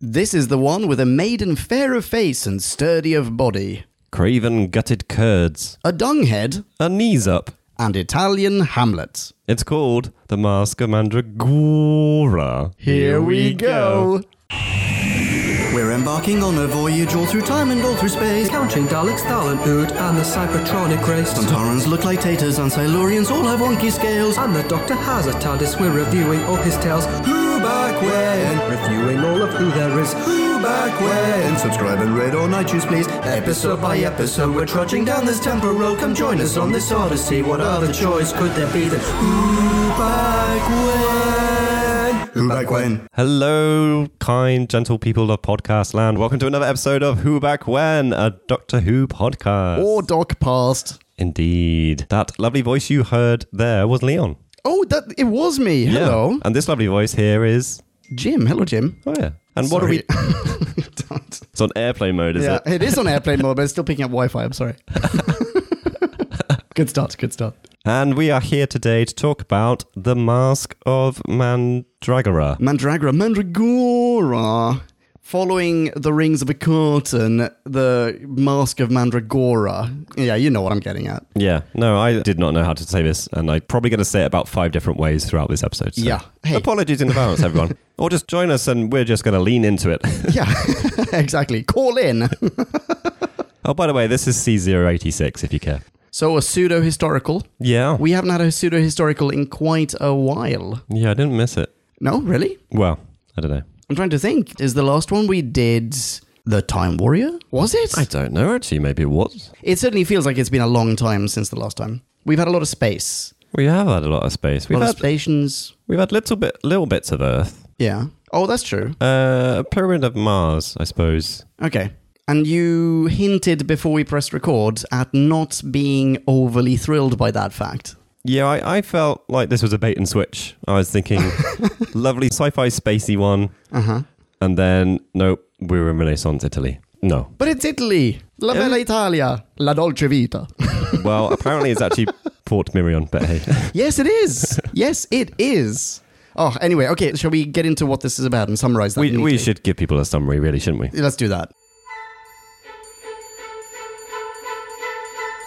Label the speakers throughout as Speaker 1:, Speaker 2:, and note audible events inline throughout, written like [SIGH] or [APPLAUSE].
Speaker 1: This is the one with a maiden fair of face and sturdy of body,
Speaker 2: Craven gutted curds.
Speaker 1: a dunghead,
Speaker 2: A knees up.
Speaker 1: and Italian Hamlet.
Speaker 2: It's called The Mask of Mandragora.
Speaker 1: Here we go. We're embarking on a voyage all through time and all through space.
Speaker 3: Counting Daleks, Thalan, Ood, and the Cybertronic race.
Speaker 1: Santarans look like taters, and Silurians all have wonky scales.
Speaker 3: And the Doctor has a TARDIS. We're reviewing all his tales. Who back when? Reviewing all of who there is. Who back when?
Speaker 1: Subscribe and rate on iTunes, please.
Speaker 3: Episode by episode, we're trudging down this tempo road. Come join us on this odyssey. What other choice could there be than Who back when?
Speaker 1: Who back when?
Speaker 2: Hello, kind, gentle people of podcast land. Welcome to another episode of Who Back When, a Doctor Who podcast.
Speaker 1: Or Doc Past.
Speaker 2: Indeed. That lovely voice you heard there was Leon.
Speaker 1: Oh, that it was me. Hello,
Speaker 2: And this lovely voice here is.
Speaker 1: Jim. Hello, Jim.
Speaker 2: Oh, yeah. And what are we.
Speaker 1: Sorry. [LAUGHS] Don't.
Speaker 2: It's on airplane mode, is
Speaker 1: yeah,
Speaker 2: it?
Speaker 1: it is on airplane mode, but it's still picking up Wi-Fi. I'm
Speaker 2: [LAUGHS]
Speaker 1: sorry. good start. Good start.
Speaker 2: And we are here today to talk about The Mask of Mandragora.
Speaker 1: Mandragora, Mandragora. Following the rings of a curtain, the mask of Mandragora. Yeah, you know what I'm getting
Speaker 2: [LAUGHS]
Speaker 1: at.
Speaker 2: Yeah, no, I did not know how to say this, and I'm probably going to say it about five different ways throughout this episode. so
Speaker 1: Yeah. Hey.
Speaker 2: Apologies in advance, [LAUGHS] everyone. or just join us, and we're just going to lean into it. [LAUGHS]
Speaker 1: Yeah, [LAUGHS] exactly. Call in.
Speaker 2: oh, by the way, this is C086, if you care.
Speaker 1: So a pseudo historical.
Speaker 2: Yeah.
Speaker 1: We haven't had a pseudo historical in quite a while.
Speaker 2: yeah, I didn't miss it.
Speaker 1: No, really?
Speaker 2: Well, I don't know.
Speaker 1: I'm trying to think. Is the last one we did the Time Warrior? Was it?
Speaker 2: I don't know, actually. Maybe it was.
Speaker 1: It certainly feels like it's been a long time since the last time. We've had a lot of space,
Speaker 2: We have had a lot of space.
Speaker 1: a
Speaker 2: We've
Speaker 1: lot
Speaker 2: had,
Speaker 1: of stations.
Speaker 2: we've had little, bit, little bits of Earth.
Speaker 1: Yeah. Oh, that's true.
Speaker 2: Uh, a pyramid of Mars, I suppose.
Speaker 1: Okay. And you hinted before we pressed record at not being overly thrilled by that fact.
Speaker 2: Yeah, I, I felt like this was a bait and switch. I was thinking, lovely sci fi spacey one.
Speaker 1: Uh huh.
Speaker 2: And then, nope, we were in Renaissance Italy. No.
Speaker 1: But it's Italy.
Speaker 2: Ehm.
Speaker 1: La bella Italia. La dolce vita.
Speaker 2: [LAUGHS] Well, apparently it's actually Port Mirion,
Speaker 1: [LAUGHS]
Speaker 2: but hey.
Speaker 1: yes, it is. Yes, it is. Oh, anyway, okay, shall we get into what this is about and summarize that?
Speaker 2: We, we
Speaker 1: neatly?
Speaker 2: should give people a summary, really, shouldn't we?
Speaker 1: Let's do that.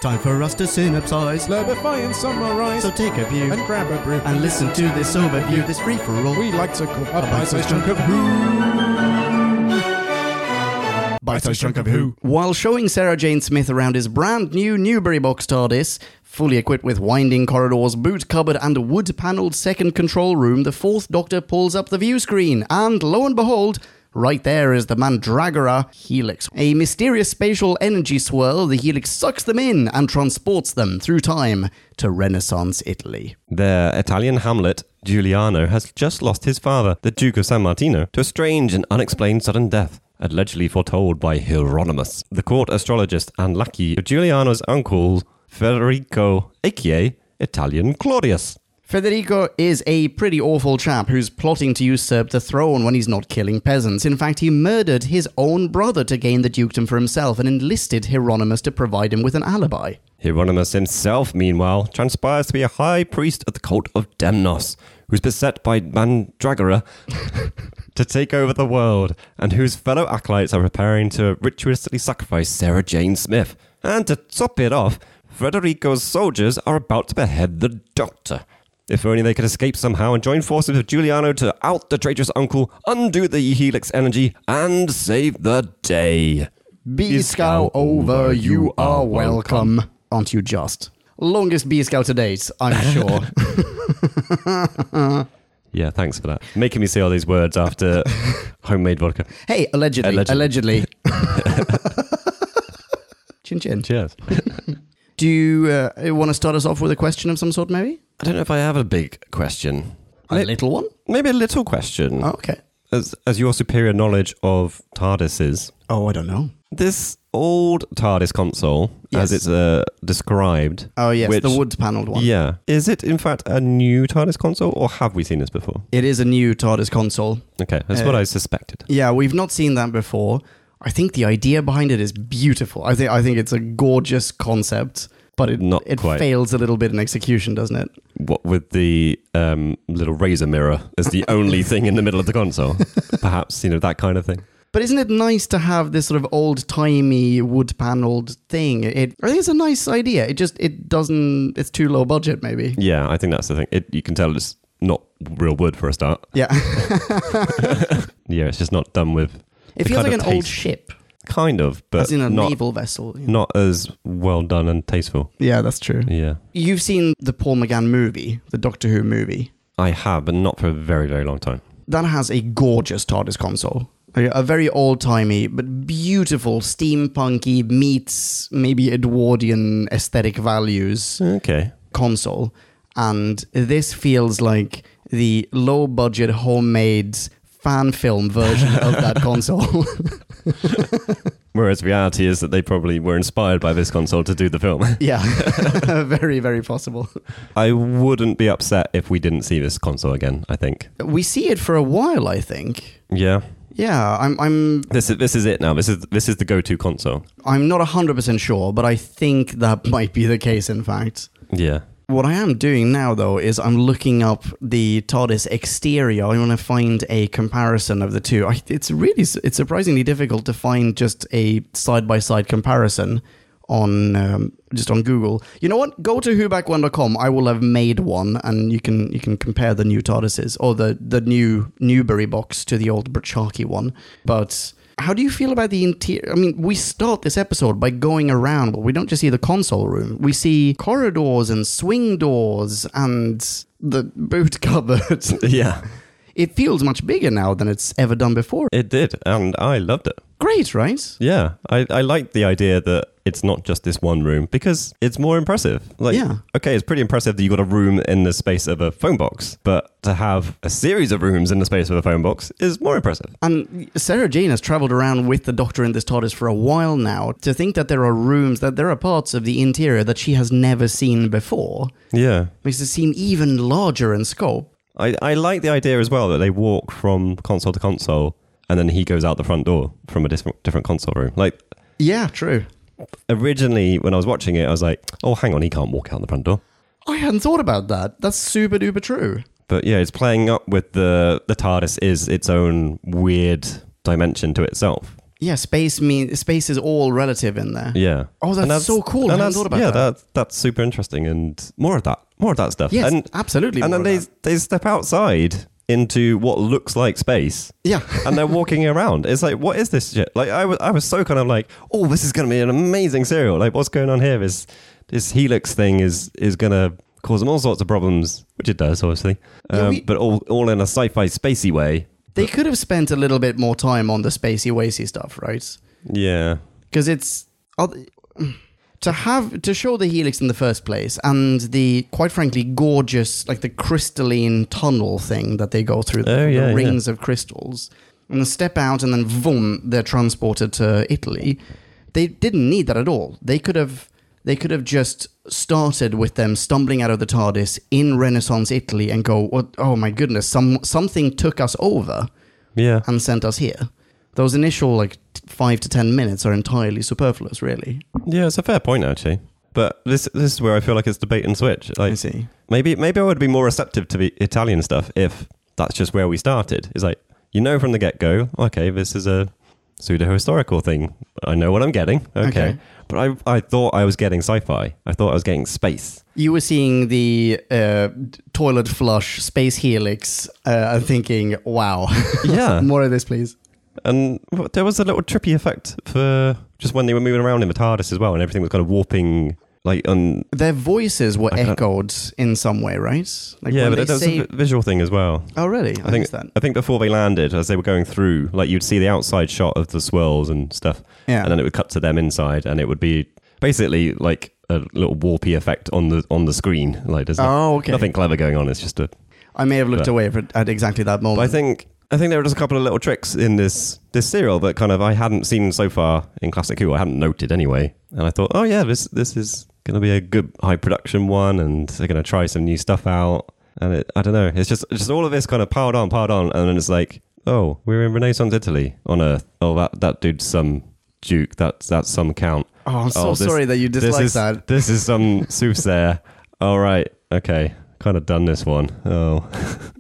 Speaker 1: Time for us to synopsize.
Speaker 4: Slurpify and summarize
Speaker 1: So take a view
Speaker 4: and grab a brew
Speaker 1: and listen to this overview, this free for all.
Speaker 4: We like to call a bite-sized chunk of who. Bite-sized chunk of who.
Speaker 1: While showing Sarah Jane Smith around his brand new Newbury Box TARDIS, fully equipped with winding corridors, boot cupboard, and a wood paneled second control room, the fourth Doctor pulls up the view screen, and lo and behold, Right there is the Mandragora Helix. A mysterious spatial energy swirl, the Helix sucks them in and transports them through time to Renaissance Italy.
Speaker 2: Their Italian Hamlet, Giuliano, has just lost his father, the Duke of San Martino, to a strange and unexplained sudden death, allegedly foretold by Hieronymus, the court astrologist and lackey of Giuliano's uncle, Federico, aka Italian Claudius.
Speaker 1: Federico is a pretty awful chap who's plotting to usurp the throne when he's not killing peasants. In fact, he murdered his own brother to gain the dukedom for himself and enlisted Hieronymus to provide him with an alibi.
Speaker 2: Hieronymus himself, meanwhile, transpires to be a high priest of the cult of Demnos, who's beset by Mandragora [LAUGHS] to take over the world, and whose fellow acolytes are preparing to ritualistically sacrifice Sarah Jane Smith. And to top it off, Frederico's soldiers are about to behead the Doctor. If only they could escape somehow and join forces with Giuliano to out the traitorous uncle, undo the helix energy, and save the day.
Speaker 1: Bee Scout over, you are welcome. Aren't you just? Longest Bee Scout to date, I'm [LAUGHS] sure.
Speaker 2: Yeah, thanks for that. Making me say all these words [LAUGHS] after homemade vodka.
Speaker 1: hey, allegedly, allegedly.
Speaker 2: Allegedly.
Speaker 1: [LAUGHS] chin chin.
Speaker 2: Cheers.
Speaker 1: Do you uh, want to start us off with a question of some sort, maybe?
Speaker 2: I don't know if I have a big question.
Speaker 1: A little one?
Speaker 2: Maybe a little question.
Speaker 1: Oh, okay.
Speaker 2: As, as your superior knowledge of TARDIS is,
Speaker 1: Oh, I don't know.
Speaker 2: this old TARDIS console,
Speaker 1: Yes.
Speaker 2: as it's uh, described.
Speaker 1: Oh, yes,
Speaker 2: which-
Speaker 1: the wood paneled one.
Speaker 2: Yeah. Is it, in fact, a new TARDIS console, or have we seen this before?
Speaker 1: It is a new TARDIS console.
Speaker 2: Okay, that's
Speaker 1: Uh,
Speaker 2: what I suspected.
Speaker 1: Yeah, we've not seen that before. I think the idea behind it is beautiful. I think I think it's a gorgeous concept, but it,
Speaker 2: Not
Speaker 1: it
Speaker 2: quite.
Speaker 1: fails a little bit in execution, doesn't it?
Speaker 2: What with the um, little razor mirror as the [LAUGHS] only thing in the middle of the [LAUGHS] console, perhaps you know that kind of thing.
Speaker 1: But isn't it nice to have this sort of old timey wood paneled thing? It I think it's a nice idea. It just it doesn't. It's too low budget, maybe.
Speaker 2: Yeah, I think that's the thing. It, you can tell it's not real wood for a start.
Speaker 1: Yeah, [LAUGHS]
Speaker 2: Yeah, it's just not done with
Speaker 1: it
Speaker 2: The
Speaker 1: feels
Speaker 2: kind
Speaker 1: like an
Speaker 2: of
Speaker 1: old
Speaker 2: taste,
Speaker 1: ship,
Speaker 2: kind of, but
Speaker 1: as in a
Speaker 2: not
Speaker 1: naval vessel. you know.
Speaker 2: not as well done and tasteful.
Speaker 1: Yeah, that's true.
Speaker 2: Yeah,
Speaker 1: You've seen the Paul McGann movie, the Doctor Who movie.
Speaker 2: I have, but not for a very very long time.
Speaker 1: That has a gorgeous TARDIS console. A a very old timey, but beautiful, steampunky, meets maybe Edwardian aesthetic values.
Speaker 2: Okay,
Speaker 1: console, and this feels like the low budget homemade fan film version of that console.
Speaker 2: whereas reality is that they probably were inspired by this console to do the film. [LAUGHS]
Speaker 1: yeah, [LAUGHS] very, very possible.
Speaker 2: I wouldn't be upset if we didn't see this console again. I think.
Speaker 1: We see it for a while, I think.
Speaker 2: Yeah,
Speaker 1: Yeah, I'm, I'm,
Speaker 2: this is this is it now. This is this is the go-to console.
Speaker 1: I'm not 100% sure, but I think that might be the case, in fact.
Speaker 2: Yeah, [LAUGHS]
Speaker 1: What I am doing now, though, is I'm looking up the TARDIS exterior. I want to find a comparison of the two. I, it's really, su- it's surprisingly difficult to find just a side by side comparison on um, just on Google. You know what? Go to whoback1.com. I will have made one, and you can you can compare the new TARDISes or the the new Newbury box to the old Bracharki one. But how do you feel about the interior? I mean, we start this episode by going around, but we don't just see the console room. We see corridors and swing doors and the boot [LAUGHS] cupboard.
Speaker 2: yeah,
Speaker 1: it feels much bigger now than it's ever done before.
Speaker 2: it did, and I loved it.
Speaker 1: Great, right?
Speaker 2: Yeah, I, I like the idea that it's not just this one room because it's more impressive. Like,
Speaker 1: Yeah.
Speaker 2: okay, it's pretty impressive that you got a room in the space of a phone box, but to have a series of rooms in the space of a phone box is more impressive.
Speaker 1: And Sarah Jane has traveled around with the Doctor in this TARDIS for a while now. To think that there are rooms, that there are parts of the interior that she has never seen before,
Speaker 2: Yeah.
Speaker 1: makes it seem even larger in scope.
Speaker 2: I, I like the idea as well that they walk from console to console and then he goes out the front door from a different, different console room. Like,
Speaker 1: Yeah, true.
Speaker 2: originally when I was watching it, I was like, oh, hang on, he can't walk out the front door.
Speaker 1: I hadn't thought about that. That's super duper true.
Speaker 2: But yeah, it's playing up with the, the TARDIS is its own weird dimension to itself.
Speaker 1: Yeah, space mean space is all relative in there.
Speaker 2: Yeah.
Speaker 1: Oh, that's so cool. I
Speaker 2: and
Speaker 1: hadn't
Speaker 2: that's-
Speaker 1: thought about
Speaker 2: yeah,
Speaker 1: that.
Speaker 2: that's super interesting and more of that. More of that stuff.
Speaker 1: Yes,
Speaker 2: and,
Speaker 1: absolutely.
Speaker 2: And
Speaker 1: more
Speaker 2: then they,
Speaker 1: of
Speaker 2: they step outside into what looks like space
Speaker 1: that. yeah.
Speaker 2: and they're
Speaker 1: [LAUGHS]
Speaker 2: walking around. It's like, what is this shit? Like, I was, I was so kind of like, oh, this is going to be an amazing serial. Like, what's going on here is this Helix thing is is going to cause them all sorts of problems, which it does, obviously, um,
Speaker 1: Yeah, we-
Speaker 2: but all, all in a sci fi spacey way.
Speaker 1: They could have spent a little bit more time on the spacey wacy stuff, right?
Speaker 2: Yeah.
Speaker 1: because it's are th- to have to show the helix in the first place and the quite frankly gorgeous like the crystalline tunnel thing that they go through the,
Speaker 2: Oh,
Speaker 1: the
Speaker 2: yeah, yeah.
Speaker 1: rings of crystals and then step out and then boom they're transported to Italy they didn't need that at all they could have they could have just started with them stumbling out of the TARDIS in Renaissance Italy and go what oh my goodness some something took us over
Speaker 2: Yeah.
Speaker 1: and sent us here. Those initial like t- five to ten minutes are entirely superfluous, really.
Speaker 2: Yeah, it's a fair point, actually. But this this is where I feel like it's debate and switch. Like,
Speaker 1: I see.
Speaker 2: Maybe maybe I would be more receptive to the Italian stuff if that's just where we started. It's like you know from the get go, okay, this is a pseudo historical thing. I know what I'm getting. Okay.
Speaker 1: Okay.
Speaker 2: But I I thought I was getting sci-fi. I thought I was getting space.
Speaker 1: You were seeing the uh, d- toilet flush, space helix, uh, and thinking, wow, [LAUGHS]
Speaker 2: Yeah.
Speaker 1: more of this, please.
Speaker 2: and there was a little trippy effect for just when they were moving around in the TARDIS as well and everything was kind of warping like on
Speaker 1: Their voices were
Speaker 2: I can't-
Speaker 1: echoed in some vi- Like
Speaker 2: Yeah,
Speaker 1: when
Speaker 2: but
Speaker 1: they
Speaker 2: there was
Speaker 1: say-
Speaker 2: a vi- visual thing as well.
Speaker 1: oh, really? I,
Speaker 2: I think
Speaker 1: missed that.
Speaker 2: I think before they landed, as they were going through, like you'd see the outside shot of the swirls and stuff,
Speaker 1: Yeah.
Speaker 2: and then it would cut to them inside, and it would be basically like a little warpy effect on the on the screen. Like there's no-
Speaker 1: Oh, okay.
Speaker 2: nothing clever going on. It's just a.
Speaker 1: I may have looked
Speaker 2: But-
Speaker 1: away for, at exactly that
Speaker 2: But I
Speaker 1: moment.
Speaker 2: think I think there were just a couple of little tricks in this this serial that kind of I hadn't seen so far in classic Who. I hadn't noted anyway, and I thought, oh yeah, this this is going to be a good high production one, and they're going to try some new stuff out. And it, I don't know, it's just just all of this kind of piled on, piled on, and then it's like, oh, we're in Renaissance Italy on Earth. Oh, that that dude's some Duke. That's that's some count.
Speaker 1: Oh, I'm so sorry that you dislike
Speaker 2: this is,
Speaker 1: that.
Speaker 2: This is some soothsayer. All right, okay, kind of done this one. Oh,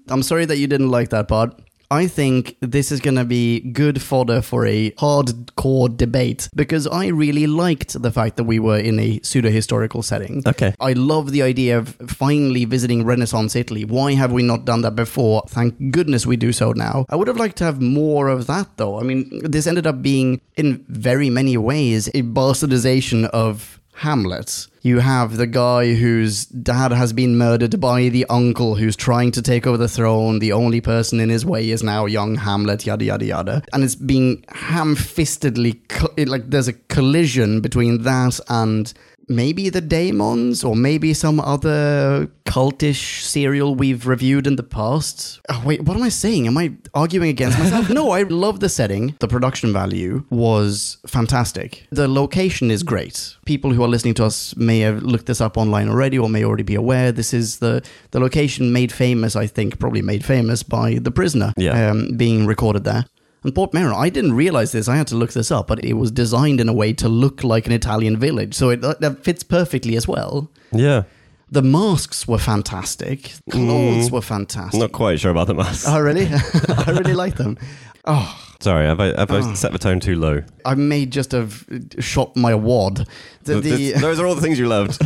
Speaker 1: I'm sorry that you didn't like that part. I think this is going to be good fodder for a hardcore debate because I really liked the fact that we were in a pseudo historical setting.
Speaker 2: Okay.
Speaker 1: I love the idea of finally visiting Renaissance Italy. Why have we not done that before? Thank goodness we do so now. I would have liked to have more of that though. I mean, this ended up being, in very many ways, a bastardization of Hamlet. You have the guy whose dad has been murdered by the uncle who's trying to take over the throne. The only person in his way is now young Hamlet, yada, yada, yada. And it's being ham fistedly, co- it- like, there's a collision between that and maybe the daemons or maybe some other cultish serial we've reviewed in the past. Oh, wait, what am I saying? Am I arguing against myself? no, I love the setting. The production value was fantastic. The location is great. People who are listening to us may have looked this up online already or may already be aware. This is the, the location made famous, I think, probably made famous by The Prisoner
Speaker 2: Yeah.
Speaker 1: um, being recorded there. And Port Mero, I didn't realize this. I had to look this up, but it was designed in a way to look like an Italian village, so it that that fits perfectly as well.
Speaker 2: yeah.
Speaker 1: The masks were fantastic. Clothes
Speaker 2: Mm.
Speaker 1: were fantastic.
Speaker 2: Not quite sure about the mass.
Speaker 1: Oh, really? [LAUGHS] I really like them. Oh,
Speaker 2: Sorry, have I, have
Speaker 1: uh,
Speaker 2: I set the tone too low?
Speaker 1: I may just have shot my wad. The,
Speaker 2: Th-
Speaker 1: the,
Speaker 2: th- those are all the things you loved.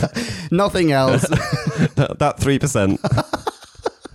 Speaker 1: [LAUGHS] nothing
Speaker 2: [LAUGHS]
Speaker 1: else.
Speaker 2: that that
Speaker 1: [LAUGHS]
Speaker 2: three percent.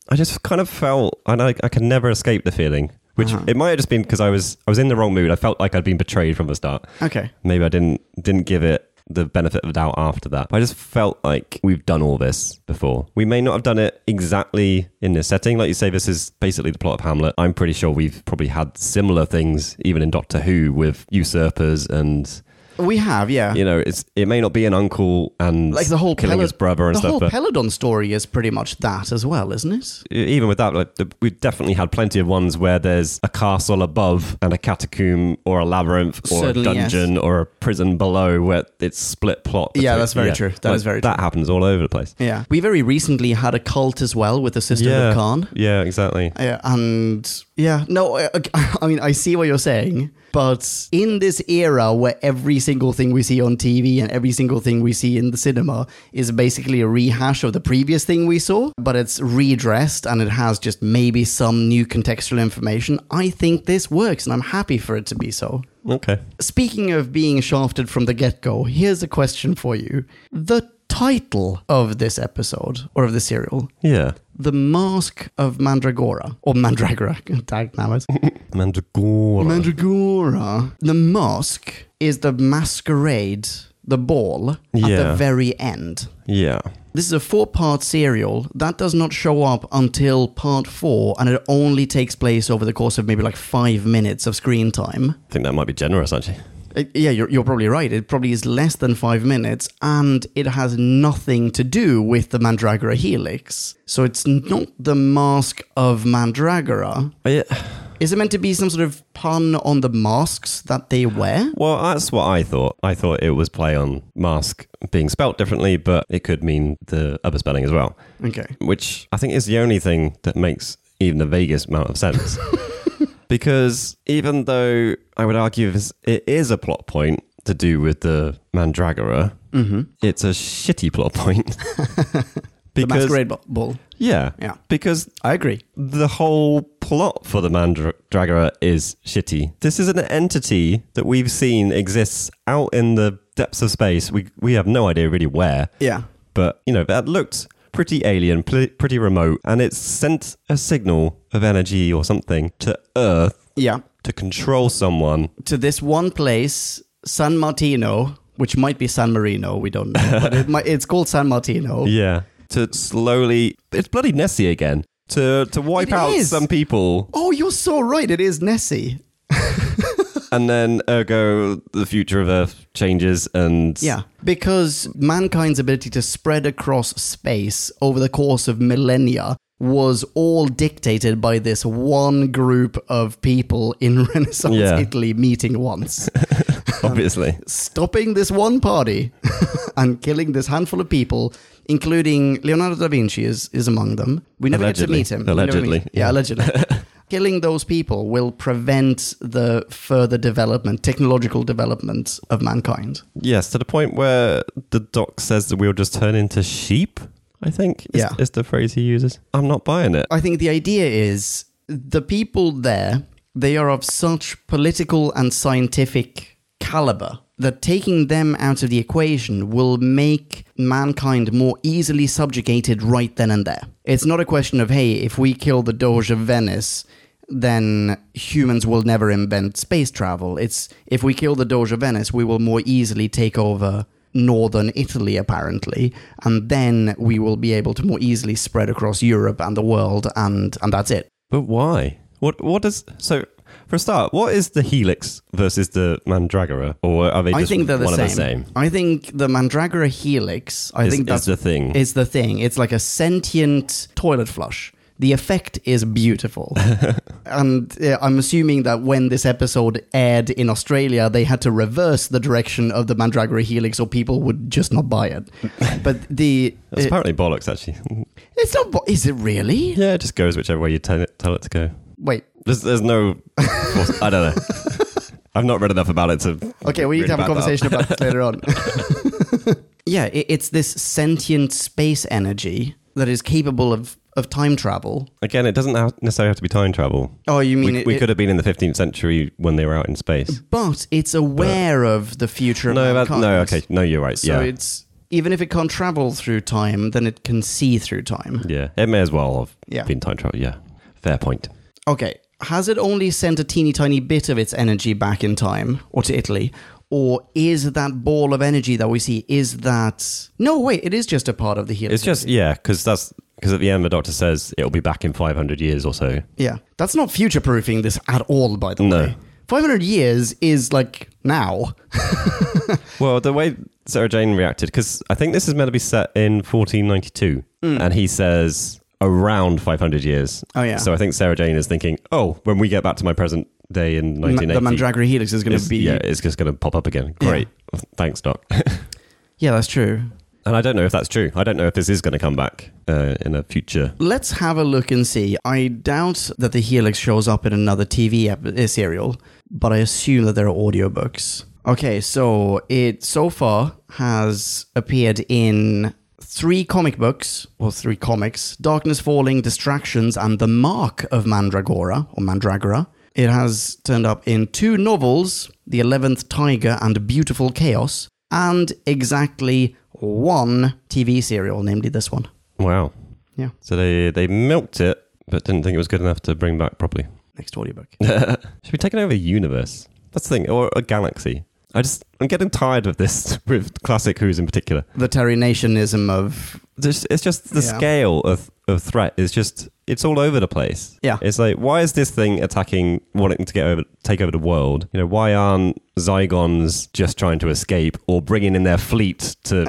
Speaker 2: I just kind of felt, and I, I can never escape the feeling. Which
Speaker 1: Uh-huh.
Speaker 2: it might have just been because I was I was in the wrong mood. I felt like I'd been betrayed from the start.
Speaker 1: okay.
Speaker 2: Maybe I didn't didn't give it the benefit of the doubt after that. I just felt like we've done all this before. We may not have done it exactly in this setting. Like you say, this is basically the plot of Hamlet. I'm pretty sure we've probably had similar things even in Doctor Who with usurpers and
Speaker 1: We have, yeah.
Speaker 2: you know, it's it may not be an uncle and
Speaker 1: Like the whole
Speaker 2: killing
Speaker 1: Pelad-
Speaker 2: his brother and
Speaker 1: the
Speaker 2: stuff.
Speaker 1: whole
Speaker 2: uh, but-
Speaker 1: Peladon story is pretty much that as well, isn't it?
Speaker 2: e-, even with that, like the, we've definitely had plenty of ones where there's a castle above and a catacomb or a labyrinth or
Speaker 1: Certainly,
Speaker 2: a dungeon or a prison below where it's split plot.
Speaker 1: Yeah, that's very true. That
Speaker 2: That is
Speaker 1: is very
Speaker 2: That happens all over the place.
Speaker 1: Yeah. We very recently had a cult as well with the Sisters of Khan.
Speaker 2: yeah, exactly.
Speaker 1: Yeah, Uh, and yeah, no, I, [LAUGHS] I mean, I see what you're saying, but in this era where every single thing we see on TV and every single thing we see in the cinema is basically a rehash of the previous thing we saw, but it's redressed and it has just maybe some new contextual information, I think this works and I'm happy for it to be so.
Speaker 2: Okay.
Speaker 1: Speaking of being shafted from the get go, here's a question for you. The title of this episode or of the serial
Speaker 2: Yeah.
Speaker 1: the Mask of Mandragora, or Mandragora, [LAUGHS] tag namas.
Speaker 2: Mandragora.
Speaker 1: Mandragora. The mask is the masquerade, the ball, at the
Speaker 2: Yeah.
Speaker 1: very end.
Speaker 2: yeah.
Speaker 1: This is a four part serial that does not show up until part four, and it only takes place over the course of maybe like five minutes of screen time.
Speaker 2: I think that might be generous, actually.
Speaker 1: Uh, Yeah, you're, you're probably right. It probably is less than five minutes, and it has nothing to do with the Mandragora Helix. So it's not the Mask of Mandragora.
Speaker 2: I-
Speaker 1: Is it meant to be some sort of pun on the masks that they wear?
Speaker 2: Well, that's what I thought. I thought it was play on mask being spelt differently, but it could mean the other spelling as well.
Speaker 1: Okay.
Speaker 2: which I think is the only thing that makes even the vaguest amount of
Speaker 1: [LAUGHS]
Speaker 2: sense. because even though I would argue this, it is a plot point to do with the Mandragora,
Speaker 1: Mm-hmm.
Speaker 2: it's a shitty plot point.
Speaker 1: [LAUGHS]
Speaker 2: [LAUGHS]
Speaker 1: the masquerade ba- ball.
Speaker 2: Yeah.
Speaker 1: Yeah.
Speaker 2: Because
Speaker 1: I agree.
Speaker 2: the whole plot for the Mandragora is shitty. This is an entity that we've seen exists out in the depths of space. We, we have no idea really where
Speaker 1: Yeah.
Speaker 2: but you know that looked pretty alien pl- pretty remote and it sent a signal of energy or something to earth
Speaker 1: Yeah.
Speaker 2: to control someone
Speaker 1: To this one place, San Martino, which might be San Marino, we don't know, but it might, it's called San [LAUGHS] Martino.
Speaker 2: yeah to slowly it's bloody nessie again to to wipe
Speaker 1: It
Speaker 2: out
Speaker 1: is.
Speaker 2: some people
Speaker 1: Oh, you're so right. It is Nessie.
Speaker 2: and then ergo the future of earth changes and
Speaker 1: Yeah, because mankind's ability to spread across space over the course of millennia was all dictated by this one group of people in [LAUGHS] Renaissance
Speaker 2: Yeah.
Speaker 1: Italy meeting once,
Speaker 2: [LAUGHS] obviously
Speaker 1: stopping this one party [LAUGHS] and killing this handful of people, including Leonardo da Vinci is, is among them. We never
Speaker 2: Allegedly.
Speaker 1: get to meet him. We never
Speaker 2: Allegedly,
Speaker 1: meet- Yeah,
Speaker 2: yeah. [LAUGHS]
Speaker 1: allegedly. killing those people will prevent the further development, technological development of mankind.
Speaker 2: Yes, to the point where the doc says that we'll just turn into sheep. I think is,
Speaker 1: Yeah.
Speaker 2: is the phrase he uses. I'm not buying it.
Speaker 1: I think the idea is the people there, they are of such political and scientific caliber that taking them out of the equation will make mankind more easily subjugated right then and there. It's not a question of, hey, if we kill the Doge of Venice, then humans will never invent space travel. It's if we kill the Doge of Venice, we will more easily take over northern Italy, apparently, and then we will be able to more easily spread across Europe and the world, and and that's it.
Speaker 2: But why? What what does so for a start, what is the helix versus the mandragora? Or are they
Speaker 1: I
Speaker 2: just
Speaker 1: think they're the
Speaker 2: one
Speaker 1: same.
Speaker 2: of the same?
Speaker 1: I think the Mandragora Helix. I
Speaker 2: is,
Speaker 1: think
Speaker 2: is
Speaker 1: that's
Speaker 2: the thing.
Speaker 1: is the thing. It's like a sentient toilet flush. The effect is
Speaker 2: [LAUGHS]
Speaker 1: beautiful. and uh, I'm assuming that when this episode aired in Australia, they had to reverse the direction of the Mandragora Helix or people would just not buy
Speaker 2: [LAUGHS]
Speaker 1: it. But the.
Speaker 2: That's
Speaker 1: uh,
Speaker 2: apparently bollocks actually. [LAUGHS]
Speaker 1: it's not. bo- Is it really?
Speaker 2: yeah, it just goes whichever way you tell it tell it to go.
Speaker 1: Wait.
Speaker 2: There's there's no force- I don't know. [LAUGHS] I've not read enough about it to
Speaker 1: Okay, we need
Speaker 2: read
Speaker 1: to have a
Speaker 2: about that.
Speaker 1: conversation about this later on.
Speaker 2: [LAUGHS]
Speaker 1: [LAUGHS] yeah, it, it's this sentient space energy that is capable of, of time travel.
Speaker 2: Again, it doesn't have, necessarily have to be time travel.
Speaker 1: Oh, you mean
Speaker 2: we,
Speaker 1: it,
Speaker 2: we
Speaker 1: it-
Speaker 2: could have been in the 15th century when they were out in space.
Speaker 1: but it's aware of the future. Of
Speaker 2: No, that, no,
Speaker 1: mankind.
Speaker 2: okay, no, you're right.
Speaker 1: So
Speaker 2: yeah,
Speaker 1: it's even if it can't travel through time, then it can see through time.
Speaker 2: yeah, it may as well have
Speaker 1: Yeah.
Speaker 2: been time travel. Yeah, fair point.
Speaker 1: Okay, has it only sent a teeny tiny bit of its energy back in time or to Italy? Or is that ball of energy that we see is that No, wait, it is just a part of the helix.
Speaker 2: It's just yeah, because that's because at the end the doctor says it'll be back in 500 years or so.
Speaker 1: Yeah. That's not future proofing this at all by the
Speaker 2: No.
Speaker 1: way. 500 years is like now.
Speaker 2: Well, the way Sarah Jane reacted, because I think this is meant to be set in 1492, and he says around 500 years.
Speaker 1: Oh, yeah.
Speaker 2: So I think Sarah Jane is thinking, oh, when we get back to my present day in
Speaker 1: Ma- the
Speaker 2: 1980,
Speaker 1: Mandragora Helix is going
Speaker 2: it's-
Speaker 1: to be
Speaker 2: yeah, it's just going to pop up again. Great, thanks, Doc. [LAUGHS]
Speaker 1: yeah, that's true.
Speaker 2: And I don't know if that's true. I don't know if this is going to come back uh, in a future.
Speaker 1: Let's have a look and see. I doubt that the Helix shows up in another TV ep- uh, serial, but I assume that there are audiobooks. Okay, so it so far has appeared in three comic books, or three comics Darkness Falling, Distractions, and The Mark of Mandragora, or Mandragora. It has turned up in two novels The Eleventh Tiger and Beautiful Chaos, and exactly one TV serial, namely this one.
Speaker 2: Wow.
Speaker 1: Yeah.
Speaker 2: So they they milked it, but didn't think it was good enough to bring back properly.
Speaker 1: Next audiobook.
Speaker 2: [LAUGHS] Should we take it over a universe? That's the thing, or a galaxy. I just I'm getting tired of this [LAUGHS] with classic Who's in particular.
Speaker 1: the Terry-nationism of
Speaker 2: There's, it's just the
Speaker 1: Yeah.
Speaker 2: scale of of threat is just it's all over the place.
Speaker 1: Yeah.
Speaker 2: it's like why is this thing attacking, wanting to get over, take over the world? You know, why aren't Zygons just trying to escape or bringing in their fleet
Speaker 1: [LAUGHS]
Speaker 2: to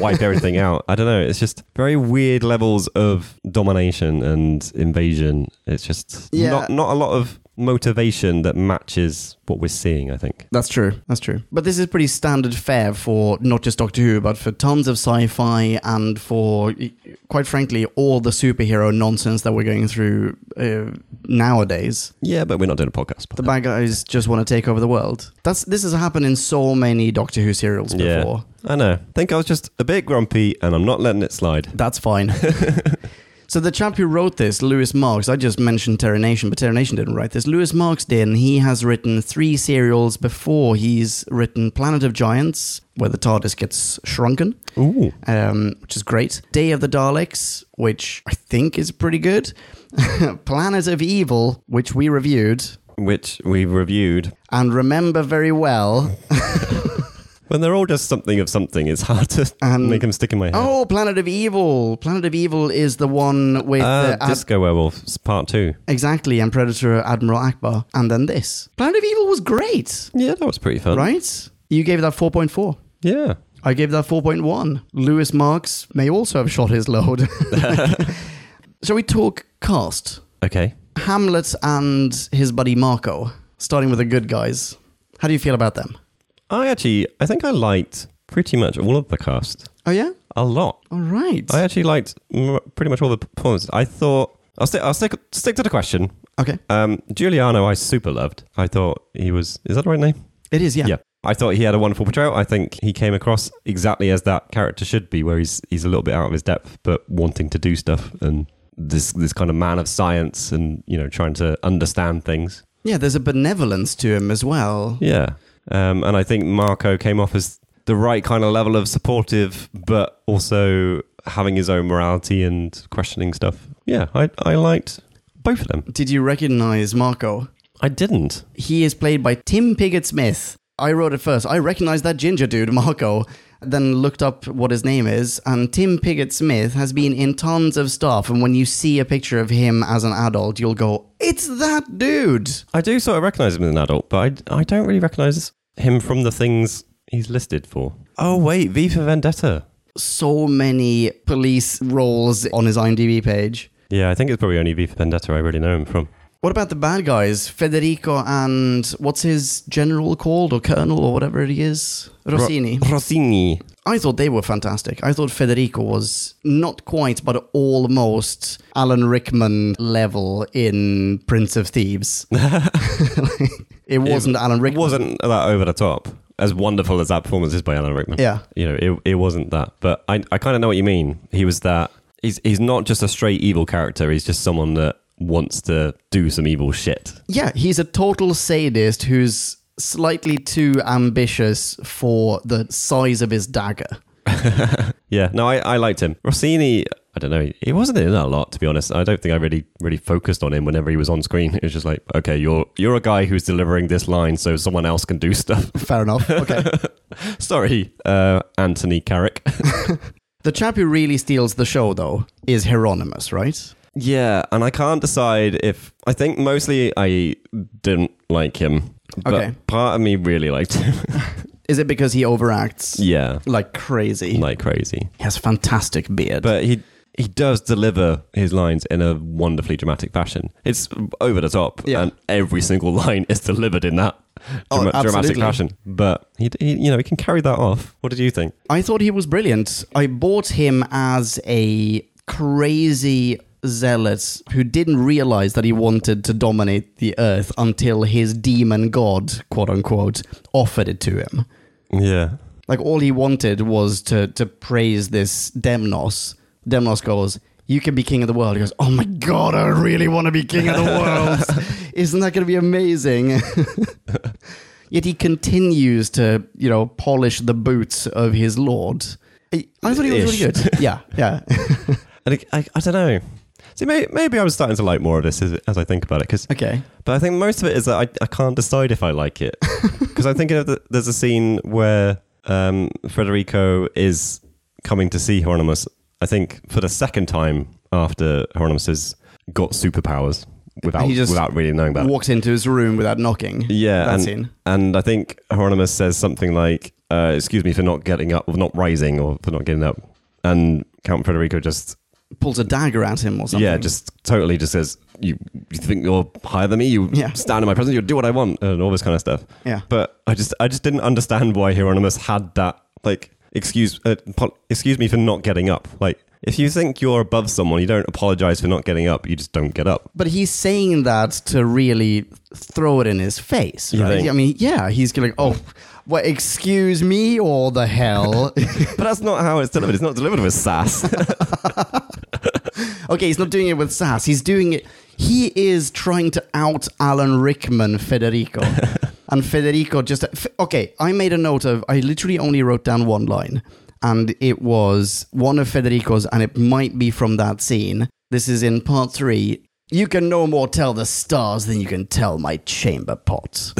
Speaker 2: wipe everything out? I don't know. It's just very weird levels of domination and invasion. It's just
Speaker 1: Yeah.
Speaker 2: not not a lot of motivation that matches what we're seeing. I think.
Speaker 1: that's true. That's true. But this is pretty standard fare for not just Doctor Who, but for tons of sci-fi and for, quite frankly, all the superhero nonsense that we're going through uh, nowadays.
Speaker 2: Yeah, but we're not doing a podcast.
Speaker 1: The bad guys just want to take over the world. That's this has happened in so many Doctor Who serials
Speaker 2: Yeah.
Speaker 1: before.
Speaker 2: I know. I think I was just a bit grumpy, and I'm not letting it slide.
Speaker 1: That's fine. so the chap who wrote this, Lewis Marks, I just mentioned Terra Nation, but Terra Nation didn't write this. Lewis Marks did, and he has written three serials before. He's written Planet of Giants, where the TARDIS gets shrunken,
Speaker 2: Ooh.
Speaker 1: um, which is great. Day of the Daleks, which I think is pretty good. [LAUGHS] Planet of Evil, which we reviewed
Speaker 2: which we reviewed.
Speaker 1: and remember very well.
Speaker 2: When they're all just something of something, it's hard to
Speaker 1: And-
Speaker 2: make them stick in my head.
Speaker 1: Oh, Planet of Evil! Planet of Evil is the one with
Speaker 2: Uh,
Speaker 1: the ad-
Speaker 2: Disco Werewolf it's part two.
Speaker 1: Exactly, and Predator Admiral Akbar, and then this. Planet of Evil was great,
Speaker 2: Yeah, that was pretty fun.
Speaker 1: right? You gave that 4.4.
Speaker 2: Yeah.
Speaker 1: I gave that 4.1. Lewis Marks may also have shot his load. [LAUGHS] Shall we talk cast?
Speaker 2: Okay.
Speaker 1: Hamlet and his buddy Marco, starting with the good guys. How do you feel about them?
Speaker 2: I actually, I think I liked pretty much all of the cast.
Speaker 1: Oh, yeah?
Speaker 2: A lot.
Speaker 1: All right.
Speaker 2: Oh, I actually liked m- pretty much all the performances. I thought I'll, sti- I'll stick stick to the question.
Speaker 1: Okay.
Speaker 2: Um, Giuliano, I super loved. I thought he was. Is that the right name?
Speaker 1: It is, yeah.
Speaker 2: I thought he had a wonderful portrayal. I think he came across exactly as that character should be, where he's he's a little bit out of his depth, but wanting to do stuff and this this kind of man of science and you know trying to understand things.
Speaker 1: Yeah, there's a benevolence to him as well.
Speaker 2: Yeah. Um, and I think Marco came off as the right kind of level of supportive, but also having his own morality and questioning stuff. Yeah, I, I liked both of them.
Speaker 1: Did you recognize Marco?
Speaker 2: I didn't.
Speaker 1: He is played by Tim Pigott Smith. I wrote it first. I recognized that ginger dude, [LAUGHS] Marco, then looked up what his name is. And Tim Pigott Smith has been in tons of stuff. And when you see a picture of him as an adult, you'll go, it's that dude.
Speaker 2: I do sort of recognize him as an adult, but I, I don't really recognize him from the things he's listed for. Oh, wait, V for Vendetta.
Speaker 1: So many police roles on his IMDb page.
Speaker 2: Yeah, I think it's probably only V for Vendetta I really know him from.
Speaker 1: What about the bad guys? Federico and what's his general called or colonel or whatever he is? Rossini.
Speaker 2: Ro- Rossini.
Speaker 1: I thought they were fantastic. I thought Federico was not quite, but almost Alan Rickman level in Prince of
Speaker 2: [LAUGHS]
Speaker 1: Thieves. it wasn't Alan
Speaker 2: It
Speaker 1: Rickman.
Speaker 2: wasn't that over the top. As wonderful as that performance is by Alan Rickman.
Speaker 1: Yeah.
Speaker 2: You know, it, it wasn't that. But I, I kind of know what you mean. He was that. He's, he's not just a straight evil character. He's just someone that wants to do some evil shit.
Speaker 1: Yeah, he's a total sadist who's slightly too ambitious for the size of his dagger.
Speaker 2: Yeah, no, I, I liked him. Rossini, I don't know, he wasn't in a lot to be honest. I don't think I really really focused on him whenever he was on screen. It was just like, okay, you're you're a guy who's delivering this line so someone else can do stuff. [LAUGHS]
Speaker 1: Fair enough. Okay.
Speaker 2: Sorry, uh, Anthony Carrick.
Speaker 1: the chap who really steals the show, though, is Hieronymus, right?
Speaker 2: yeah, and I can't decide if I think mostly I didn't like him. But
Speaker 1: Okay.
Speaker 2: part of me really liked him. [LAUGHS]
Speaker 1: Is it because he overacts
Speaker 2: yeah.
Speaker 1: like crazy?
Speaker 2: Like crazy.
Speaker 1: He has fantastic beard.
Speaker 2: But he he does deliver his lines in a wonderfully dramatic fashion. It's over the top,
Speaker 1: Yeah.
Speaker 2: and every single line is delivered in that
Speaker 1: Oh,
Speaker 2: dra- dramatic
Speaker 1: absolutely.
Speaker 2: fashion. But he, he, you know, he can carry that off. What did you think?
Speaker 1: I thought he was brilliant. I bought him as a crazy zealot who didn't realize that he wanted to dominate the earth until his demon god, quote unquote, offered it to him.
Speaker 2: Yeah,
Speaker 1: Like all he wanted was to to praise this Demnos. Demnos goes, "You can be king of the world." He goes, "Oh my god, I really want to be king
Speaker 2: [LAUGHS]
Speaker 1: of the world! Isn't that going to be amazing?" [LAUGHS] Yet he continues to, you know, polish the boots of his lord. I I thought he was
Speaker 2: Ish.
Speaker 1: really good. Yeah, yeah. [LAUGHS]
Speaker 2: and I, I, I don't know. See, may, maybe I was starting to like more of this as, as I think about it. Because,
Speaker 1: okay.
Speaker 2: but I think most of it is that I, I can't decide if I
Speaker 1: [LAUGHS]
Speaker 2: like it. Because I think of the, there's a scene where um, Federico is coming to see Hieronymus. I think for the second time after Hieronymus has got superpowers without
Speaker 1: He just
Speaker 2: without really knowing about it.
Speaker 1: Walks into his room without knocking.
Speaker 2: Yeah,
Speaker 1: that
Speaker 2: and,
Speaker 1: scene.
Speaker 2: and I think Hieronymus says something like, uh, "Excuse me for not getting up, or not rising, or for not getting up." And Count Federico just
Speaker 1: Pulls a dagger at him or something.
Speaker 2: yeah, just totally just says, "You you think you're higher than me? You
Speaker 1: Yeah.
Speaker 2: stand in my presence. You do what I want, and all this kind of stuff."
Speaker 1: Yeah.
Speaker 2: But I just I just didn't understand why Hieronymus had that like excuse uh, po- excuse me for not getting up. Like if you think you're above someone, you don't apologize for not getting up. You just don't get up.
Speaker 1: But he's saying that to really throw it in his face,
Speaker 2: You
Speaker 1: right?
Speaker 2: think?
Speaker 1: I mean, yeah, he's like, oh, what, excuse me or the
Speaker 2: [LAUGHS]
Speaker 1: hell?
Speaker 2: But that's not how it's delivered. It's not delivered with sass. [LAUGHS]
Speaker 1: okay, he's not doing it with sass. He's doing it, he is trying to out Alan Rickman
Speaker 2: [LAUGHS]
Speaker 1: Federico. and Federico just, F- okay, I made a note of, I literally only wrote down one line. And it was one of Federico's, and it might be from that scene. This is in part three. You can no more tell the stars than you can tell my chamber pot.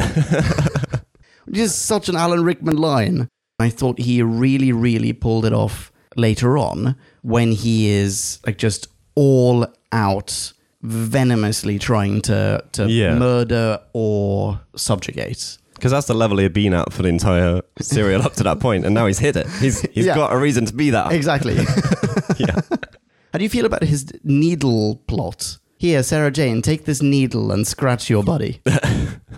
Speaker 1: Which is such an Alan Rickman line. I thought he really, really pulled it off later on when he is like just all out venomously trying to, to
Speaker 2: Yeah.
Speaker 1: murder or subjugate.
Speaker 2: Because that's the level he'd been at for the entire serial up to that point, and now he's hit it. He's he's
Speaker 1: Yeah.
Speaker 2: got a reason to be
Speaker 1: [LAUGHS]
Speaker 2: that.
Speaker 1: Exactly.
Speaker 2: [LAUGHS] Yeah.
Speaker 1: How do you feel about his needle plot? Here, Sarah Jane, take this needle and scratch your body.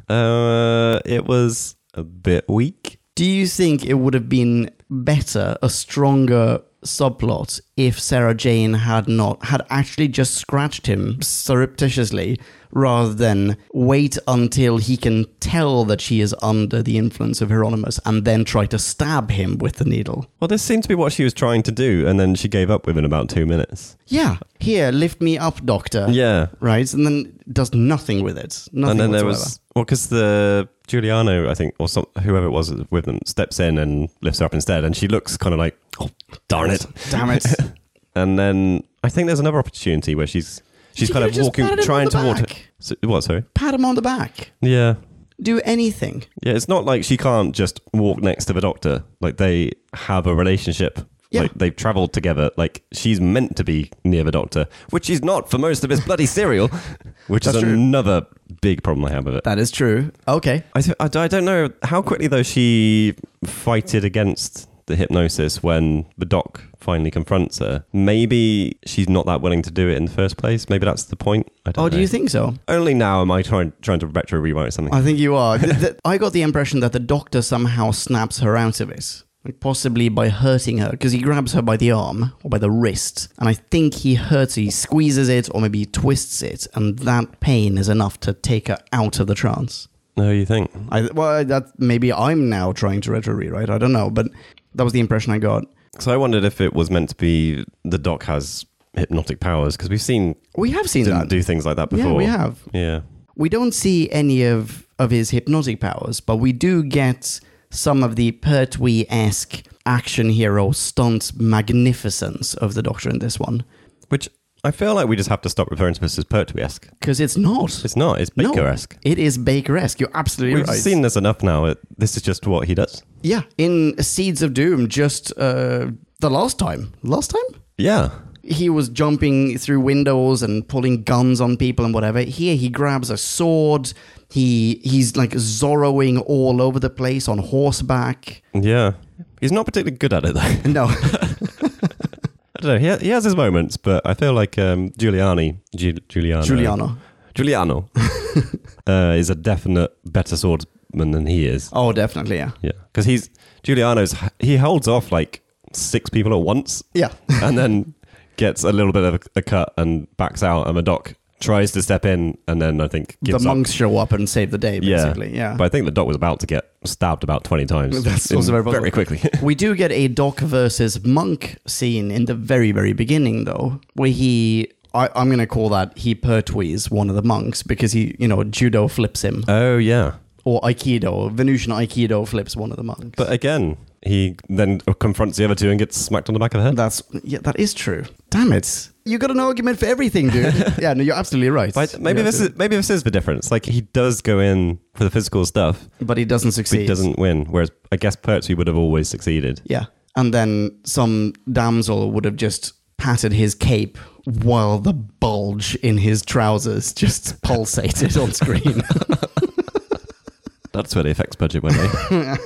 Speaker 2: Uh, it was a bit weak.
Speaker 1: Do you think it would have been better, a stronger subplot, if Sarah Jane had not had actually just scratched him surreptitiously rather than wait until he can tell that she is under the influence of Hieronymus and then try to stab him with the needle.
Speaker 2: Well, this seems to be what she was trying to do, and then she gave up within about two minutes.
Speaker 1: Yeah, here, lift me up, doctor.
Speaker 2: Yeah.
Speaker 1: Right? And then does nothing with it. Nothing
Speaker 2: and then there
Speaker 1: whatsoever.
Speaker 2: was well because the Giuliano I think or some, whoever it was with them steps in and lifts her up instead and she looks kind of like oh darn it
Speaker 1: [LAUGHS] Damn it.
Speaker 2: and then I think there's another opportunity where she's [LAUGHS] she's
Speaker 1: You
Speaker 2: kind
Speaker 1: could've
Speaker 2: of
Speaker 1: just
Speaker 2: walking
Speaker 1: patted him on
Speaker 2: trying
Speaker 1: the
Speaker 2: toward her
Speaker 1: back.
Speaker 2: so, what sorry
Speaker 1: Pat him on the back.
Speaker 2: yeah
Speaker 1: Do anything.
Speaker 2: yeah it's not like she can't just walk next to the doctor like they have a relationship
Speaker 1: Yeah.
Speaker 2: like they've traveled together like she's meant to be near the doctor which she's not for most of his
Speaker 1: [LAUGHS]
Speaker 2: bloody serial which is
Speaker 1: That's true.
Speaker 2: another big problem I have with it
Speaker 1: That is true. Okay.
Speaker 2: I, th- I, d- I don't know how quickly though she fighted against the hypnosis when the doc finally confronts her. Maybe she's not that willing to do it in the first place. Maybe that's the point. I don't
Speaker 1: Oh, do you
Speaker 2: know.
Speaker 1: think so?
Speaker 2: Only now am I trying trying to retro rewrite something.
Speaker 1: I think you are. Th- th- I got the impression that the doctor somehow snaps her out of it, like possibly by hurting her, because he grabs her by the arm or by the wrist, and I think he hurts her. He squeezes it or maybe he twists it, and that pain is enough to take her out of the trance.
Speaker 2: no, you think?
Speaker 1: I, well, that maybe I'm now trying to retro rewrite. I don't know, but that was the impression I got.
Speaker 2: So I wondered if it was meant to be the doc has hypnotic powers because we've seen
Speaker 1: We have seen
Speaker 2: didn't
Speaker 1: that.
Speaker 2: do things like that
Speaker 1: Yeah,
Speaker 2: before.
Speaker 1: we have.
Speaker 2: Yeah.
Speaker 1: We don't see any of, of his hypnotic powers, but we do get some of the Pertwee esque action hero stunt magnificence of the Doctor in this one.
Speaker 2: Which I feel like we just have to stop referring to this as Pertwee esque.
Speaker 1: Because it's not.
Speaker 2: It's not. It's
Speaker 1: No,
Speaker 2: Baker esque.
Speaker 1: it is Baker esque. You're absolutely
Speaker 2: We've
Speaker 1: right.
Speaker 2: seen this enough now. It, this is just what he does.
Speaker 1: Yeah, in Seeds of Doom, just uh, the last time. Last time?
Speaker 2: Yeah.
Speaker 1: he was jumping through windows and pulling guns on people and whatever. Here he grabs a sword. He he's like zorroing all over the place on horseback.
Speaker 2: Yeah. He's not particularly good at it, though. [LAUGHS] I
Speaker 1: No,
Speaker 2: don't know. He, ha- he has his moments, but I feel like um, Giuliani, Gi- Giuliano,
Speaker 1: Giuliano. [LAUGHS]
Speaker 2: Giuliano uh, is a definite better swordsman than he is.
Speaker 1: Oh, definitely, yeah,
Speaker 2: Yeah. Because he's, Giuliano's, he holds off like six people at once [LAUGHS]
Speaker 1: yeah.
Speaker 2: and then gets a little bit of a, a cut and backs out. And the doc tries to step in and then I think
Speaker 1: The
Speaker 2: gives up.
Speaker 1: monks show up and save the day, basically. Yeah,
Speaker 2: But I think the doc was about to get stabbed about 20
Speaker 1: [LAUGHS]
Speaker 2: times.
Speaker 1: That's
Speaker 2: in-
Speaker 1: also very possible.
Speaker 2: very quickly. [LAUGHS]
Speaker 1: we do get a doc versus monk scene in the very very beginning though where he I, i'm going to call that he pertwees one of the monks because he you know judo flips him
Speaker 2: oh, yeah.
Speaker 1: or aikido venusian aikido flips one of the monks
Speaker 2: But again, he then confronts the other two and gets smacked on the back of the head.
Speaker 1: That's yeah, that is true. Damn it! You got an argument for everything,
Speaker 2: [LAUGHS]
Speaker 1: dude. yeah, no, you're absolutely right.
Speaker 2: But maybe
Speaker 1: You're
Speaker 2: this
Speaker 1: absolutely-
Speaker 2: is maybe this is the difference. Like he does go in for the physical stuff,
Speaker 1: but he doesn't
Speaker 2: but
Speaker 1: succeed.
Speaker 2: he doesn't win. Whereas I guess Pertwee would have always succeeded.
Speaker 1: Yeah, and then some damsel would have just patted his cape while the bulge in his trousers just pulsated on screen.
Speaker 2: That's where the effects budget went. eh?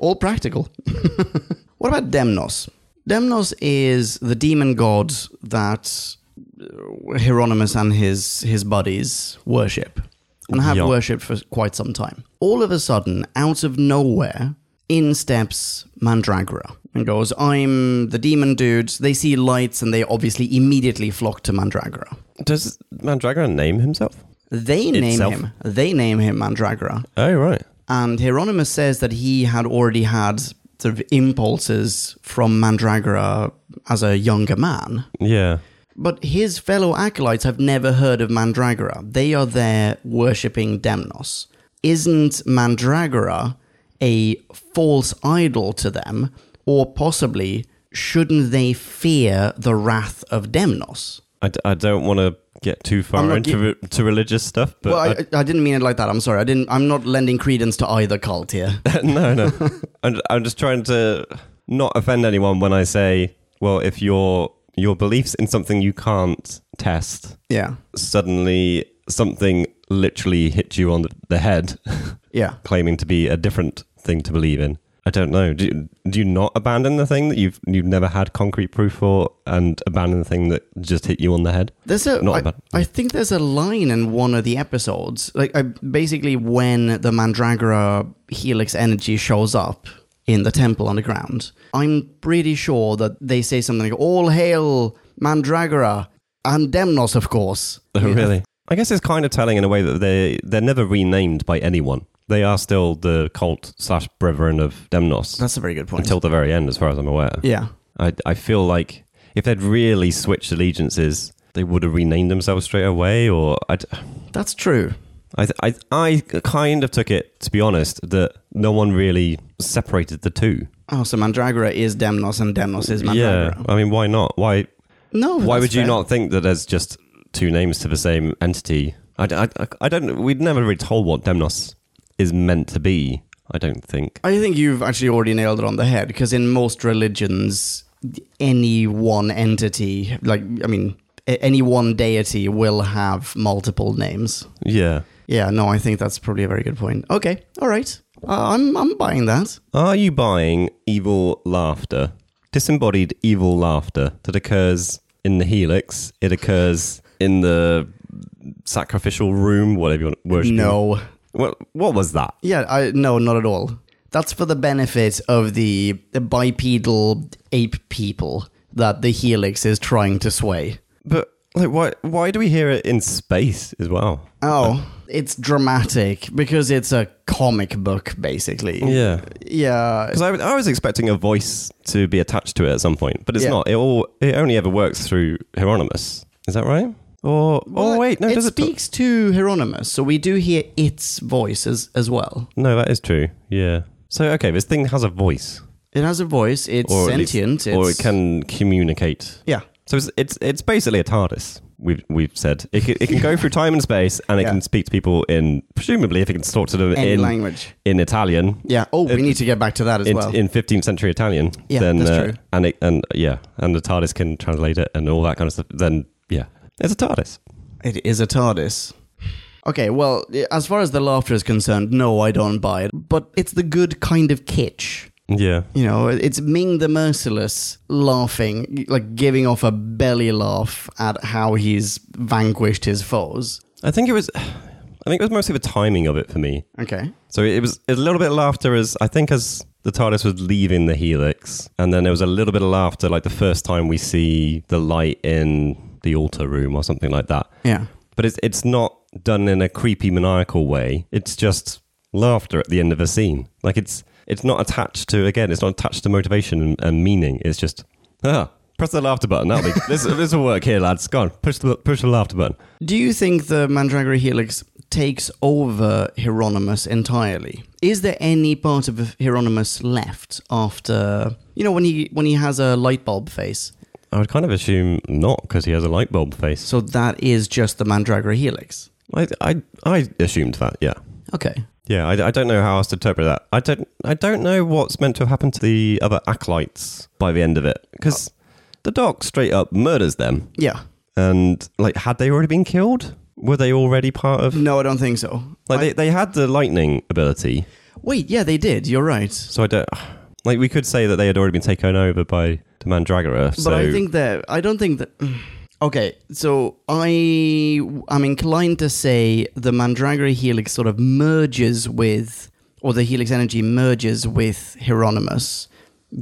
Speaker 1: All practical. [LAUGHS] what about Demnos? Demnos is the demon god that uh, Hieronymus and his his buddies worship and have
Speaker 2: Yeah.
Speaker 1: worshipped for quite some time. All of a sudden, out of nowhere, in steps Mandragora and goes, "I'm the demon dude." They see lights and they obviously immediately flock to Mandragora.
Speaker 2: does Mandragora name himself?
Speaker 1: They name
Speaker 2: Itself.
Speaker 1: him. They name him Mandragora.
Speaker 2: Oh right.
Speaker 1: And Hieronymus says that he had already had sort of impulses from Mandragora as a younger man.
Speaker 2: Yeah.
Speaker 1: But his fellow acolytes have never heard of Mandragora. They are there worshipping Demnos. Isn't Mandragora a false idol to them? Or possibly, shouldn't they fear the wrath of Demnos?
Speaker 2: I, d- I don't want to get too
Speaker 1: I'm
Speaker 2: far
Speaker 1: not
Speaker 2: into
Speaker 1: gi-
Speaker 2: re- to religious stuff, but
Speaker 1: well, I,
Speaker 2: I-
Speaker 1: I, I didn't mean it like that. I'm sorry. I didn't. I'm not lending credence to either cult here. [LAUGHS]
Speaker 2: [LAUGHS] no, no. I'm, I'm just trying to not offend anyone when I say, well, if your your beliefs in something you can't test,
Speaker 1: yeah.
Speaker 2: suddenly something literally hits you on the, the head, [LAUGHS]
Speaker 1: Yeah.
Speaker 2: claiming to be a different thing to believe in. I don't know. Do you, do you not abandon the thing that you've you've never had concrete proof for, and abandon the thing that just hit you on the head?
Speaker 1: There's a,
Speaker 2: Not
Speaker 1: I-
Speaker 2: about-
Speaker 1: I think there's a line in one of the episodes, like I, basically when the Mandragora Helix energy shows up in the temple underground. I'm pretty sure that they say something like "All hail Mandragora," and Demnos, of course.
Speaker 2: Oh, really? I guess it's kind of telling in a way that they they're never renamed by anyone. They are still the cult slash brethren of Demnos
Speaker 1: That's a very good point.
Speaker 2: until the very end, as far as I'm aware.
Speaker 1: yeah.
Speaker 2: I I feel like if they'd really switched allegiances, they would have renamed themselves straight away. Or I'd,
Speaker 1: That's true.
Speaker 2: I th- I I kind of took it to be honest that no one really separated the two.
Speaker 1: Oh, so Mandragora is Demnos and Demnos is Mandragora.
Speaker 2: Yeah, I mean, why not? Why
Speaker 1: No.
Speaker 2: why
Speaker 1: Oh, that's
Speaker 2: would you
Speaker 1: fair.
Speaker 2: not think that there's just two names to the same entity? I, d- I, I don't. We'd never really told what Demnos is meant to be. I don't think.
Speaker 1: I think you've actually already nailed it on the head because in most religions, any one entity, like, I mean, a- any one deity will have multiple names.
Speaker 2: Yeah.
Speaker 1: Yeah, no, I think that's probably a very good point. Okay, all right. Uh, I'm, I'm buying that.
Speaker 2: Are you buying evil laughter? Disembodied evil laughter that occurs in the helix. It occurs in the sacrificial room, whatever you want to worship.
Speaker 1: No.
Speaker 2: What, what was that?
Speaker 1: Yeah, I, no, not at all. That's for the benefit of the bipedal ape people that the helix is trying to sway.
Speaker 2: But like, why? Why do we hear it in space as well?
Speaker 1: Oh, it's dramatic because it's a comic book, basically.
Speaker 2: Yeah.
Speaker 1: Yeah.
Speaker 2: Because I, was- I was expecting a voice to be attached to it at some point, but it's
Speaker 1: Yeah.
Speaker 2: not. It all it only ever works through Hieronymus. Is that right? Or oh wait, no,
Speaker 1: it
Speaker 2: does it talk-
Speaker 1: speaks to Hieronymus, so we do hear its voice as, as well.
Speaker 2: No, that is true. Yeah. So okay, this thing has a voice,
Speaker 1: It has a voice. It's
Speaker 2: or at least-
Speaker 1: sentient.
Speaker 2: or it
Speaker 1: it's-
Speaker 2: can communicate.
Speaker 1: Yeah.
Speaker 2: So it's it's, it's basically a TARDIS. We've we've said it can, it can go through time and space, and it
Speaker 1: [LAUGHS] Yeah.
Speaker 2: can speak to people in presumably if it can talk to them
Speaker 1: Any
Speaker 2: in
Speaker 1: language.
Speaker 2: in Italian.
Speaker 1: Yeah. Oh,
Speaker 2: It-
Speaker 1: we need to get back to that as
Speaker 2: in,
Speaker 1: well.
Speaker 2: in 15th century Italian,
Speaker 1: Yeah,
Speaker 2: then
Speaker 1: that's
Speaker 2: uh,
Speaker 1: true.
Speaker 2: and it, and yeah, and the TARDIS can translate it and all that kind of stuff. Then yeah, it's a TARDIS.
Speaker 1: It is a TARDIS. Okay, well, as far as the laughter is concerned, no, I don't buy it. But it's the good kind of kitsch.
Speaker 2: Yeah,
Speaker 1: You know, it's Ming the Merciless laughing, like giving off a belly laugh at how he's vanquished his foes.
Speaker 2: I think it was, [SIGHS] I think it was mostly the timing of it for me.
Speaker 1: Okay.
Speaker 2: So it was a little bit of laughter as I think as the TARDIS was leaving the Helix, and then there was a little bit of laughter like the first time we see the light in the altar room or something like that.
Speaker 1: Yeah.
Speaker 2: But it's it's not done in a creepy maniacal way. It's just laughter at the end of a scene. Like it's it's not attached to again. It's not attached to motivation and, and meaning. It's just ah, press the laughter button. That'll be this. This will work here, lads. Go on, push the push the laughter button.
Speaker 1: Do you think the Mandragora Helix takes over Hieronymus entirely? Is there any part of Hieronymus left after you know when he when he has a light bulb face?
Speaker 2: I would kind of assume not because he has a light bulb face.
Speaker 1: So that is just the Mandragora Helix.
Speaker 2: I I I assumed that. Yeah.
Speaker 1: Okay.
Speaker 2: Yeah, I, I don't know how else to interpret that. I don't I don't know what's meant to have happened to the other acolytes by the end of it because the doc straight up murders them.
Speaker 1: Yeah.
Speaker 2: And like, had they already been killed? Were they already part of?
Speaker 1: No, I don't think so.
Speaker 2: Like, they, they had the lightning ability,
Speaker 1: Wait, yeah, they did. You're right.
Speaker 2: so I don't. [SIGHS] Like, we could say that they had already been taken over by the Mandragora.
Speaker 1: But
Speaker 2: So
Speaker 1: I think that I don't think that. [SIGHS] Okay, so I I'm inclined to say the Mandragora Helix sort of merges with, or the Helix energy merges with Hieronymus,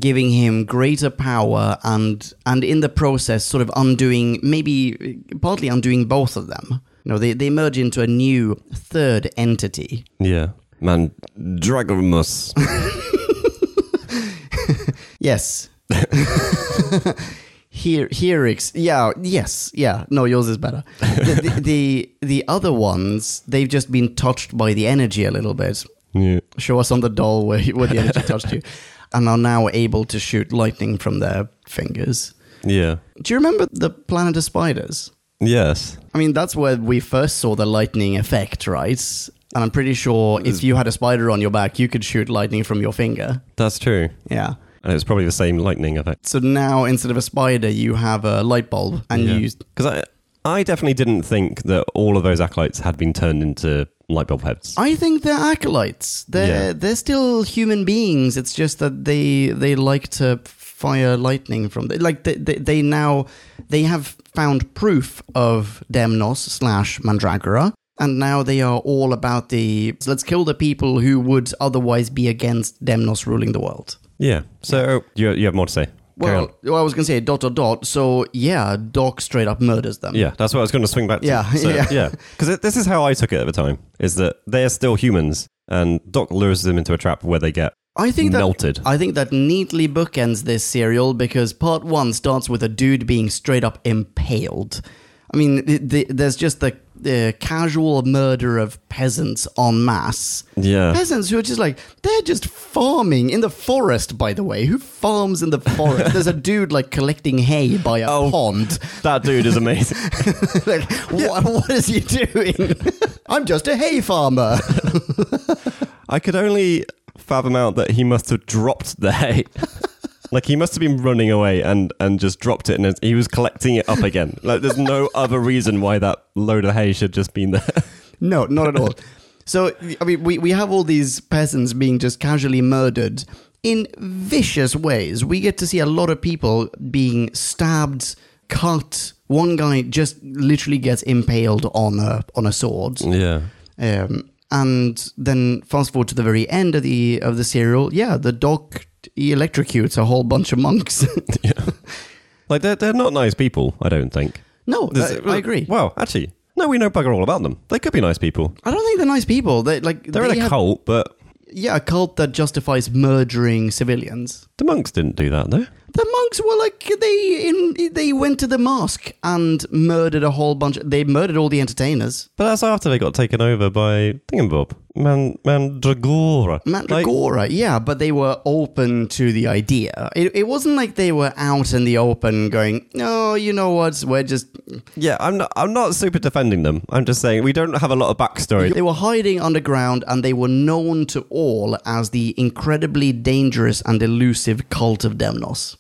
Speaker 1: giving him greater power and and in the process sort of undoing maybe partly undoing both of them. You know, they they merge into a new third entity.
Speaker 2: yeah,
Speaker 1: [LAUGHS]
Speaker 2: Mandragoramus.
Speaker 1: Yes. [LAUGHS] Here, Herix. Yeah, yes, yeah. No, yours is better. The, [LAUGHS] the, the the other ones, they've just been touched by the energy a little bit.
Speaker 2: yeah.
Speaker 1: Show us on the doll where, where the energy touched you, and are now able to shoot lightning from their fingers.
Speaker 2: yeah,
Speaker 1: Do you remember the Planet of Spiders?
Speaker 2: yes,
Speaker 1: I mean, that's where we first saw the lightning effect, right? And I'm pretty sure if you had a spider on your back, you could shoot lightning from your finger.
Speaker 2: that's true.
Speaker 1: Yeah.
Speaker 2: And it's probably the same lightning effect.
Speaker 1: So now instead of a spider, you have a light bulb, and you
Speaker 2: because I I definitely didn't think that all of those acolytes had been turned into light bulb heads.
Speaker 1: I think they're acolytes. They're
Speaker 2: Yeah.
Speaker 1: they're still human beings. It's just that they they like to fire lightning from the, like they, they they now they have found proof of Demnos slash Mandragora, and now they are all about the let's kill the people who would otherwise be against Demnos ruling the world.
Speaker 2: yeah. So you you have more to say? Carry
Speaker 1: Well,
Speaker 2: on.
Speaker 1: well, I was going to say dot dot dot. So yeah, Doc straight up murders them.
Speaker 2: Yeah, that's what I was going to swing back to.
Speaker 1: Yeah,
Speaker 2: So,
Speaker 1: yeah.
Speaker 2: yeah. Because this is how I took it at the time: is that they are still humans, and Doc lures them into a trap where they get
Speaker 1: I think that
Speaker 2: Melted.
Speaker 1: I think that neatly bookends this serial because part one starts with a dude being straight up impaled. I mean, th the, there's just the, the casual murder of peasants en masse.
Speaker 2: yeah.
Speaker 1: Peasants who are just like they're just farming in the forest. By the way, who farms in the forest? There's a dude like collecting hay by a
Speaker 2: Oh.
Speaker 1: pond. [LAUGHS]
Speaker 2: That dude is amazing.
Speaker 1: like, what, what is he doing? [LAUGHS] I'm just a hay farmer.
Speaker 2: I could only fathom out that he must have dropped the hay. [LAUGHS] like he must have been running away and and just dropped it, and he was collecting it up again. Like
Speaker 1: [LAUGHS]
Speaker 2: there's no other reason why that load of hay should just been there.
Speaker 1: No, not at
Speaker 2: [LAUGHS]
Speaker 1: all. So, I mean, we, we have all these peasants being just casually murdered in vicious ways. We get to see a lot of people being stabbed, cut. One guy just literally gets impaled on a on a sword.
Speaker 2: yeah.
Speaker 1: Um, and then fast forward to the very end of the of the serial. Yeah, the doc he electrocutes a whole bunch of monks.
Speaker 2: [LAUGHS]
Speaker 1: [LAUGHS]
Speaker 2: Like they're they're not nice people. I don't think.
Speaker 1: no,
Speaker 2: There's-
Speaker 1: I, I agree.
Speaker 2: Well, actually, no, we know bugger all about them. They could be nice people.
Speaker 1: I don't think they're nice people. They like
Speaker 2: They're
Speaker 1: they
Speaker 2: in a
Speaker 1: have-
Speaker 2: cult, but
Speaker 1: Yeah, a cult that justifies murdering civilians.
Speaker 2: the monks didn't do that, though.
Speaker 1: The monks were like they in they went to the mosque and murdered a whole bunch. They murdered all the entertainers.
Speaker 2: But that's after they got taken over by Thingamabob. Man, Mandragora.
Speaker 1: Mandragora, yeah, but they were open to the idea. It, it wasn't like they were out in the open going, no, you know what, we're just.
Speaker 2: Yeah, I'm not. I'm not super defending them. I'm just saying we don't have a lot of backstory.
Speaker 1: They were hiding underground and they were known to all as the incredibly dangerous and elusive cult of Demnos.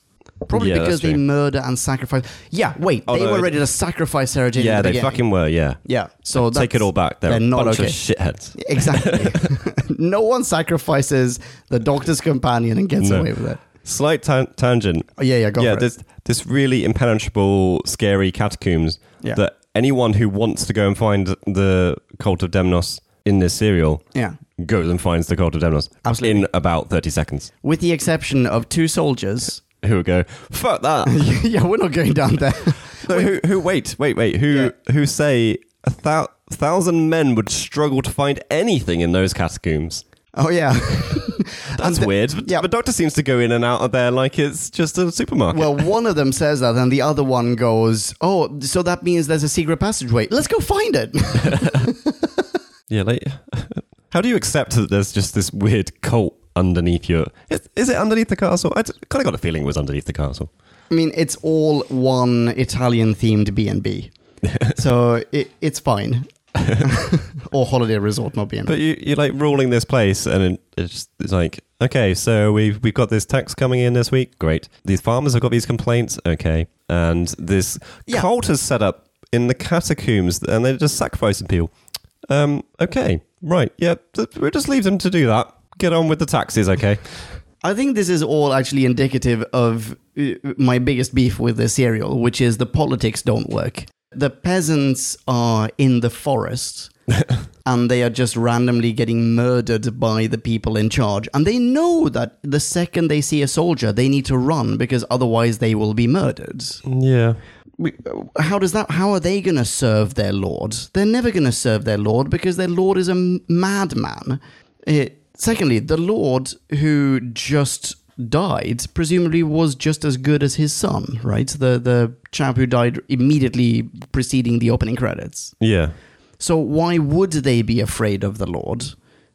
Speaker 1: Probably
Speaker 2: Yeah, that's
Speaker 1: because they
Speaker 2: true.
Speaker 1: murder and sacrifice. Yeah, wait,
Speaker 2: Oh,
Speaker 1: they
Speaker 2: no,
Speaker 1: were
Speaker 2: it-
Speaker 1: ready to sacrifice Sarah Jane. at
Speaker 2: yeah,
Speaker 1: the
Speaker 2: they
Speaker 1: beginning.
Speaker 2: fucking were. Yeah.
Speaker 1: Yeah, so
Speaker 2: Take
Speaker 1: that's-
Speaker 2: it all back. They're,
Speaker 1: they're
Speaker 2: a
Speaker 1: not
Speaker 2: bunch
Speaker 1: okay.
Speaker 2: of shitheads. [LAUGHS]
Speaker 1: Exactly. no one sacrifices the doctor's companion and gets
Speaker 2: No.
Speaker 1: away with it.
Speaker 2: Slight tan- tangent.
Speaker 1: Oh, yeah, yeah, go
Speaker 2: yeah,
Speaker 1: for it.
Speaker 2: this this really impenetrable, scary catacombs
Speaker 1: Yeah.
Speaker 2: that anyone who wants to go and find the cult of Demnos in this serial
Speaker 1: Yeah.
Speaker 2: goes and finds the cult of Demnos
Speaker 1: Absolutely.
Speaker 2: in about thirty seconds.
Speaker 1: With the exception of two soldiers. [LAUGHS]
Speaker 2: Who would go? Fuck that.
Speaker 1: yeah, we're not going down there. [LAUGHS]
Speaker 2: No, who, who? Wait, wait, wait. Who? Who say a thou- thousand men would struggle to find anything in those catacombs?
Speaker 1: Oh, yeah.
Speaker 2: That's weird. But,
Speaker 1: yeah.
Speaker 2: but Doctor seems to go in and out of there like it's just a supermarket.
Speaker 1: well, one of them says that, and the other one goes, Oh, so that means there's a secret passageway. Let's go find it. [LAUGHS]
Speaker 2: yeah. Like, [LAUGHS] how do you accept that there's just this weird cult underneath your? Is, is it underneath the castle? I kind of got a feeling it was underneath the castle.
Speaker 1: I mean, it's all one Italian themed
Speaker 2: [LAUGHS]
Speaker 1: B&B. so it, it's fine. [LAUGHS] or holiday resort, not B&B.
Speaker 2: But you, you're like ruling this place, and it- it's just it's like, okay, so we've we've got this tax coming in this week. Great. These farmers have got these complaints. Okay, and this
Speaker 1: Yeah.
Speaker 2: cult has set up in the catacombs, and they're just sacrificing people. Um. Okay. Right. Yeah. th- We'll just leave them to do that. Get on with the taxes. Okay.
Speaker 1: I think this is all actually indicative of uh, my biggest beef with the serial, which is the politics don't work. The peasants are in the forest and they are just randomly getting murdered by the people in charge. And they know that the second they see a soldier, they need to run because otherwise they will be murdered.
Speaker 2: yeah.
Speaker 1: We- How does that how are they going to serve their lord? They're never going to serve their lord because their lord is a m- madman. Eh, secondly, the lord who just died presumably was just as good as his son, right? The the chap who died immediately preceding the opening credits.
Speaker 2: Yeah.
Speaker 1: So why would they be afraid of the Lord?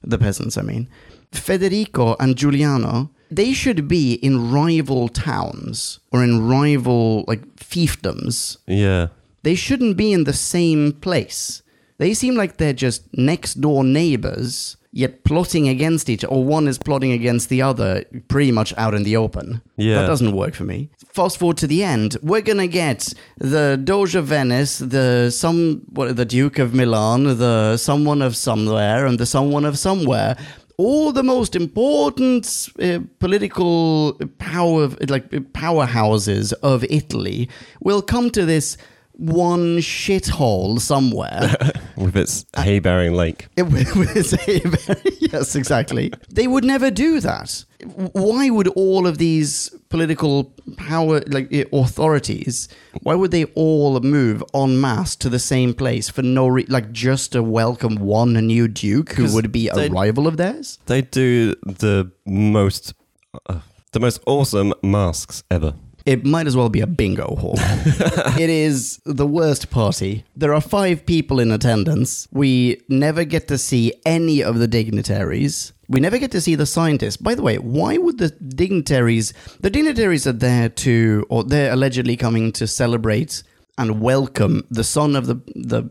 Speaker 1: The peasants, I mean. Federico and Giuliano, they should be in rival towns or in rival like fiefdoms.
Speaker 2: Yeah.
Speaker 1: They shouldn't be in the same place. They seem like they're just next door neighbors, yet plotting against each or one is plotting against the other pretty much out in the open.
Speaker 2: Yeah.
Speaker 1: That doesn't work for me. Fast forward to the end, we're gonna get the Doge of Venice, the some what the Duke of Milan, the someone of somewhere, and the someone of somewhere. All the most important uh, political power, like powerhouses of Italy, will come to this one shithole somewhere.
Speaker 2: with its hay bearing lake.
Speaker 1: [LAUGHS] It w- was a very, yes, exactly. They would never do that. Why would all of these political power, like eh, authorities, why would they all move en masse to the same place for no re- like just to welcome one new duke who
Speaker 2: 'Cause
Speaker 1: would be a
Speaker 2: they-
Speaker 1: rival of theirs?
Speaker 2: They do the most, uh, the most awesome masks ever.
Speaker 1: It might as well be a bingo hall. it is the worst party. There are five people in attendance. We never get to see any of the dignitaries. We never get to see the scientists. By the way, why would the dignitaries? The dignitaries are there to, or they're allegedly coming to celebrate and welcome the son of the the,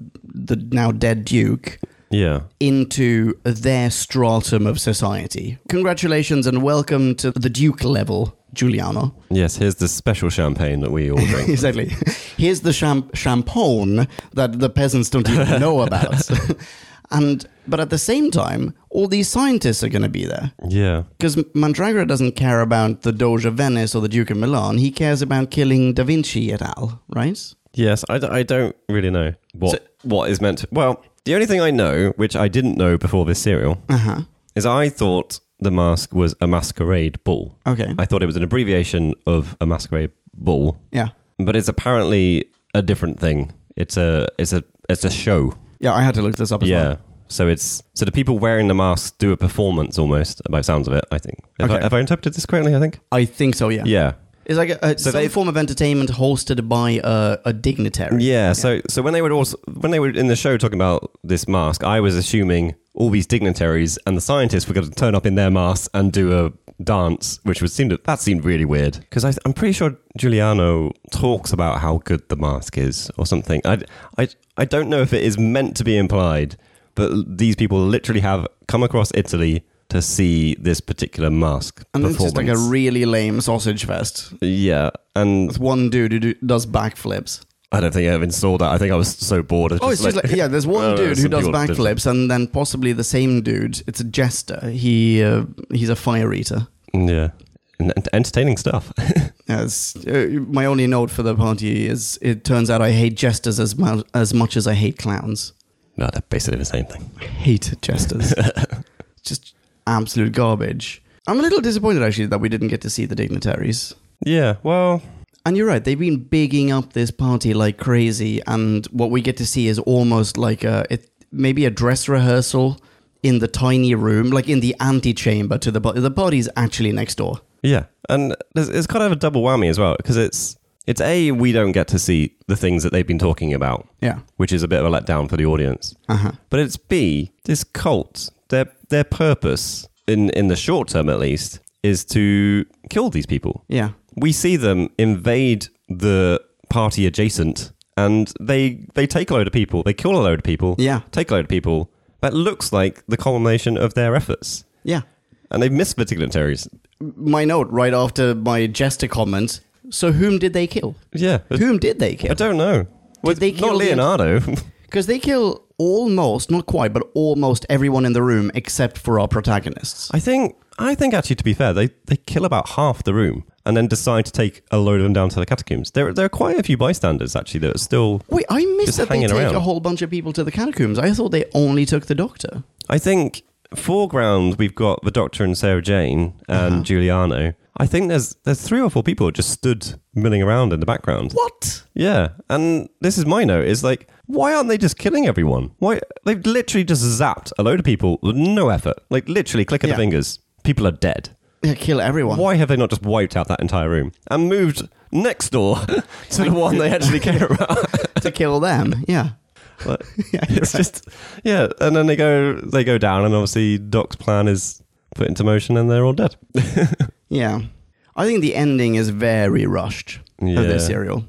Speaker 1: the now dead duke
Speaker 2: Yeah.
Speaker 1: into their stratum of society. Congratulations and welcome to the duke level, Giuliano.
Speaker 2: Yes, here's the special champagne that
Speaker 1: [LAUGHS]
Speaker 2: we all drink.
Speaker 1: Exactly. Here's the champ- champagne that the peasants don't
Speaker 2: [LAUGHS]
Speaker 1: even know about. [LAUGHS] and but at the same time, all these scientists are going to be there
Speaker 2: yeah.
Speaker 1: because Mandragora doesn't care about the Doge of Venice or the Duke of Milan. He cares about killing Da Vinci et al. Right?
Speaker 2: Yes, I, d- I don't really know what what is meant. To, well, the only thing I know, which I didn't know before this serial,
Speaker 1: Uh huh.
Speaker 2: is I thought the mask was a masquerade ball.
Speaker 1: Okay.
Speaker 2: I thought it was an abbreviation of a masquerade ball,
Speaker 1: yeah.
Speaker 2: but it's apparently a different thing. It's a it's a it's a show.
Speaker 1: Yeah, I had to look this up as
Speaker 2: yeah.
Speaker 1: well.
Speaker 2: So it's so the people wearing the masks do a performance almost by sounds of it. I think. Have,
Speaker 1: Okay.
Speaker 2: I, have I interpreted this correctly? I think.
Speaker 1: I think so, yeah.
Speaker 2: Yeah.
Speaker 1: It's like a, a,
Speaker 2: So
Speaker 1: some
Speaker 2: they-
Speaker 1: form of entertainment hosted by a, a dignitary.
Speaker 2: Yeah, so so when they would also when they were in the show talking about this mask, I was assuming all these dignitaries and the scientists were going to turn up in their masks and do a dance, which would seem to, that seemed really weird because I'm pretty sure Giuliano talks about how good the mask is or something. I I I don't know if it is meant to be implied, but these people literally have come across Italy to see this particular mask
Speaker 1: And it's
Speaker 2: performance.
Speaker 1: just like a really lame sausage fest.
Speaker 2: yeah, and
Speaker 1: With one dude who do, does backflips.
Speaker 2: I don't think I even saw that. I think I was so bored. I
Speaker 1: Oh, it's just like, yeah, there's [LAUGHS] one
Speaker 2: [LAUGHS] Oh,
Speaker 1: dude who
Speaker 2: some
Speaker 1: does
Speaker 2: people did-
Speaker 1: backflips, and then possibly the same dude. It's a jester. He uh, he's a fire eater.
Speaker 2: Yeah. En- en- entertaining stuff. [LAUGHS]
Speaker 1: Yeah, it's- uh, my only note for the party is it turns out I hate jesters as mu- as much as I hate clowns.
Speaker 2: no, they're basically the same thing.
Speaker 1: I hate [LAUGHS] jesters. Just absolute garbage. I'm a little disappointed actually that we didn't get to see the dignitaries.
Speaker 2: Yeah, well,
Speaker 1: And you're right, they've been bigging up this party like crazy, and what we get to see is almost like a it, maybe a dress rehearsal in the tiny room, like in the antechamber to the party. The party's actually next door.
Speaker 2: yeah. And there's, it's kind of a double whammy as well because it's it's a we don't get to see the things that they've been talking about,
Speaker 1: Yeah.
Speaker 2: which is a bit of a letdown for the audience.
Speaker 1: Uh huh.
Speaker 2: But it's b this cult their their purpose in in the short term at least is to kill these people.
Speaker 1: Yeah.
Speaker 2: we see them invade the party adjacent and they they take a load of people they kill a load of people
Speaker 1: Yeah.
Speaker 2: take a load of people that looks like the culmination of their efforts
Speaker 1: Yeah.
Speaker 2: and they've missed the dignitaries
Speaker 1: My note right after my jester comment. So whom did they kill?
Speaker 2: yeah
Speaker 1: Whom did they
Speaker 2: i
Speaker 1: kill?
Speaker 2: don't know well,
Speaker 1: they
Speaker 2: not
Speaker 1: kill the-
Speaker 2: [LAUGHS] leonardo
Speaker 1: Because they kill almost, not quite, but almost everyone in the room except for our protagonists.
Speaker 2: i think i think actually to be fair they they kill about half the room and then decide to take a load of them down to the catacombs there, there are quite a few bystanders actually that are still
Speaker 1: Wait, I missed
Speaker 2: Just
Speaker 1: that they
Speaker 2: hanging
Speaker 1: take
Speaker 2: around.
Speaker 1: a whole bunch of people to the catacombs. I thought they only took the doctor.
Speaker 2: I think foreground we've got the Doctor and Sarah Jane and
Speaker 1: Uh-huh.
Speaker 2: Giuliano. I think there's there's three or four people just stood milling around in the background.
Speaker 1: What?
Speaker 2: Yeah, and this is my note is like, why aren't they just killing everyone? Why they've literally just zapped a load of people with no effort, like literally click of
Speaker 1: Yeah.
Speaker 2: the fingers, people are dead.
Speaker 1: Yeah, kill everyone.
Speaker 2: Why have they not just wiped out that entire room and moved next door [LAUGHS] to the one they actually care
Speaker 1: [LAUGHS]
Speaker 2: about?
Speaker 1: [LAUGHS] to kill them? Yeah. [LAUGHS]
Speaker 2: But [LAUGHS] it's just yeah, and then they go they go down, and obviously Doc's plan is put into motion, and they're all dead. [LAUGHS]
Speaker 1: Yeah. I think the ending is very rushed of
Speaker 2: Yeah.
Speaker 1: this serial.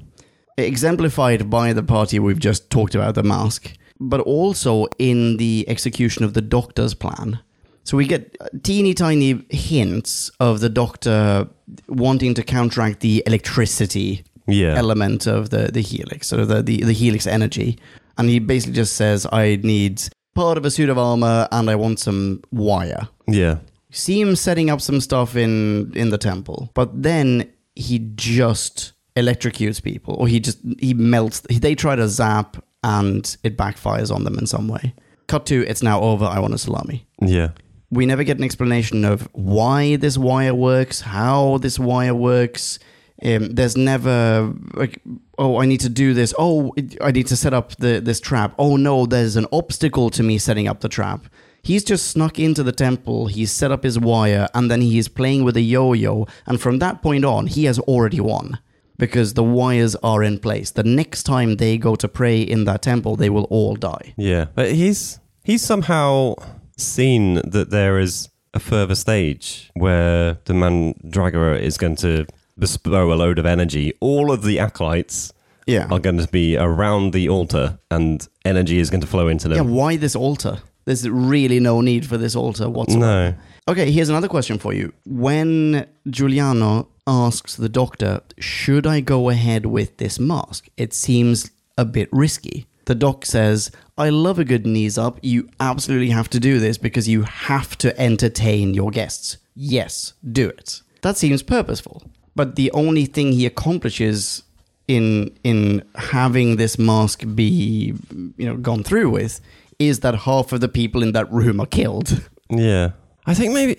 Speaker 1: Exemplified by the party we've just talked about, the mask, but also in the execution of the doctor's plan. So we get uh, teeny tiny hints of the doctor wanting to counteract the electricity
Speaker 2: Yeah,
Speaker 1: element of the, the helix, sort of the, the, the helix energy. And he basically just says, I need part of a suit of armor and I want some wire.
Speaker 2: yeah,
Speaker 1: See him setting up some stuff in in the temple, but then he just electrocutes people, or he just he melts. he- They try to zap, and it backfires on them in some way. Cut to it's now over. I want a salami.
Speaker 2: Yeah.
Speaker 1: We never get an explanation of why this wire works, how this wire works. Um, there's never like, oh, I need to do this. Oh, it- I need to set up the this trap. Oh no, there's an obstacle to me setting up the trap. He's just snuck into the temple. He's set up his wire, and then he is playing with a yo-yo. And from that point on, he has already won because the wires are in place. The next time they go to pray in that temple, they will all die.
Speaker 2: Yeah, but he's he's somehow seen that there is a further stage where the Mandragora is going to bestow a load of energy. All of the acolytes
Speaker 1: Yeah.
Speaker 2: are going to be around the altar, and energy is going to flow into
Speaker 1: Yeah,
Speaker 2: them.
Speaker 1: why this altar? There's really no need for this altar whatsoever.
Speaker 2: no,
Speaker 1: Okay, here's another question for you. When Giuliano asks the doctor, should I go ahead with this mask? It seems a bit risky. The doc says, I love a good knees up. You absolutely have to do this because you have to entertain your guests. Yes, do it. That seems purposeful. But the only thing he accomplishes in in having this mask be you know gone through with is that half of the people in that room are killed. [LAUGHS]
Speaker 2: yeah, I think maybe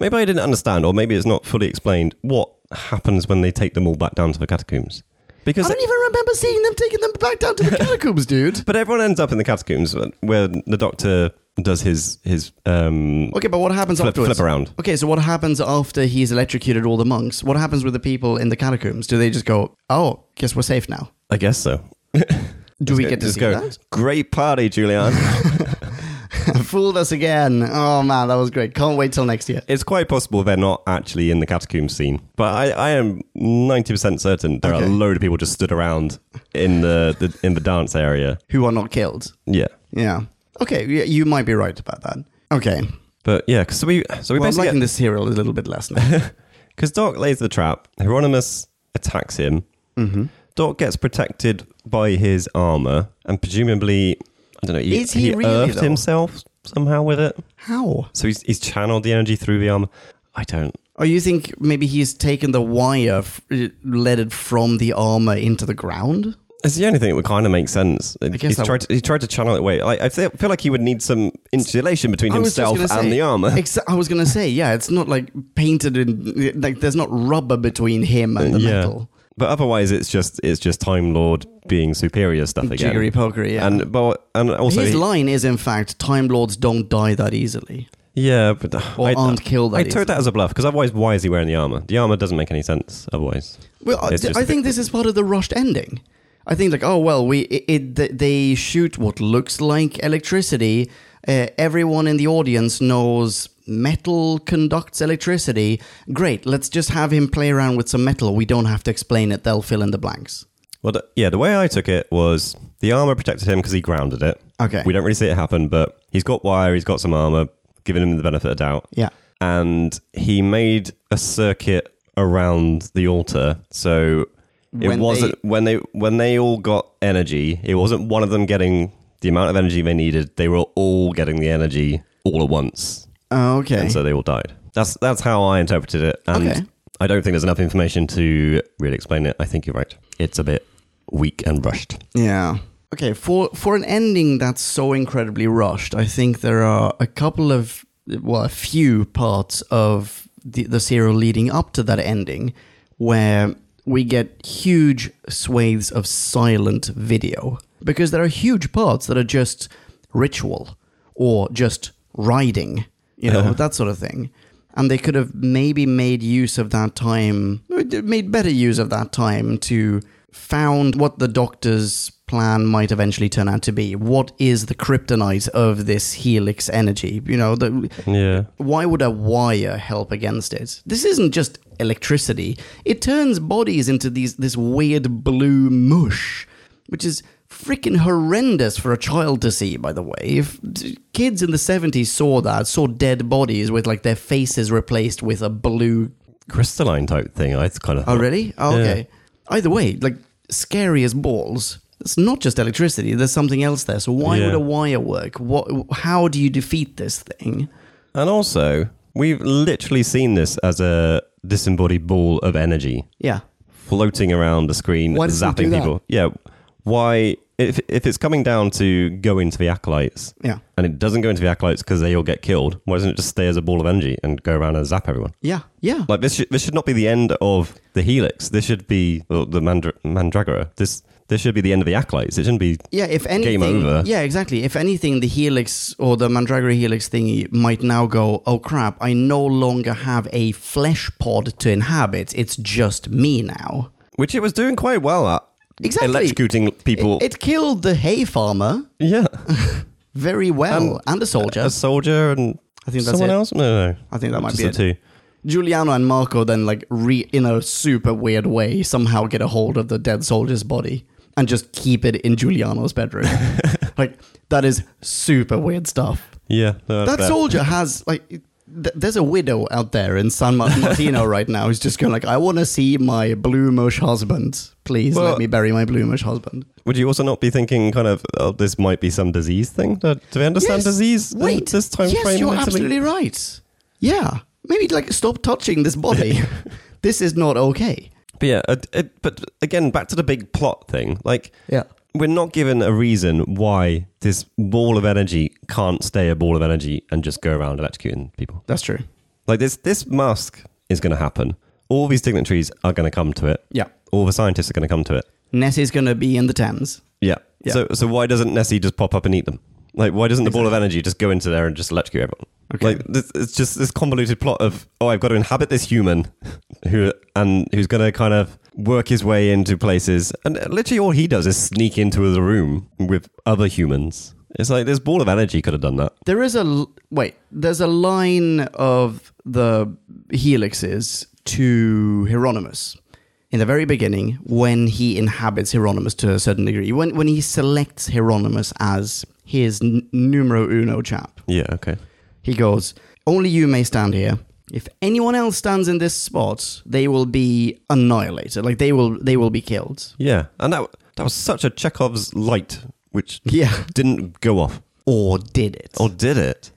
Speaker 2: maybe I didn't understand, or maybe it's not fully explained what happens when they take them all back down to the catacombs. Because
Speaker 1: I don't even remember seeing them taking them back down
Speaker 2: [LAUGHS]
Speaker 1: to the catacombs, dude.
Speaker 2: but everyone ends up in the catacombs uh, where the doctor does his his um
Speaker 1: Okay, but what happens
Speaker 2: flip,
Speaker 1: afterwards?
Speaker 2: flip around.
Speaker 1: Okay, so what happens after he's electrocuted all the monks? What happens with the people in the catacombs? Do they just go, "Oh, guess we're safe now"?
Speaker 2: I guess so.
Speaker 1: Do we get to
Speaker 2: just
Speaker 1: see
Speaker 2: go?
Speaker 1: that?
Speaker 2: Great party, Julian.
Speaker 1: [LAUGHS] Fooled us again. Oh man, that was great. Can't wait till next year.
Speaker 2: [LAUGHS] it's quite possible they're not actually in the catacomb scene, but I, I am ninety percent certain there are
Speaker 1: Okay.
Speaker 2: a load of people just stood around in the, the in the dance area.
Speaker 1: Who are not killed?
Speaker 2: Yeah,
Speaker 1: Yeah. Okay, y- you might be right about that. Okay.
Speaker 2: but yeah, because we so we
Speaker 1: Well, I'm
Speaker 2: basically
Speaker 1: liking this serial a little bit less
Speaker 2: [LAUGHS]
Speaker 1: now.
Speaker 2: Because Doc lays the trap, Hieronymus attacks him.
Speaker 1: Mm-hmm.
Speaker 2: Doc gets protected by his armor, and presumably, I don't know, he,
Speaker 1: Is he really,
Speaker 2: earthed
Speaker 1: though?
Speaker 2: himself somehow with it.
Speaker 1: How?
Speaker 2: So he's, he's channeled the energy through the armor. I don't.
Speaker 1: Or Oh, you think maybe he's taken the wire, f- uh, leaded from the armor into the ground?
Speaker 2: It's the only thing that would kind of make sense. I
Speaker 1: guess
Speaker 2: he's
Speaker 1: that
Speaker 2: tried to, he tried to channel it away. I, I feel feel like he would need some insulation between
Speaker 1: I was just
Speaker 2: himself and
Speaker 1: gonna say-
Speaker 2: the
Speaker 1: [LAUGHS]
Speaker 2: armor.
Speaker 1: Exa- I was going to say, yeah, it's not like painted in, like, there's not rubber between him and the metal.
Speaker 2: But otherwise, it's just it's just Time Lord being superior stuff again.
Speaker 1: Jiggery pokery, yeah.
Speaker 2: And but and also
Speaker 1: His
Speaker 2: he-
Speaker 1: line is, in fact, Time Lords don't die that easily.
Speaker 2: Yeah, but uh,
Speaker 1: Or aren't killed that
Speaker 2: I took
Speaker 1: easily.
Speaker 2: that as a bluff because otherwise, why is he wearing the armor? The armor doesn't make any sense otherwise.
Speaker 1: Well, I,
Speaker 2: It's just
Speaker 1: I
Speaker 2: a
Speaker 1: think this is part of the rushed ending. I think like, oh well, we it, it th- they shoot what looks like electricity. Uh, everyone in the audience knows metal conducts electricity. Great, let's just have him play around with some metal. We don't have to explain it. They'll fill in the blanks.
Speaker 2: Well, the, yeah, the way I took it was the armor protected him because he grounded it.
Speaker 1: Okay.
Speaker 2: we don't really see it happen, but he's got wire, he's got some armor, giving him the benefit of doubt.
Speaker 1: Yeah.
Speaker 2: and he made a circuit around the altar, so it
Speaker 1: When they-
Speaker 2: wasn't when they when they all got energy. It wasn't one of them getting the amount of energy they needed. They were all getting the energy all at once.
Speaker 1: Oh, Okay.
Speaker 2: and so they all died. That's that's how I interpreted it, and
Speaker 1: Okay.
Speaker 2: I don't think there's enough information to really explain it. I think you're right. It's a bit weak and rushed.
Speaker 1: Yeah. Okay, for for an ending that's so incredibly rushed, I think there are a couple of well, a few parts of the the serial leading up to that ending where we get huge swathes of silent video because there are huge parts that are just ritual or just riding, you know, that sort of thing. And they could have maybe made use of that time, made better use of that time to found what the doctor's plan might eventually turn out to be. What is the kryptonite of this helix energy? You know, the,
Speaker 2: Yeah,
Speaker 1: why would a wire help against it? This isn't just electricity. It turns bodies into these this weird blue mush, which is freaking horrendous for a child to see, by the way. If d- kids in the 70s saw that, saw dead bodies with like their faces replaced with a blue
Speaker 2: crystalline type thing. I kind of
Speaker 1: Oh, really? Oh, okay. Either way, like scary as balls. It's not just electricity. There's something else there. So why
Speaker 2: Yeah.
Speaker 1: would a wire work? What? How do you defeat this thing?
Speaker 2: and also we've literally seen this as a disembodied ball of energy
Speaker 1: Yeah.
Speaker 2: floating around the screen,
Speaker 1: Why does it do
Speaker 2: zapping
Speaker 1: that?
Speaker 2: people. Yeah. Why? If, if it's coming down to go into the acolytes,
Speaker 1: Yeah.
Speaker 2: and it doesn't go into the acolytes because they all get killed, why doesn't it just stay as a ball of energy and go around and zap everyone?
Speaker 1: Yeah, yeah.
Speaker 2: Like this, should, this should not be the end of the Helix. This should be well, the Mandra- Mandragora. This this should be the end of the acolytes. It shouldn't be.
Speaker 1: yeah, if anything,
Speaker 2: over.
Speaker 1: yeah, exactly. If anything, the helix or the Mandragora helix thingy might now go. Oh crap! I no longer have a flesh pod to inhabit. It's just me now.
Speaker 2: Which it was doing quite well at.
Speaker 1: Exactly.
Speaker 2: Electrocuting people.
Speaker 1: It, it killed the hay farmer [LAUGHS]
Speaker 2: yeah.
Speaker 1: very well,
Speaker 2: And-
Speaker 1: and the soldier.
Speaker 2: A soldier and
Speaker 1: I think that's
Speaker 2: Um, uh, someone
Speaker 1: it.
Speaker 2: else. No, no.
Speaker 1: I think that might
Speaker 2: Just
Speaker 1: be
Speaker 2: the
Speaker 1: it.
Speaker 2: two.
Speaker 1: Giuliano and Marco then like re in a super weird way somehow get a hold of the dead soldier's body and just keep it in Giuliano's
Speaker 2: [LAUGHS]
Speaker 1: bedroom. like that is super weird stuff.
Speaker 2: Yeah. no, that's
Speaker 1: That
Speaker 2: fair.
Speaker 1: soldier has like th- there's a widow out there in San Mar-
Speaker 2: [LAUGHS]
Speaker 1: Martino right now who's just going like I want to see my blue mush husband. Please let
Speaker 2: Well-
Speaker 1: me bury my blue mush husband.
Speaker 2: Would you also not be thinking kind of oh, this might be some disease thing? Do, do we understand disease? in
Speaker 1: Wait,
Speaker 2: This time
Speaker 1: yes,
Speaker 2: frame.
Speaker 1: you're
Speaker 2: in Italy?
Speaker 1: absolutely right. Yeah, maybe like stop touching this
Speaker 2: [LAUGHS]
Speaker 1: body. this is not okay.
Speaker 2: But yeah. It, it, but again, back to the big plot thing. Like.
Speaker 1: Yeah.
Speaker 2: We're not given a reason why this ball of energy can't stay a ball of energy and just go around electrocuting people.
Speaker 1: That's true.
Speaker 2: Like this, this Musk is going to happen. All these dignitaries are going to come to it.
Speaker 1: Yeah.
Speaker 2: All the scientists are going to come to it.
Speaker 1: Nessie's gonna be in the Thames.
Speaker 2: Yeah.
Speaker 1: Yeah.
Speaker 2: So, so why doesn't Nessie just pop up and eat them? Like, why doesn't the ball of energy just go into there and just electrocute everyone?
Speaker 1: Okay.
Speaker 2: Like, this, it's just this convoluted plot of oh, I've got to inhabit this human, [LAUGHS] who and who's going to kind of work his way into places, and literally all he does is sneak into the room with other humans. It's like this ball of energy could have done that.
Speaker 1: There is a l- wait. There's a line of the helixes to Hieronymus in the very beginning when he inhabits Hieronymus to a certain degree. When when he selects Hieronymus as his n- numero uno chap,
Speaker 2: Yeah. Okay.
Speaker 1: he goes, "Only you may stand here." If anyone else stands in this spot, they will be annihilated. Like they will, they will be killed.
Speaker 2: Yeah, and that that was such a Chekhov's light,
Speaker 1: [LAUGHS]
Speaker 2: which
Speaker 1: Yeah.
Speaker 2: didn't go off
Speaker 1: Or did it?
Speaker 2: or did it?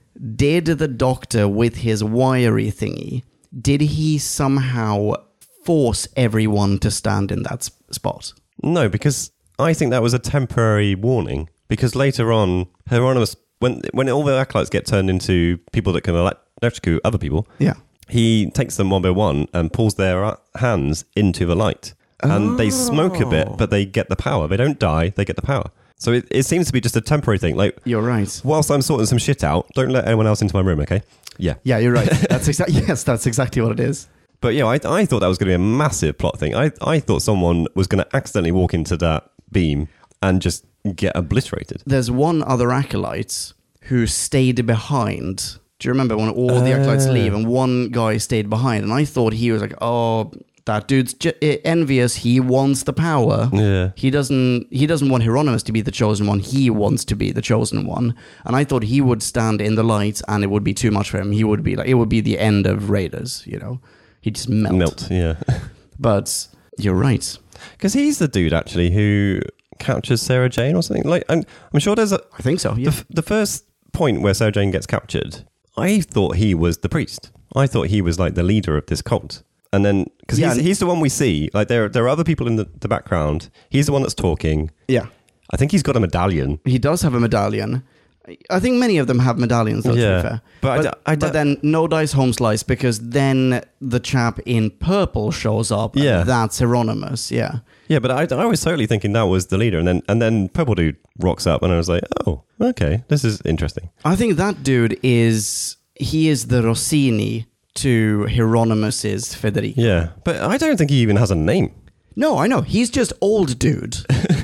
Speaker 1: did the doctor with his wiry thingy did he somehow force everyone to stand in that sp- spot
Speaker 2: No, because I think that was a temporary warning. Because later on, Hieronymus, when when all the acolytes get turned into people that can elect- electrocute other people,
Speaker 1: yeah
Speaker 2: he takes them one by one and pulls their uh, hands into the light, and they smoke a bit, but they get the power. They don't die; they get the power. So it, it seems to be just a temporary thing. Like
Speaker 1: you're right
Speaker 2: whilst I'm sorting some shit out, don't let anyone else into my room, okay? Yeah.
Speaker 1: yeah you're [LAUGHS] right that's exactly yes that's exactly what it is
Speaker 2: But yeah, I, I thought that was going to be a massive plot thing. I, I thought someone was going to accidentally walk into that beam and just get obliterated.
Speaker 1: there's one other acolyte who stayed behind do you remember when all the acolytes leave and one guy stayed behind and i thought he was like oh that dude's j- eh, envious he wants the power
Speaker 2: Yeah.
Speaker 1: He doesn't he doesn't want Hieronymus to be the chosen one. He wants to be the chosen one. And I thought he would stand in the light and it would be too much for him. He would be like it would be the end of Raiders, you know. He'd just melt.
Speaker 2: Melt, yeah. [LAUGHS]
Speaker 1: But you're right.
Speaker 2: Because he's the dude, actually, who captures Sarah Jane or something. Like, I'm, I'm sure there's a.
Speaker 1: I think so.
Speaker 2: The,
Speaker 1: Yeah.
Speaker 2: f- the first point where Sarah Jane gets captured, I thought he was the priest. I thought he was like the leader of this cult. And then, because
Speaker 1: Yeah,
Speaker 2: he's,
Speaker 1: and-
Speaker 2: he's the one we see. Like, there, there are other people in the, the background. He's the one that's talking.
Speaker 1: yeah.
Speaker 2: I think he's got a medallion.
Speaker 1: He does have a medallion. I- I think many of them have medallions, though, to
Speaker 2: Yeah.
Speaker 1: be fair.
Speaker 2: But I
Speaker 1: but,
Speaker 2: d- I d-
Speaker 1: but then no dice home slice because then the chap in purple shows up. and
Speaker 2: Yeah.
Speaker 1: that's Hieronymus. Yeah.
Speaker 2: Yeah, but I, I was totally thinking that was the leader, and then and then Purple Dude rocks up, and I was like, oh, okay, this is interesting.
Speaker 1: I think that dude is he is the Rossini to Hieronymus's Federico.
Speaker 2: Yeah, but I don't think he even has a name.
Speaker 1: No, I know. He's just old dude.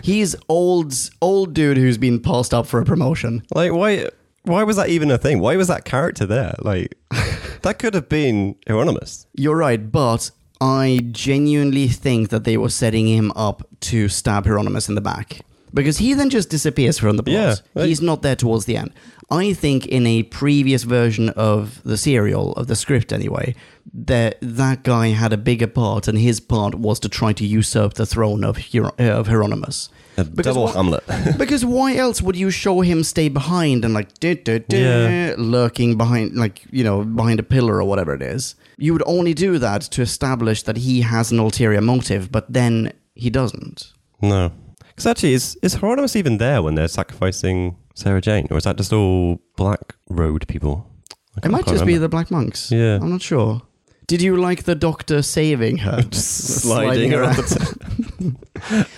Speaker 1: he's old old dude who's been passed up for a promotion.
Speaker 2: Like, why why was that even a thing? Why was that character there? Like, that could have been Hieronymus.
Speaker 1: You're right, but I genuinely think that they were setting him up to stab Hieronymus in the back. because he then just disappears from the plot.
Speaker 2: Yeah,
Speaker 1: He's not there towards the end. I think in a previous version of the serial, of the script anyway, that that guy had a bigger part, and his part was to try to usurp the throne of, Hier- uh, of Hieronymus.
Speaker 2: A
Speaker 1: Because
Speaker 2: double
Speaker 1: wha-
Speaker 2: Hamlet.
Speaker 1: because why else would you show him stay behind and like duh, duh, duh,
Speaker 2: Yeah.
Speaker 1: lurking behind like you know behind a pillar or whatever it is you would only do that to establish that he has an ulterior motive but then he doesn't
Speaker 2: [LAUGHS] No. Because actually, is, is Hieronymus even there when they're sacrificing Sarah Jane? Or is that just all black road people? I
Speaker 1: it
Speaker 2: can't-
Speaker 1: might
Speaker 2: can't
Speaker 1: just be
Speaker 2: remember.
Speaker 1: the black monks
Speaker 2: Yeah.
Speaker 1: i'm not sure did you like the doctor saving her
Speaker 2: sliding around. [LAUGHS]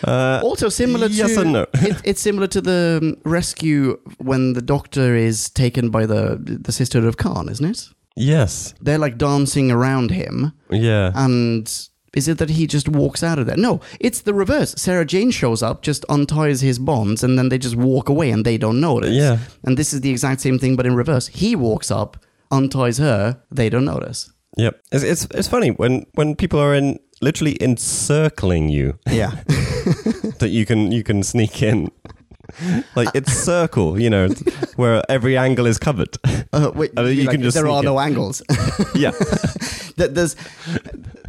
Speaker 2: Uh,
Speaker 1: also similar
Speaker 2: [LAUGHS] yes
Speaker 1: to
Speaker 2: and no.
Speaker 1: it, it's similar to the um, rescue when the doctor is taken by the the sisterhood of khan isn't it
Speaker 2: yes.
Speaker 1: they're like dancing around him
Speaker 2: Yeah.
Speaker 1: And is it that he just walks out of there? No, it's the reverse. Sarah Jane shows up, just unties his bonds, and then they just walk away and they don't notice.
Speaker 2: Yeah.
Speaker 1: And this is the exact same thing, but in reverse. He walks up, unties her, they don't notice.
Speaker 2: Yep. It's, it's it's funny when when people are in literally encircling [LAUGHS] you
Speaker 1: Yeah.
Speaker 2: that you can you can sneak in. Like it's circle, you know, where every angle is covered.
Speaker 1: [LAUGHS] Uh, wait,
Speaker 2: I
Speaker 1: you
Speaker 2: mean,
Speaker 1: mean
Speaker 2: you
Speaker 1: like,
Speaker 2: can just
Speaker 1: there
Speaker 2: sneak
Speaker 1: are
Speaker 2: in.
Speaker 1: no angles.
Speaker 2: [LAUGHS]
Speaker 1: [LAUGHS]
Speaker 2: yeah.
Speaker 1: Th- there's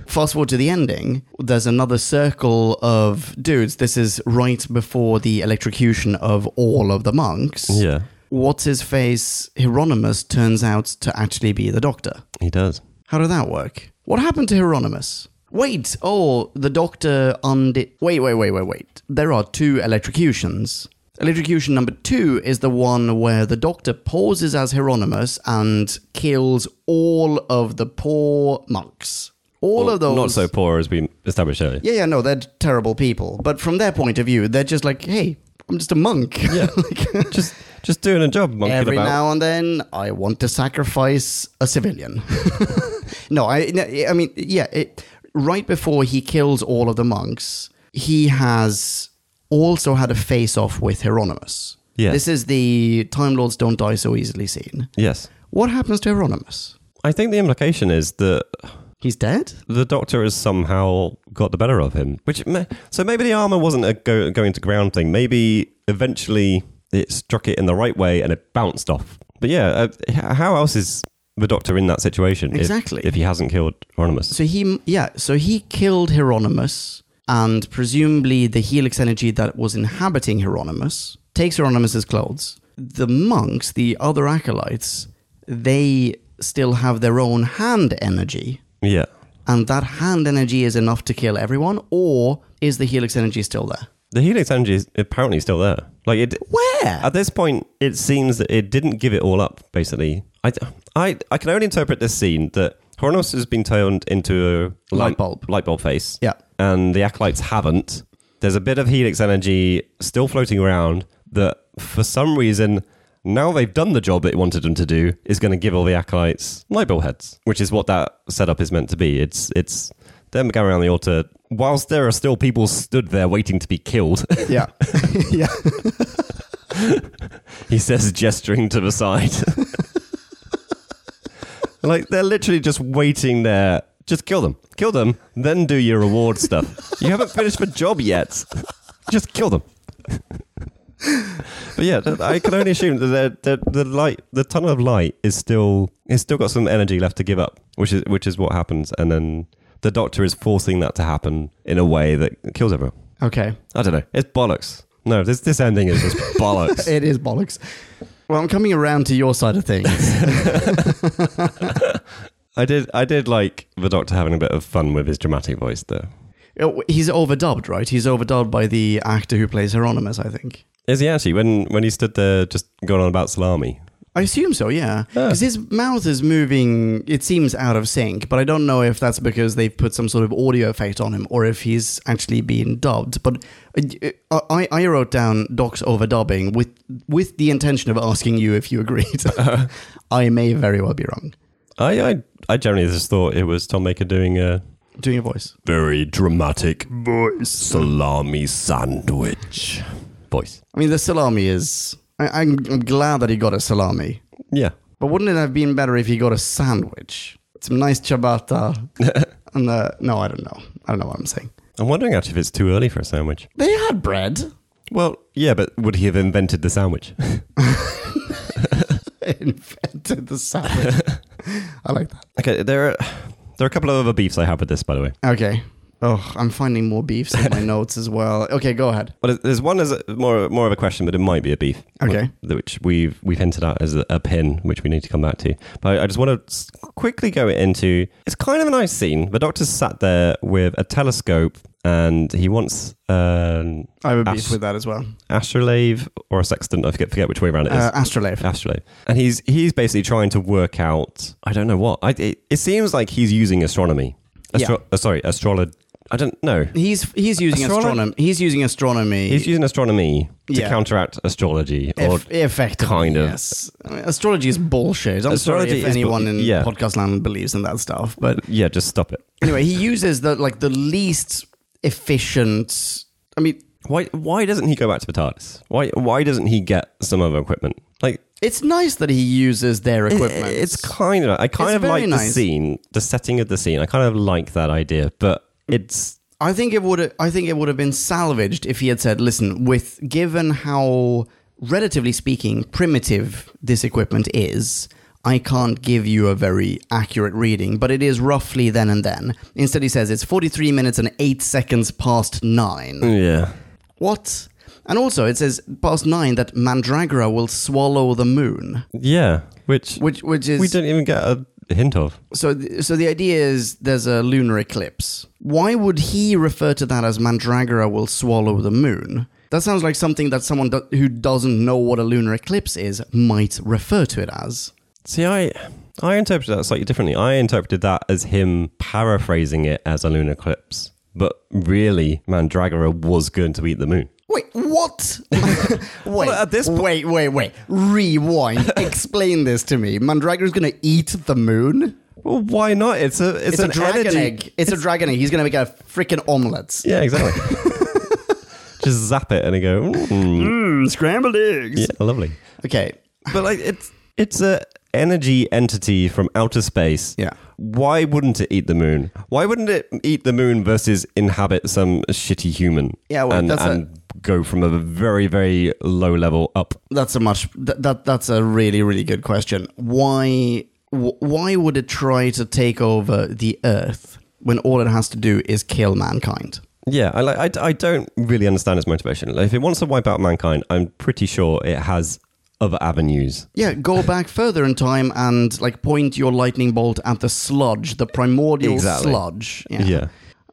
Speaker 1: fast forward to the ending there's another circle of dudes this is right before the electrocution of all of the monks
Speaker 2: Yeah.
Speaker 1: what's his face Hieronymus turns out to actually be the doctor.
Speaker 2: He does.
Speaker 1: How did that work? What happened to Hieronymus? Wait, oh, the doctor undid. Wait, wait, wait, wait, wait. There are two electrocutions. Electrocution number two is the one where the doctor poses as Hieronymus and kills all of the poor monks. All
Speaker 2: Well,
Speaker 1: of those.
Speaker 2: not so poor as we established earlier.
Speaker 1: Yeah, yeah, no, they're terrible people. But from their point of view, they're just like, hey, I'm just a monk. [LAUGHS]
Speaker 2: Yeah. just just doing a job, monkeying
Speaker 1: Every
Speaker 2: about.
Speaker 1: now and then, I want to sacrifice a civilian. [LAUGHS] no, I, no, I mean, yeah, it, right before he kills all of the monks, he has also had a face off with Hieronymus.
Speaker 2: Yeah.
Speaker 1: This is the Time Lords don't die so easily scene.
Speaker 2: yes.
Speaker 1: What happens to Hieronymus?
Speaker 2: I think the implication is that
Speaker 1: He's dead?
Speaker 2: the doctor has somehow got the better of him. Which may, so maybe the armor wasn't a go, going to ground thing. Maybe eventually it struck it in the right way and it bounced off. But yeah, uh, h- how else is the doctor in that situation? if-
Speaker 1: Exactly.
Speaker 2: If, he hasn't killed Hieronymus.
Speaker 1: So he, yeah, so he killed Hieronymus, and presumably the helix energy that was inhabiting Hieronymus takes Hieronymus's clothes. The monks, the other acolytes, they still have their own hand energy,
Speaker 2: Yeah.
Speaker 1: and that hand energy is enough to kill everyone. Or is the helix energy still there?
Speaker 2: The helix energy is apparently still there. Like it.
Speaker 1: Where?
Speaker 2: At this point, it seems that it didn't give it all up. Basically, I, I, I can only interpret this scene that Hornos has been turned into a
Speaker 1: Light bulb.
Speaker 2: light bulb face.
Speaker 1: Yeah.
Speaker 2: and the acolytes haven't. There's a bit of helix energy still floating around that, for some reason, now they've done the job it wanted them to do, is going to give all the acolytes light bulb heads, which is what that setup is meant to be. It's it's them going around the altar whilst there are still people stood there waiting to be killed.
Speaker 1: yeah, [LAUGHS] yeah.
Speaker 2: He says, gesturing to the side. [LAUGHS] like, they're literally just waiting there. Just kill them. Kill them, then do your reward stuff. You haven't finished the job yet. [LAUGHS] Just kill them. but yeah, th- I can only assume that the, the, the light, the tunnel of light, is still it's still got some energy left to give up, which is which is what happens, and then the doctor is forcing that to happen in a way that kills everyone.
Speaker 1: Okay,
Speaker 2: I don't know. It's bollocks. No, this this ending is just
Speaker 1: [LAUGHS]
Speaker 2: bollocks.
Speaker 1: it is bollocks. Well, I'm coming around to your side of [LAUGHS] things.
Speaker 2: I did. I did like the Doctor having a bit of fun with his dramatic voice, though.
Speaker 1: Oh, He's overdubbed, right? He's overdubbed by the actor who plays Hieronymus, I think.
Speaker 2: Is he actually when when he stood there just going on about salami?
Speaker 1: I assume so, yeah.
Speaker 2: Yeah.
Speaker 1: Because his mouth is moving, it seems out of sync, but I don't know if that's because they've put some sort of audio effect on him or if he's actually being dubbed. But uh, I, I wrote down Doc's overdubbing with, with the intention of asking you if you [LAUGHS] agreed. I may very well be wrong.
Speaker 2: I I, I generally just thought it was Tom Baker doing a
Speaker 1: Doing a voice.
Speaker 2: very dramatic voice salami sandwich voice.
Speaker 1: I mean, the salami is. I, I'm, I'm glad that he got a salami,
Speaker 2: Yeah,
Speaker 1: but wouldn't it have been better if he got a sandwich? Some nice [LAUGHS] ciabatta. and uh, no, I don't know. I don't know what I'm saying.
Speaker 2: I'm wondering actually if it's too early for a sandwich.
Speaker 1: They had bread.
Speaker 2: Well, yeah, but would he have invented the sandwich? [LAUGHS]
Speaker 1: Invented the salad. I like that.
Speaker 2: okay, there are there are a couple of other beefs I have with this, by the way.
Speaker 1: Okay. Oh, I'm finding more beefs in
Speaker 2: [LAUGHS]
Speaker 1: my notes as well. Okay, go ahead.
Speaker 2: But there's one as a, more more of a question, but it might be a beef.
Speaker 1: Okay.
Speaker 2: Wh- which we've we've hinted at as a, a pin, which we need to come back to. But I, I just want to s- quickly go into. It's kind of a nice scene. The doctor sat there with a telescope, and he wants an
Speaker 1: I have a beef
Speaker 2: Ash-
Speaker 1: with that as well.
Speaker 2: astrolabe or a sextant. I forget forget which way around it is.
Speaker 1: Uh, astrolabe.
Speaker 2: Astrolabe, and he's he's basically trying to work out. I don't know what. I, it, it seems like he's using astronomy. Astro- uh, sorry, astrolog. I don't know.
Speaker 1: He's he's using
Speaker 2: Astrolo-
Speaker 1: astronomy. He's using astronomy.
Speaker 2: He's using astronomy to
Speaker 1: Yeah.
Speaker 2: counteract astrology. Or
Speaker 1: Eff- effectively,
Speaker 2: kind of.
Speaker 1: yes. I mean, astrology is bullshit. I'm sorry
Speaker 2: Astrology
Speaker 1: if
Speaker 2: is
Speaker 1: anyone
Speaker 2: bull-
Speaker 1: in
Speaker 2: yeah.
Speaker 1: podcast land believes in that stuff, but
Speaker 2: yeah, just stop it.
Speaker 1: anyway, he uses the like the least efficient. I mean,
Speaker 2: Why why doesn't he go back to the TARDIS? Why why doesn't he get some other equipment? Like
Speaker 1: it's nice that he uses their
Speaker 2: it-
Speaker 1: equipment.
Speaker 2: it's kind of I kind
Speaker 1: It's
Speaker 2: of
Speaker 1: very
Speaker 2: like the
Speaker 1: nice.
Speaker 2: scene, the setting of the scene. I kind of like that idea, but it's
Speaker 1: I think it would. I think it would have been salvaged if he had said, "Listen, with given how relatively speaking primitive this equipment is." I can't give you a very accurate reading, but it is roughly then and then. Instead, he says it's 43 minutes and 8 seconds past 9.
Speaker 2: yeah.
Speaker 1: What? And also, it says past 9 that Mandragora will swallow the moon,
Speaker 2: Yeah, which,
Speaker 1: which, which is.
Speaker 2: we don't even get a hint of.
Speaker 1: So, th- so the idea is there's a lunar eclipse. Why would he refer to that as Mandragora will swallow the moon? That sounds like something that someone do- who doesn't know what a lunar eclipse is might refer to it as.
Speaker 2: See, I I interpreted that slightly differently. I interpreted that as him paraphrasing it as a lunar eclipse, but really Mandragora was going to eat the moon.
Speaker 1: Wait, what? [LAUGHS] wait,
Speaker 2: at this po-
Speaker 1: wait, wait, wait. Rewind. Explain this to me. Mandragora's going to eat the moon?
Speaker 2: Well, why not? It's a it's,
Speaker 1: It's, a
Speaker 2: an
Speaker 1: dragon
Speaker 2: energy-
Speaker 1: egg. It's, a dragon egg. He's going to make a freaking omelette.
Speaker 2: Yeah, exactly. [LAUGHS] Just zap it and it go, mm,
Speaker 1: Mm, scrambled eggs.
Speaker 2: yeah, lovely.
Speaker 1: Okay.
Speaker 2: But like it's it's a energy entity from outer space.
Speaker 1: Yeah.
Speaker 2: Why wouldn't it eat the moon? Why wouldn't it eat the moon versus inhabit some shitty human?
Speaker 1: Yeah, well,
Speaker 2: and,
Speaker 1: that's a-
Speaker 2: and go from a very very low level up.
Speaker 1: That's a much that, that that's a really really good question. Why wh- why would it try to take over the Earth when all it has to do is kill mankind?
Speaker 2: Yeah, I like I, I don't really understand its motivation. Like, if it wants to wipe out mankind, I'm pretty sure it has other avenues.
Speaker 1: Yeah,
Speaker 2: [LAUGHS]
Speaker 1: go back further in time and like point your lightning bolt at the sludge, the primordial
Speaker 2: Exactly.
Speaker 1: sludge.
Speaker 2: yeah.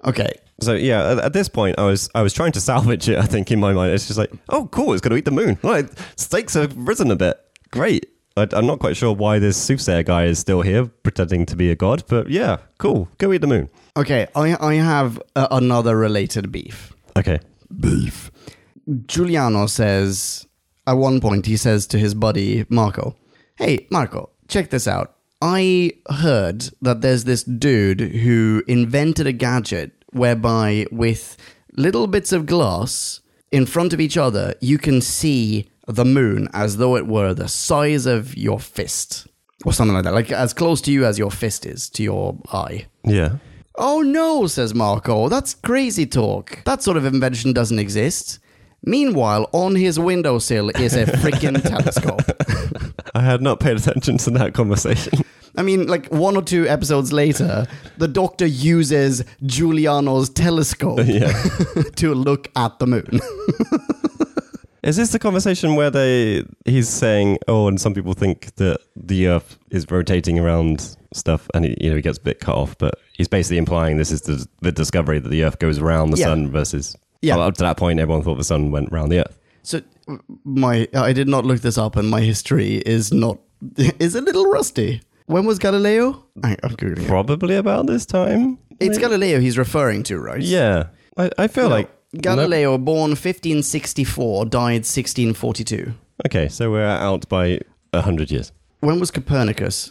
Speaker 1: Okay.
Speaker 2: So yeah, at, at this point, I was I was trying to salvage it. I think in my mind, it's just like, oh, cool, it's going to eat the moon. Like stakes have risen a bit. Great. I, I'm not quite sure why this soothsayer guy is still here pretending to be a god, but yeah, cool. Go eat the moon.
Speaker 1: Okay, I I have uh, another related beef.
Speaker 2: Okay.
Speaker 1: beef. Giuliano says, at one point, he says to his buddy Marco, Hey, Marco, check this out. I heard that there's this dude who invented a gadget whereby, with little bits of glass in front of each other, you can see the moon as though it were the size of your fist or something like that, like as close to you as your fist is to your eye.
Speaker 2: Yeah.
Speaker 1: Oh no, says Marco, that's crazy talk. That sort of invention doesn't exist. Meanwhile, on his windowsill is a
Speaker 2: [LAUGHS]
Speaker 1: freaking telescope.
Speaker 2: I had not paid attention to that conversation. [LAUGHS]
Speaker 1: I mean, like one or two episodes later, the doctor uses Giuliano's telescope
Speaker 2: yeah.
Speaker 1: to look at the moon. [LAUGHS]
Speaker 2: Is this the conversation where they he's saying, "Oh, and some people think that the Earth is rotating around stuff," and he, you know he gets a bit cut off, but he's basically implying this is the, the discovery that the Earth goes around the
Speaker 1: Yeah.
Speaker 2: sun versus
Speaker 1: Yeah.
Speaker 2: Well, up to that point, everyone thought the sun went round the Earth.
Speaker 1: So, my I did not look this up, and my history is not [LAUGHS] is a little rusty. When was Galileo? I, I'm googling. it.
Speaker 2: Probably about this time.
Speaker 1: It's Galileo he's referring to, right?
Speaker 2: Yeah, I, I feel like
Speaker 1: Galileo, born 1564, died 1642.
Speaker 2: Nope. Okay, so we're out by a hundred years.
Speaker 1: When was Copernicus?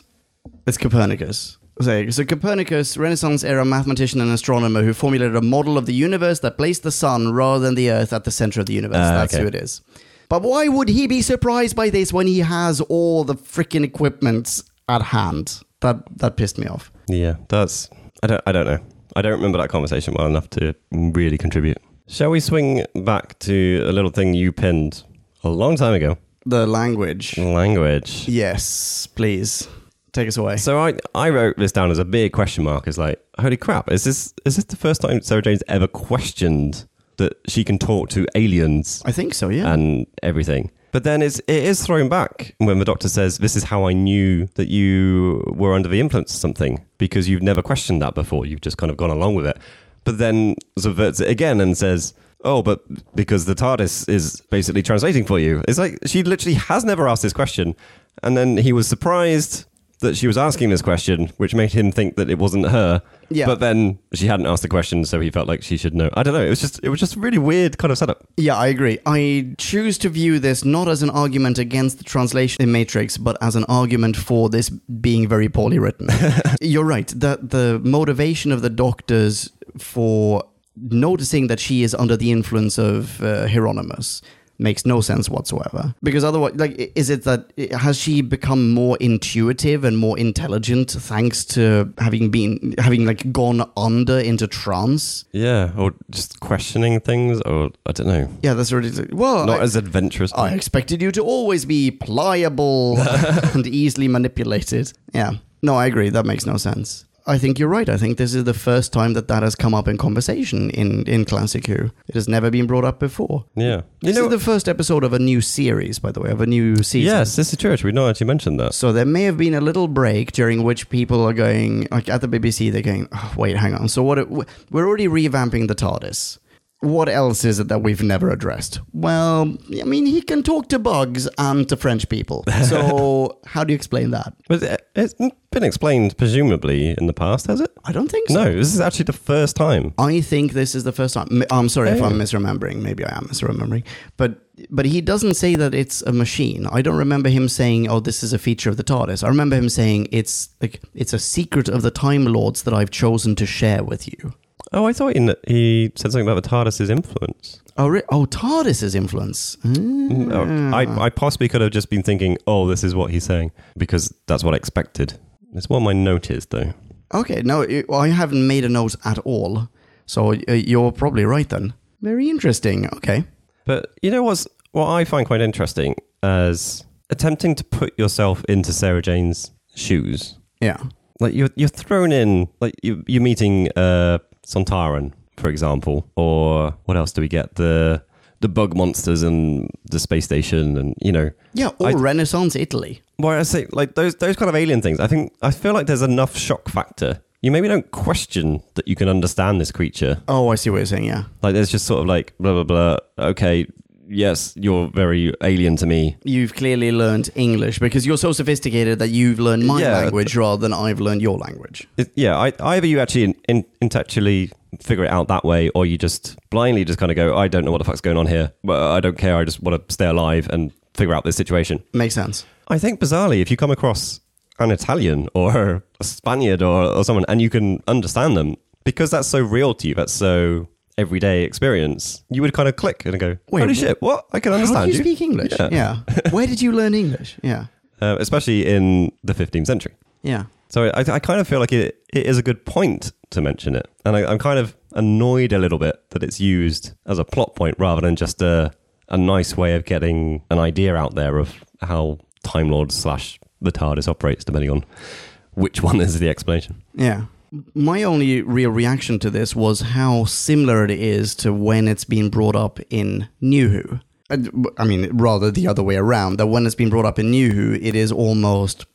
Speaker 1: It's Copernicus. So, so Copernicus, Renaissance era mathematician and astronomer who formulated a model of the universe that placed the sun rather than the earth at the center of the universe.
Speaker 2: Ah,
Speaker 1: That's
Speaker 2: okay.
Speaker 1: who it is. But why would he be surprised by this when he has all the freaking equipment at hand? That that pissed me off.
Speaker 2: Yeah, that's I don't I don't know. I don't remember that conversation well enough to really contribute. Shall we swing back to a little thing you pinned a long time ago?
Speaker 1: The language.
Speaker 2: Mm. Language.
Speaker 1: Yes, please. Take us away.
Speaker 2: So I, I wrote this down as a big question mark. It's like, holy crap, is this is this the first time Sarah Jane's ever questioned that she can talk to aliens
Speaker 1: I think so, yeah.
Speaker 2: and everything? But then it's, it is thrown back when the doctor says, This is how I knew that you were under the influence of something, because you've never questioned that before. You've just kind of gone along with it. But then subverts it again and says, Oh, but because the TARDIS is basically translating for you. It's like she literally has never asked this question. And then he was surprised that she was asking this question, which made him think that it wasn't her.
Speaker 1: Yeah.
Speaker 2: But then she hadn't asked the question, so he felt like she should know. I don't know. It was just it was just a really weird kind of setup.
Speaker 1: Yeah, I agree. I choose to view this not as an argument against the translation in Matrix, but as an argument for this being very poorly
Speaker 2: [LAUGHS]
Speaker 1: written. You're right that the motivation of the doctors for noticing that she is under the influence of uh, Hieronymus makes no sense whatsoever. Because otherwise, like, i- is it that has she become more intuitive and more intelligent thanks to having been having like gone under into trance?
Speaker 2: Yeah, or just questioning things, or I don't know.
Speaker 1: Yeah, that's ridiculous. Well,
Speaker 2: Not
Speaker 1: I-
Speaker 2: as adventurous.
Speaker 1: I expected you to always be
Speaker 2: [LAUGHS]
Speaker 1: pliable and easily manipulated. Yeah. No, I agree. That makes no sense. I think you're right. I think this is the first time that that has come up in conversation in, in Classic Who. It has never been brought up before.
Speaker 2: yeah. You
Speaker 1: This
Speaker 2: know,
Speaker 1: is the first episode of a new series, by the way, of a new season.
Speaker 2: yes, this is church. We've not actually mentioned that.
Speaker 1: So there may have been a little break during which people are going, like at the BBC, they're going, oh, wait, hang on. So what? We're already revamping the TARDIS. What else is it that we've never addressed? Well, I mean, he can talk to bugs and to French people. So how do you explain that?
Speaker 2: But it- it's been explained, presumably, in the past, has it?
Speaker 1: I don't think so.
Speaker 2: No, this is actually the first time.
Speaker 1: I think this is the first time. m- I'm sorry if
Speaker 2: Oh.
Speaker 1: I'm misremembering. Maybe I am misremembering. But but he doesn't say that it's a machine. I don't remember him saying, "Oh, this is a feature of the TARDIS." I remember him saying, "It's like it's a secret of the Time Lords that I've chosen to share with you."
Speaker 2: Oh, I thought he, he said something about the TARDIS's influence.
Speaker 1: Oh, re- oh, TARDIS's influence. Mm.
Speaker 2: Oh, I, I possibly could have just been thinking, oh, this is what he's saying, because that's what I expected. It's what my note is, though.
Speaker 1: Okay, no, it- I haven't made a note at all. So uh, you're probably right then. Very interesting. Okay.
Speaker 2: But you know what's what I find quite interesting is attempting to put yourself into Sarah Jane's shoes.
Speaker 1: Yeah.
Speaker 2: Like you're you're thrown in like you you're meeting uh Sontaran, for example, or what else do we get? The the bug monsters and the space station and you know
Speaker 1: Yeah, or
Speaker 2: I-
Speaker 1: Renaissance Italy.
Speaker 2: well, I say like those those kind of alien things. I think I feel like there's enough shock factor. You maybe don't question that you can understand this creature.
Speaker 1: Oh, I see what you're saying. Yeah.
Speaker 2: Like there's just sort of like blah blah blah. Okay, yes, you're very alien to me.
Speaker 1: you've clearly learned English because you're so sophisticated that you've learned my
Speaker 2: Yeah.
Speaker 1: language rather than I've learned your language.
Speaker 2: It, yeah, I, either you actually in, in, intellectually figure it out that way, or you just blindly just kind of go, I don't know what the fuck's going on here. Well, I don't care. I just want to stay alive and figure out this situation.
Speaker 1: Makes sense.
Speaker 2: I think bizarrely, if you come across an Italian or [LAUGHS] a Spaniard or, or someone and you can understand them, because that's so real to you, that's so everyday experience, you would kind of click and go,
Speaker 1: Wait,
Speaker 2: holy shit, what? I can understand
Speaker 1: How do you,
Speaker 2: you.
Speaker 1: speak English?
Speaker 2: Yeah.
Speaker 1: Yeah. Where did you learn English? Yeah.
Speaker 2: Uh, especially in the 15th century.
Speaker 1: Yeah.
Speaker 2: So I, I kind of feel like it, it is a good point to mention it. And I, I'm kind of annoyed a little bit that it's used as a plot point rather than just a, a nice way of getting an idea out there of how Time Lord slash the TARDIS operates, depending on which one is the explanation.
Speaker 1: Yeah. My only real reaction to this was how similar it is to when it's been brought up in New Who. And, Uh, I mean, rather the other way around, that when it's been brought up in New Who, it is almost,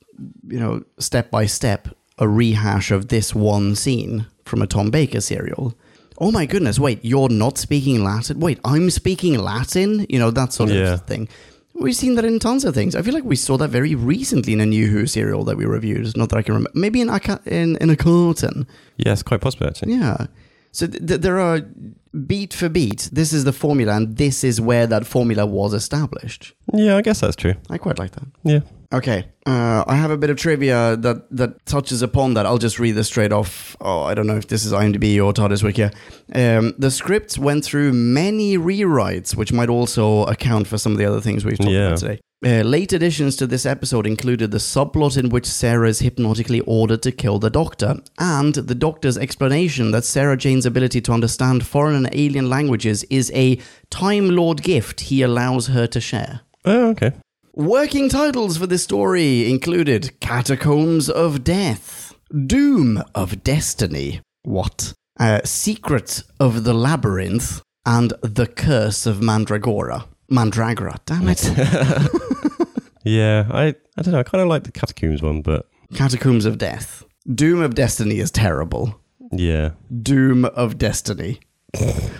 Speaker 1: you know, step by step, a rehash of this one scene from a Tom Baker serial. Oh my goodness, wait, you're not speaking Latin? Wait, I'm speaking Latin? You know, that sort
Speaker 2: Yeah.
Speaker 1: of thing. We've seen that in tons of things. I feel like we saw that very recently in a New Who serial that we reviewed. Not that I can remember. Maybe in Aka- in, in a carton.
Speaker 2: Yes, quite possible, actually.
Speaker 1: Yeah. So th- th- there are beat for beat. This is the formula, and this is where that formula was established.
Speaker 2: Yeah, I guess that's true.
Speaker 1: I quite like that.
Speaker 2: Yeah.
Speaker 1: Okay, uh, I have a bit of trivia that, that touches upon that. I'll just read this straight off. Oh, I don't know if this is IMDb or TARDIS Wiki. Um, the scripts went through many rewrites, which might also account for some of the other things we've talked
Speaker 2: Yeah.
Speaker 1: about today. Uh, late additions to this episode included the subplot in which Sarah is hypnotically ordered to kill the Doctor, and the Doctor's explanation that Sarah Jane's ability to understand foreign and alien languages is a Time Lord gift he allows her to share.
Speaker 2: Oh, okay.
Speaker 1: Working titles for this story included Catacombs of Death, Doom of Destiny, what? Uh, Secret of the Labyrinth, and The Curse of Mandragora. Mandragora, damn it.
Speaker 2: [LAUGHS] Yeah, I I don't know. I kind of like the catacombs one, but
Speaker 1: Catacombs of Death. Doom of Destiny is terrible.
Speaker 2: yeah,
Speaker 1: Doom of Destiny.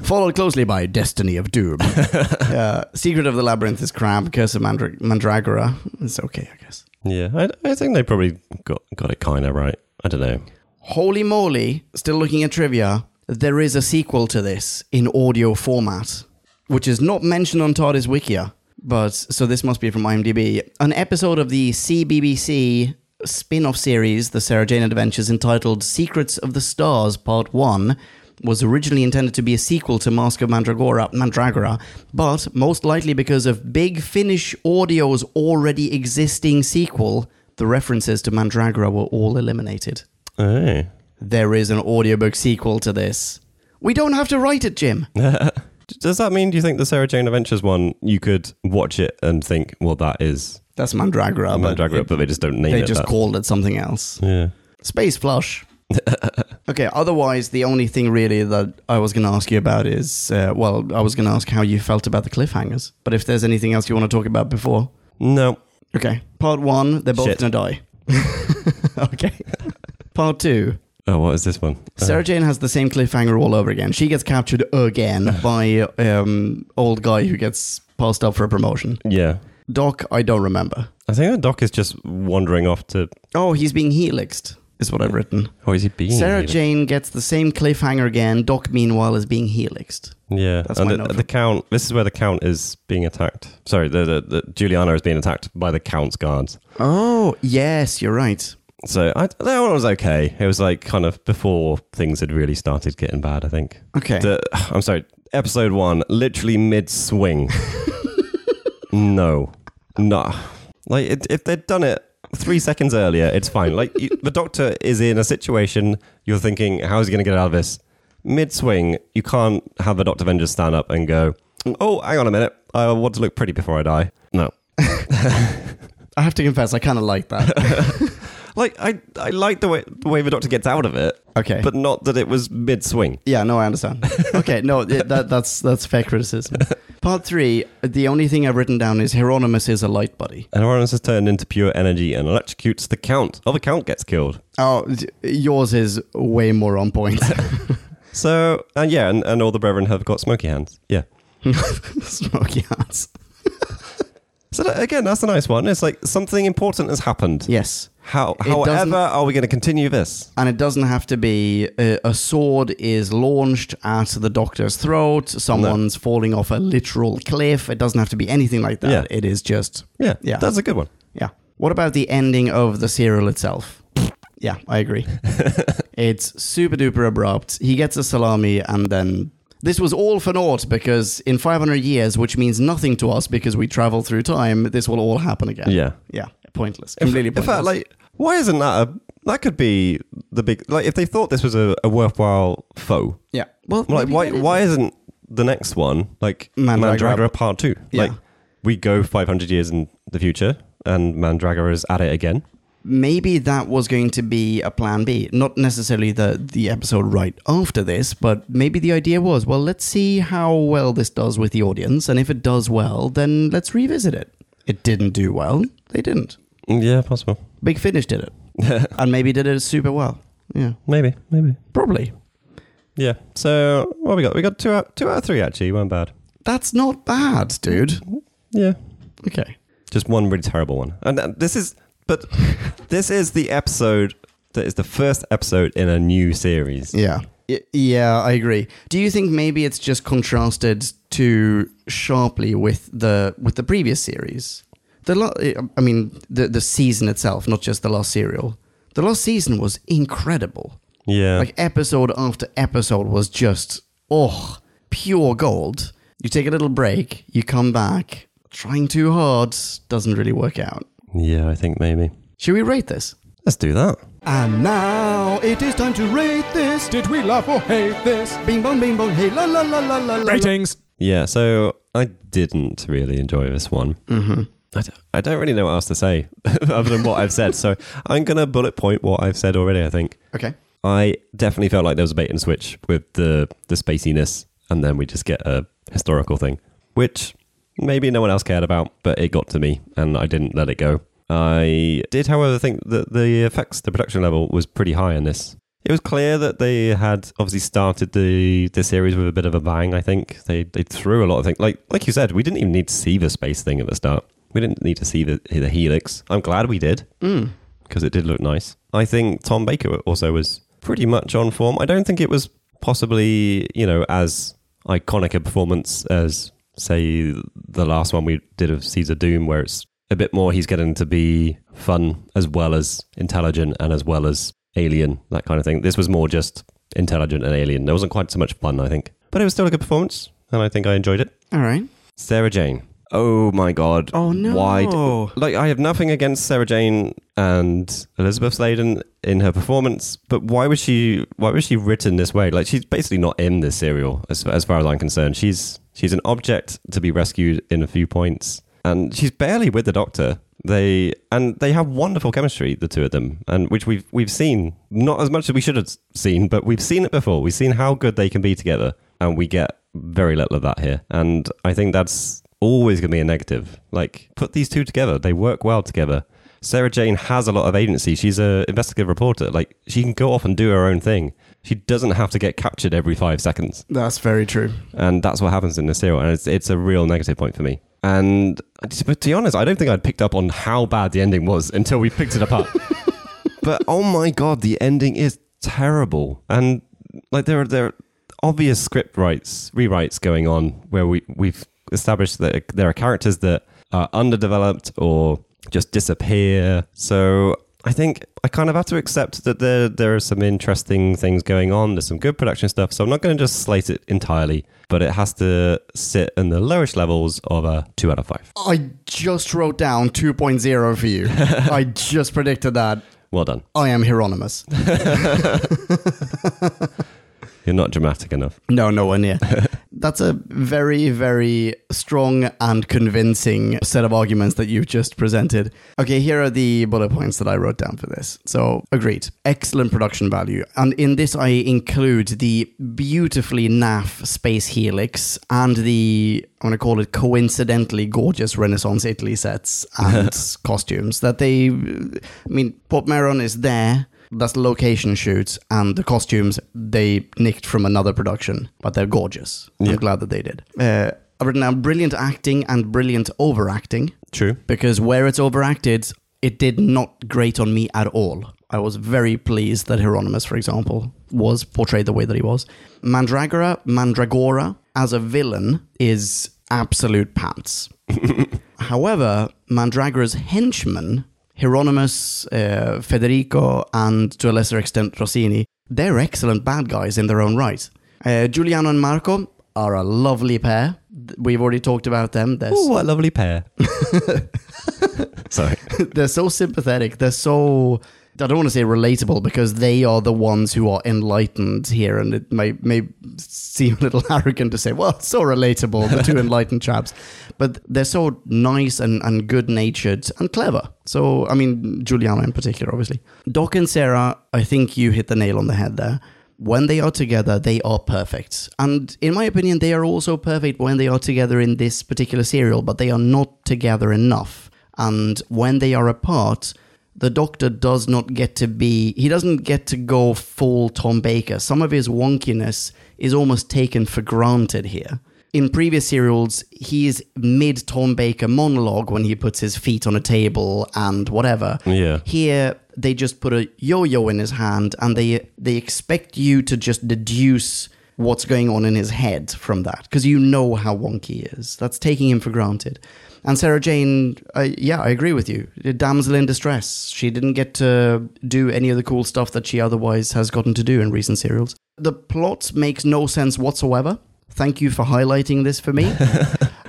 Speaker 1: Followed closely by Destiny of Doom. uh, Secret of the Labyrinth is crap. Curse of Mandra- Mandragora. It's okay, I guess.
Speaker 2: yeah. I, I think they probably got got it kind of right. I don't know.
Speaker 1: Holy moly, still looking at trivia, there is a sequel to this in audio format, which is not mentioned on TARDIS Wikia. But so this must be from IMDb. An episode of the CBBC spin off series, The Sarah Jane Adventures, entitled Secrets of the Stars Part 1, was originally intended to be a sequel to Mask of Mandragora, Mandragora, but most likely because of Big Finish Audio's already existing sequel, the references to Mandragora were all eliminated
Speaker 2: Oh,
Speaker 1: there is an audiobook sequel to this. We don't have to write it, Jim.
Speaker 2: does that mean? Do you think the Sarah Jane Adventures one you could watch it and think, well, that is
Speaker 1: That's Mandragora. but
Speaker 2: Mandragora,
Speaker 1: it-
Speaker 2: but they just don't name
Speaker 1: they
Speaker 2: it.
Speaker 1: just
Speaker 2: that.
Speaker 1: called it something else.
Speaker 2: yeah.
Speaker 1: Space
Speaker 2: [LAUGHS]
Speaker 1: Flush. okay, otherwise, the only thing really that I was going to ask you about is uh, well, I was going to ask how you felt about the cliffhangers. But if there's anything else you want to talk about before.
Speaker 2: No.
Speaker 1: Okay. Part one, they're both
Speaker 2: Shit.
Speaker 1: going to die. [LAUGHS] okay. Part two,
Speaker 2: Oh, what is this one? Oh.
Speaker 1: Sarah Jane has the same cliffhanger all over again. She gets captured again by um old guy who gets passed up for a promotion.
Speaker 2: yeah.
Speaker 1: Doc, I don't remember.
Speaker 2: I think that Doc is just wandering off to.
Speaker 1: Oh, he's being helixed, is what I've written.
Speaker 2: Oh, is he being?
Speaker 1: Sarah
Speaker 2: even?
Speaker 1: Jane gets the same cliffhanger again. Doc, meanwhile, is being helixed.
Speaker 2: Yeah,
Speaker 1: That's
Speaker 2: and
Speaker 1: my
Speaker 2: the,
Speaker 1: note
Speaker 2: the
Speaker 1: from-
Speaker 2: count. This is where the count is being attacked. Sorry, the, the, the Juliana is being attacked by the count's guards.
Speaker 1: Oh, yes, you're right.
Speaker 2: So I, that one was okay. It was like kind of before things had really started getting bad. I think.
Speaker 1: Okay.
Speaker 2: The, I'm sorry. Episode one, literally
Speaker 1: [LAUGHS]
Speaker 2: mid swing. no, no. Like it, if they'd done it three seconds earlier, it's fine. Like you, the doctor is in a situation. You're thinking, how is he going to get out of this? Mid swing, you can't have the Doctor then just stand up and go, "Oh, hang on a minute. I want to look pretty before I die." No.
Speaker 1: I have to confess, I kind of like [LAUGHS] that.
Speaker 2: Like I, I like the way the way the Doctor gets out of it.
Speaker 1: Okay.
Speaker 2: but not that it was mid swing.
Speaker 1: yeah, no, I [LAUGHS] understand. Okay, no, th- that, that's, that's fair criticism. Part three, the only thing I've written down is Hieronymus is a light buddy.
Speaker 2: And Uranus is turned into pure energy and electrocutes the Count. Oh, the Count gets killed.
Speaker 1: Oh, d- yours is way more on point. [LAUGHS]
Speaker 2: So, uh, yeah, and, and all the brethren have got smoky hands. Yeah.
Speaker 1: Smoky hands.
Speaker 2: So, that, again, that's a nice one. It's like something important has happened.
Speaker 1: Yes.
Speaker 2: How,
Speaker 1: It doesn't-
Speaker 2: however, are we going to continue this?
Speaker 1: And it doesn't have to be a, a sword is launched at the doctor's throat, someone's falling off a literal cliff. It doesn't have to be anything like that.
Speaker 2: Yeah.
Speaker 1: It is just,
Speaker 2: Yeah.
Speaker 1: Yeah.
Speaker 2: That's a good one.
Speaker 1: yeah. What about the ending of the serial itself? yeah, I
Speaker 2: [LAUGHS]
Speaker 1: agree. it's super duper abrupt. He gets a salami and then. This was all for naught because in 500 years, which means nothing to us because we travel through time, this will all happen again.
Speaker 2: Yeah.
Speaker 1: Yeah. Pointless. Completely
Speaker 2: In
Speaker 1: pointless.
Speaker 2: fact, like, why isn't that a. That could be the big. Like, if they thought this was a, a worthwhile foe,
Speaker 1: yeah. Well,
Speaker 2: like,
Speaker 1: maybe
Speaker 2: why,
Speaker 1: that is
Speaker 2: why isn't the next one, like,
Speaker 1: Mandragora-
Speaker 2: Mandragora, Part 2?
Speaker 1: Yeah.
Speaker 2: Like, we go 500 years in the future and Mandragora is at it again.
Speaker 1: maybe that was going to be a plan B. Not necessarily the the episode right after this, but maybe the idea was, well, let's see how well this does with the audience, and if it does well, then let's revisit it. It didn't do well. They didn't.
Speaker 2: Mm, Yeah, possible. [LAUGHS]
Speaker 1: Big Finish did it, and maybe did it super well. Yeah,
Speaker 2: Maybe, maybe.
Speaker 1: probably.
Speaker 2: Yeah. So what we got? We got two out, two out of three actually. One bad.
Speaker 1: That's not bad, dude.
Speaker 2: Yeah.
Speaker 1: Okay.
Speaker 2: Just one really terrible one. And uh, this is, [LAUGHS] but this is the episode that is the first episode in a new series.
Speaker 1: Yeah. Y- Yeah, I agree. Do you think maybe it's just contrasted too sharply with the with the previous series? The lo- eh, um, I mean the the season itself, not just the last serial. The last season was incredible.
Speaker 2: Yeah.
Speaker 1: Like episode after episode was just oh, pure gold. You take a little break, you come back. trying too hard doesn't really work out.
Speaker 2: Yeah, I think maybe.
Speaker 1: Should we rate this?
Speaker 2: Let's do that.
Speaker 1: And now it is time to rate this.
Speaker 4: Did we love or hate this?
Speaker 1: Bing bong, bing bong, hey la la la la la. la.
Speaker 4: Ratings.
Speaker 2: Yeah, so I didn't really enjoy this one. Mm-hmm. I, don't, I don't really know what else to say [LAUGHS] other than what I've said. So I'm going to bullet point what I've said already, I think.
Speaker 1: Okay.
Speaker 2: I definitely felt like there was a bait and switch with the, the spaciness, and then we just get a historical thing, which maybe no one else cared about, but it got to me, and I didn't let it go. I did, however, think that the effects, the production level was pretty high in this. It was clear that they had obviously started the, the series with a bit of a bang, I think. They, they threw a lot of things. Like, like you said, we didn't even need to see the space thing at the start. We didn't need to see the, the helix. I'm glad we did
Speaker 1: Mm.
Speaker 2: because it did look nice. I think Tom Baker also was pretty much on form. I don't think it was possibly, you know, as iconic a performance as, say, the last one we did of Caesar Doom, where it's a bit more he's getting to be fun as well as intelligent and as well as alien, that kind of thing. This was more just intelligent and alien. There wasn't quite so much fun, I think. But it was still a good performance, and I think I enjoyed it.
Speaker 1: All right.
Speaker 2: Sarah Jane. Oh my god.
Speaker 1: Oh, no.
Speaker 2: Why? d- Like I have nothing against Sarah Jane and Elizabeth Sladen in her performance, but why was she why was she written this way? Like she's basically not in this serial as as far as I'm concerned. She's she's an object to be rescued in a few points and she's barely with the doctor. They and they have wonderful chemistry, the two of them, and which we've we've seen not as much as we should have s- seen, but we've seen it before. We've seen how good they can be together, and we get very little of that here. And I think that's always going to be a negative. Like put these two together; they work well together. Sarah Jane has a lot of agency. She's a investigative reporter. Like she can go off and do her own thing. She doesn't have to get captured every five seconds
Speaker 1: That's very true.
Speaker 2: and that's what happens in the serial, and it's it's a real negative point for me. And but to be honest, I don't think I'd picked up on how bad the ending was until we picked it apart. [LAUGHS] but oh my god, the ending is terrible, and like there are there are obvious script writes rewrites going on where we we've established that there are characters that are underdeveloped or just disappear. So I think I kind of have to accept that there there are some interesting things going on. There's some good production stuff, so I'm not going to just slate it entirely, but it has to sit in the lowest levels of a two out of five.
Speaker 1: I just wrote down 2.0 for you. I just predicted that.
Speaker 2: Well done.
Speaker 1: I am Hieronymus.
Speaker 2: You're not dramatic enough.
Speaker 1: No, nowhere near. [LAUGHS] That's a very, very strong and convincing set of arguments that you've just presented. Okay, here are the bullet points that I wrote down for this. So, agreed. Excellent production value. And in this, I include the beautifully naff Space Helix and the, I'm going to call it coincidentally gorgeous Renaissance Italy sets and costumes that they, I mean, Port Meron is there that's the location shoots and the costumes they nicked from another production, but they're gorgeous.
Speaker 2: Yeah.
Speaker 1: I'm glad that they did. Uh, I've written down brilliant acting and brilliant overacting
Speaker 2: True.
Speaker 1: because where it's overacted, it did not grate on me at all. I was very pleased that Hieronymus, for example, was portrayed the way that he was. Mandragora, Mandragora as a villain is absolute pants. However, Mandragora's henchmen, Hieronymus, uh, Federico, and to a lesser extent Rossini, they're excellent bad guys in their own right. Uh, Giuliano and Marco are a lovely pair. Th- We've already talked about them. They're
Speaker 2: Oh, what a lovely [LAUGHS] pair. Sorry.
Speaker 1: [LAUGHS] they're so sympathetic. They're so I don't want to say relatable because they are the ones who are enlightened here, and it may may seem a little [LAUGHS] arrogant to say, "Well, it's so relatable." The two enlightened chaps, but they're so nice and, and good natured and clever. So I mean, Juliana in particular, obviously. Doc and Sarah, I think you hit the nail on the head there. When they are together, they are perfect, and in my opinion, they are also perfect when they are together in this particular serial. But they are not together enough and when they are apart the doctor does not get to be he doesn't get to go full tom baker some of his wonkiness is almost taken for granted here in previous serials he is mid tom baker monologue when he puts his feet on a table and whatever
Speaker 2: Yeah.
Speaker 1: here they just put a yo-yo in his hand and they they expect you to just deduce what's going on in his head from that because you know how wonky he is that's taking him for granted and sarah jane uh, yeah i agree with you A damsel in distress she didn't get to do any of the cool stuff that she otherwise has gotten to do in recent serials the plot makes no sense whatsoever thank you for highlighting this for me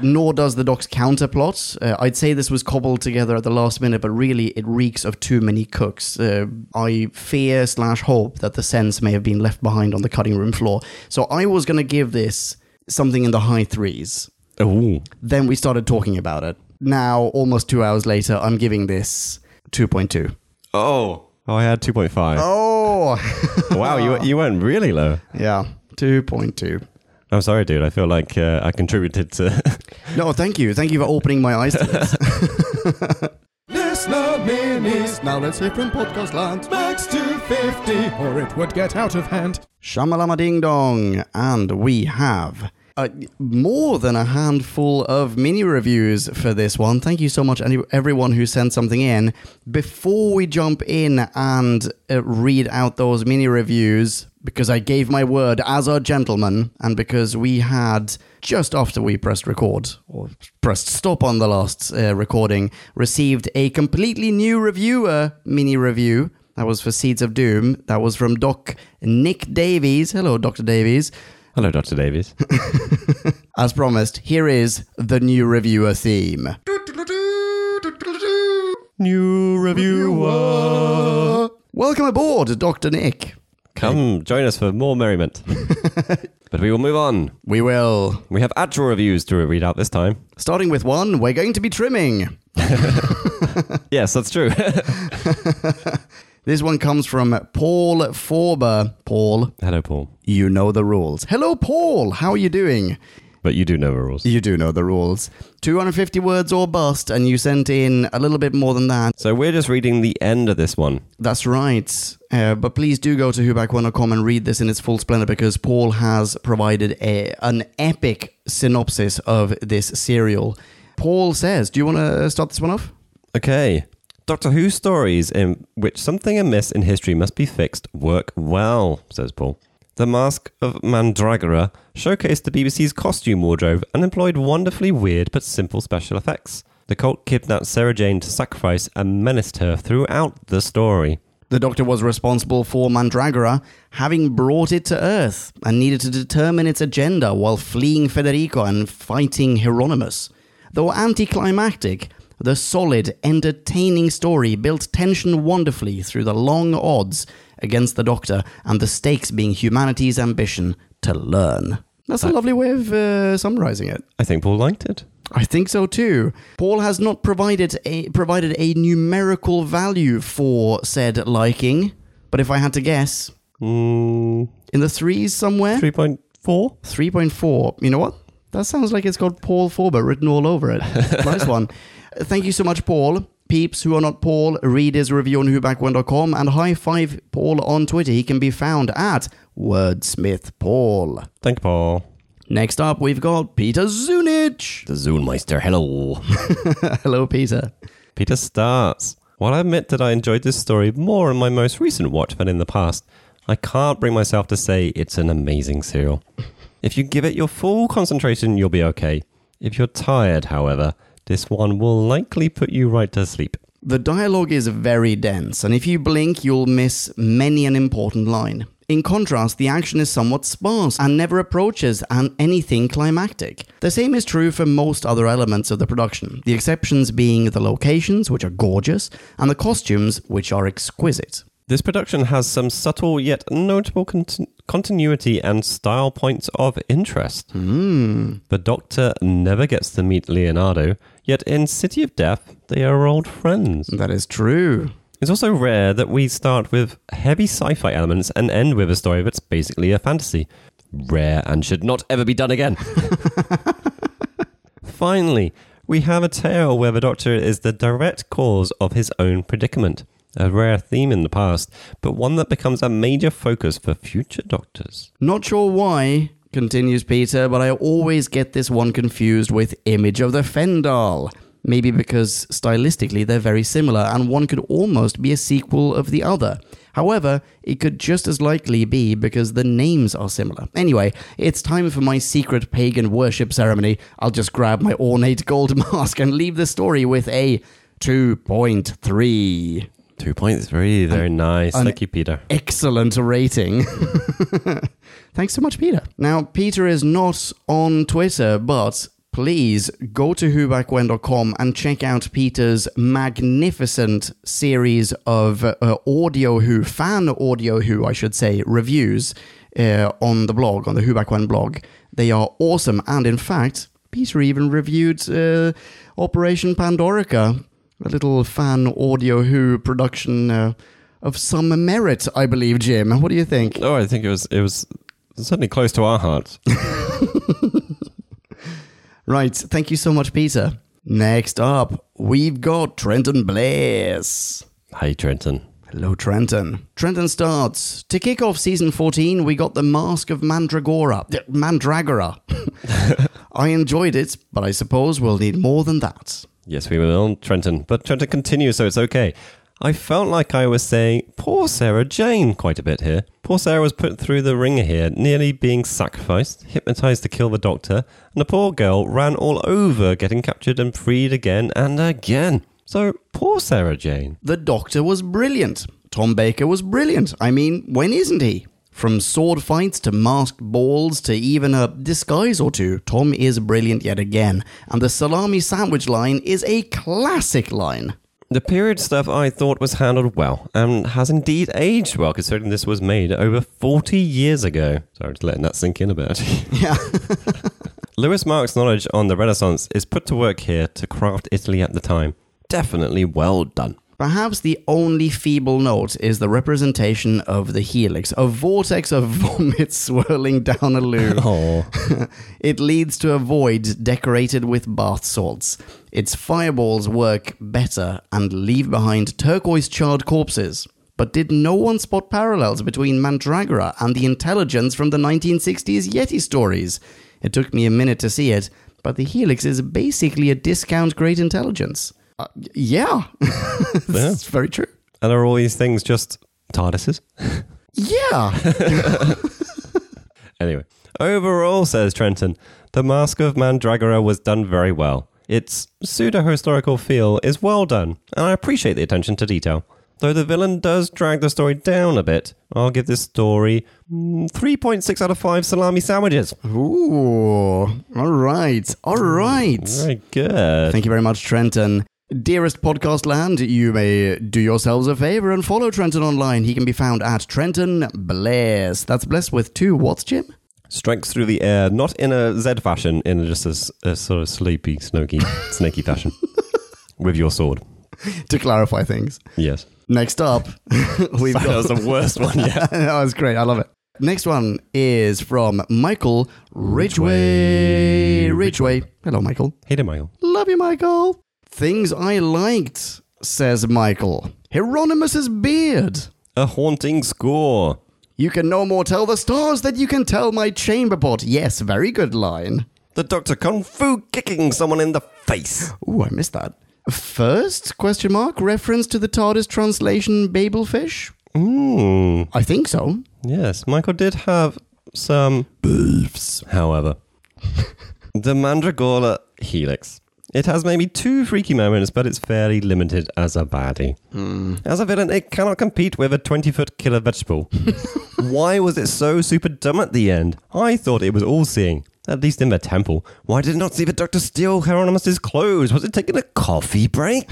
Speaker 1: nor does the Doc's counterplot. Uh, I'd say this was cobbled together at the last minute, but really it reeks of too many cooks. Uh, I fear slash hope that the sense may have been left behind on the cutting room floor. So I was going to give this something in the high threes.
Speaker 2: Ooh.
Speaker 1: Then we started talking about it. Now, almost two hours later, I'm giving this 2.2.
Speaker 2: Oh. Oh, I had 2.5.
Speaker 1: [LAUGHS] Oh,
Speaker 2: Wow, you, you went really low.
Speaker 1: yeah, 2.2.
Speaker 2: I'm sorry, dude. I feel like uh, I contributed to. [LAUGHS]
Speaker 1: No, thank you. Thank you for opening my eyes to this. [LAUGHS]
Speaker 4: Listener minis.
Speaker 1: now let's hear from Podcast Land.
Speaker 4: Max 250, or it would get out of hand.
Speaker 1: Shamalama Ding Dong, and we have uh, more than a handful of mini reviews for this one. Thank you so much, any- everyone who sent something in. Before we jump in and uh, read out those mini reviews, because I gave my word as a gentleman, and because we had just after we pressed record or pressed stop on the last uh, recording, received a completely new reviewer mini review. That was for Seeds of Doom. That was from Doc Nick Davies. Hello, Dr. Davies.
Speaker 2: Hello, Dr. Davies.
Speaker 1: As promised, here is the new reviewer theme.
Speaker 2: New reviewer.
Speaker 1: Welcome aboard, Dr. Nick.
Speaker 2: Come join us for more [LAUGHS] merriment. but we will move on.
Speaker 1: We will.
Speaker 2: We have actual reviews to read out this time.
Speaker 1: Starting with one, we're going to be trimming.
Speaker 2: Yes, that's true. [LAUGHS]
Speaker 1: This one comes from Paul Forber. Paul,
Speaker 2: Hello, Paul.
Speaker 1: you know the rules. Hello, Paul. How are you doing?
Speaker 2: But you do know the rules.
Speaker 1: You do know the rules. 250 words or bust, and you sent in a little bit more than that.
Speaker 2: So we're just reading the end of this one.
Speaker 1: That's right. Uh, but please do go to whoback1.com and read this in its full splendor because Paul has provided a, an epic synopsis of this serial. Paul says, Do you want to start this one off?
Speaker 2: Okay. Doctor Who stories in which something amiss in history must be fixed work well, says Paul. The Mask of Mandragora showcased the BBC's costume wardrobe and employed wonderfully weird but simple special effects. The cult kidnapped Sarah Jane to sacrifice and menaced her throughout the story.
Speaker 1: The Doctor was responsible for Mandragora having brought it to Earth and needed to determine its agenda while fleeing Federico and fighting Hieronymus. Though anticlimactic, the solid, entertaining story built tension wonderfully through the long odds against the Doctor and the stakes being humanity's ambition to learn. That's a lovely way of uh, summarizing it.
Speaker 2: I think Paul liked it.
Speaker 1: I think so too. Paul has not provided a provided a numerical value for said liking, but if I had to guess,
Speaker 2: Mm,
Speaker 1: in the threes
Speaker 2: Eh.
Speaker 1: somewhere,
Speaker 2: 3.4?
Speaker 1: three point four. You know what? That sounds like it's got Paul Forber written all over it. nice one. Thank you so much, Paul. Peeps who are not Paul, read his review on whoback1.com and high five Paul on Twitter. He can be found at wordsmith Paul.
Speaker 2: Thank you, Paul.
Speaker 1: Next up, we've got Peter Zunich.
Speaker 2: [LAUGHS] The Zoonmeister, hello.
Speaker 1: Hello, Peter.
Speaker 2: Peter starts. While I admit that I enjoyed this story more in my most recent watch than in the past, I can't bring myself to say it's an amazing serial. [LAUGHS] If you give it your full concentration, you'll be okay. If you're tired, however, this one will likely put you right to sleep.
Speaker 1: The dialogue is very dense, and if you blink, you'll miss many an important line. In contrast, the action is somewhat sparse and never approaches an anything climactic. The same is true for most other elements of the production, the exceptions being the locations, which are gorgeous, and the costumes, which are exquisite.
Speaker 2: This production has some subtle yet notable cont- continuity and style points of interest. The Doctor never gets to meet Leonardo, yet in City of Death, they are old friends.
Speaker 1: That is true.
Speaker 2: It's also rare that we start with heavy sci fi elements and end with a story that's basically a fantasy. Rare and should not ever be done [LAUGHS] again. Finally, we have a tale where the Doctor is the direct cause of his own predicament. A rare theme in the past, but one that becomes a major focus for future Doctors.
Speaker 1: Not sure why, continues Peter, but I always get this one confused with Image of the Fendal. Maybe because stylistically they're very similar, and one could almost be a sequel of the other. However, it could just as likely be because the names are similar. Anyway, it's time for my secret pagan worship ceremony. I'll just grab my ornate gold [LAUGHS] mask and leave the story with a 2.3.
Speaker 2: 2.3, very nice.
Speaker 1: an-
Speaker 2: Thank you, Peter.
Speaker 1: excellent rating. Thanks so much, Peter. Now, Peter is not on Twitter, but please go to whobackwhen.com and check out Peter's magnificent series of uh, audio who, fan audio who, I should say, reviews uh, on the blog, on the Who Back When blog. They are awesome. And in fact, Peter even reviewed uh, Operation Pandorica, a little fan audio who production uh, of some merit, I believe, Jim. What do you think?
Speaker 2: Oh, I think it was it was certainly close to our hearts.
Speaker 1: Right, thank you so much, Peter. Next up, we've got Trenton Bliss.
Speaker 2: hey, Trenton.
Speaker 1: Hello, Trenton. Trenton starts. To kick off season 14, we got The Mask of Mandragora. Th- Mandragora. [LAUGHS] I enjoyed it, but I suppose we'll need more than that.
Speaker 2: Yes, we will, Trenton. But Trenton continues, so it's okay. I felt like I was saying, poor Sarah Jane, quite a bit here. Poor Sarah was put through the ringer here, nearly being sacrificed, hypnotized to kill the doctor, and the poor girl ran all over, getting captured and freed again and again. So, poor Sarah Jane.
Speaker 1: The Doctor was brilliant. Tom Baker was brilliant. I mean, when isn't he? From sword fights to masked balls to even a disguise or two, Tom is brilliant yet again. And the salami sandwich line is a classic line.
Speaker 2: The period stuff I thought was handled well and has indeed aged well, considering this was made over 40 years ago. Sorry, just letting that sink in a bit.
Speaker 1: Yeah.
Speaker 2: [LAUGHS] Lewis Mark's knowledge on the Renaissance is put to work here to craft Italy at the time. Definitely well done.
Speaker 1: Perhaps the only feeble note is the representation of the helix, a vortex of [LAUGHS] vomit swirling down a loo.
Speaker 2: Oh,
Speaker 1: [LAUGHS] it leads to a void decorated with bath salts. Its fireballs work better and leave behind turquoise charred corpses. But did no one spot parallels between Mandragora and the intelligence from the 1960s Yeti stories? It took me a minute to see it, but the Helix is basically a discount great intelligence. Uh, y- yeah, that's very true.
Speaker 2: and are all these things just TARDISes?
Speaker 1: Yeah, [LAUGHS]
Speaker 2: Anyway, overall, says Trenton, the Mask of Mandragora was done very well. Its pseudo historical feel is well done, and I appreciate the attention to detail. Though the villain does drag the story down a bit, I'll give this story mm, 3.6 out of 5 salami sandwiches.
Speaker 1: ooh, all right, all right.
Speaker 2: Very good.
Speaker 1: Thank you very much, Trenton. Dearest podcast land, you may do yourselves a favor and follow Trenton online. He can be found at Trenton Bless. That's Bless with two what's, Jim? [LAUGHS]
Speaker 2: strikes through the air, not in a Z fashion, in just a, s- a sort of sleepy, [LAUGHS] snoky, snaky fashion. With your sword.
Speaker 1: to clarify things.
Speaker 2: Yes.
Speaker 1: Next up, [LAUGHS] we've
Speaker 2: That
Speaker 1: [LAUGHS] got.
Speaker 2: was the worst one yet.
Speaker 1: that was great. I love it. Next one is from Michael Ridgway. Ridgway. Hello, Michael.
Speaker 2: [LAUGHS] Hey there, Michael.
Speaker 1: Love you, Michael. Things I liked, says Michael. Hieronymus's beard.
Speaker 2: A haunting score.
Speaker 1: You can no more tell the stars that you can tell my chamber pot. Yes, very good line.
Speaker 2: The doctor kung fu kicking someone in the face.
Speaker 1: Ooh, I missed that. First question mark reference to the TARDIS translation Babelfish?
Speaker 2: Mmm.
Speaker 1: I think so.
Speaker 2: Yes, Michael did have some beefs, however. [LAUGHS] the Mandragora Helix. It has maybe two freaky moments, but it's fairly limited as a baddie. As a villain, it cannot compete with a 20 foot killer [LAUGHS] vegetable. Why was it so super dumb at the end? I thought it was all seeing, at least in the temple. Why did it not see the doctor steal Hieronymus's clothes? Was it taking a coffee break?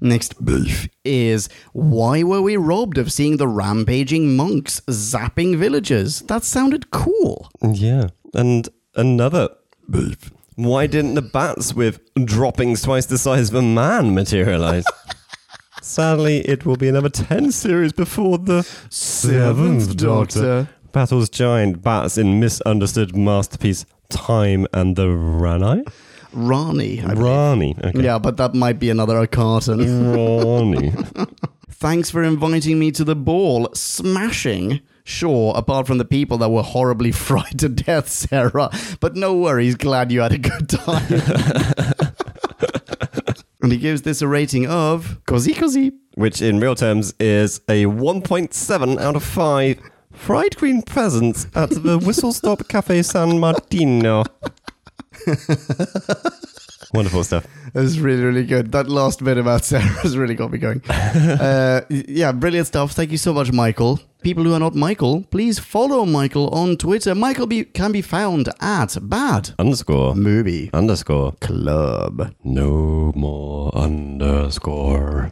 Speaker 1: Next beef is why were we robbed of seeing the rampaging monks zapping villagers? That sounded cool.
Speaker 2: Yeah. And another beef. Why didn't the bats with droppings twice the size of a
Speaker 1: [LAUGHS]
Speaker 2: man materialize? Sadly, it will be another 10 series before the
Speaker 1: Seventh Doctor.
Speaker 2: battles giant bats in misunderstood masterpiece Time and the Rani?
Speaker 1: Rani. I believe.
Speaker 2: Rani. Okay.
Speaker 1: Yeah, but that might be another carton.
Speaker 2: Rani.
Speaker 1: Thanks for inviting me to the ball. Smashing. Sure, apart from the people that were horribly [LAUGHS] fried to death, Sarah. But no worries, glad you had a good time. and he gives this a rating of cozy cozy.
Speaker 2: Which in real terms is a 1.7 out of 5 fried green presents at the Whistle Stop Cafe San Martino. Wonderful stuff.
Speaker 1: It was really, really good. That last bit about [LAUGHS] Sarah's really got me going. uh, yeah, brilliant stuff. Thank you so much, Michael. People who are not Michael, please follow Michael on Twitter. Michael be, can be found at Bad
Speaker 2: Underscore.
Speaker 1: Movie
Speaker 2: Underscore.
Speaker 1: Club.
Speaker 2: No more underscore.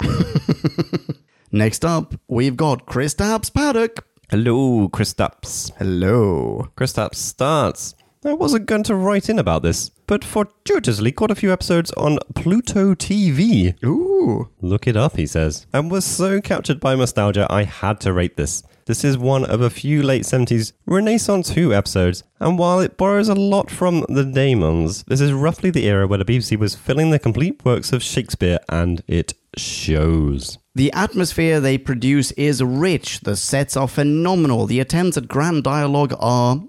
Speaker 1: Next up, we've got Chris Dabbs Paddock.
Speaker 2: Hello, Kristaps.
Speaker 1: Hello.
Speaker 2: Kristaps starts. I wasn't going to write in about this, but fortuitously caught a few episodes on Pluto TV.
Speaker 1: Ooh.
Speaker 2: Look it up, he says, and was so captured by nostalgia I had to rate this. This is one of a few late 70s Renaissance Who episodes, and while it borrows a lot from The Daemons, this is roughly the era where the BBC was filling the complete works of Shakespeare, and it shows.
Speaker 1: The atmosphere they produce is rich, the sets are phenomenal, the attempts at grand dialogue are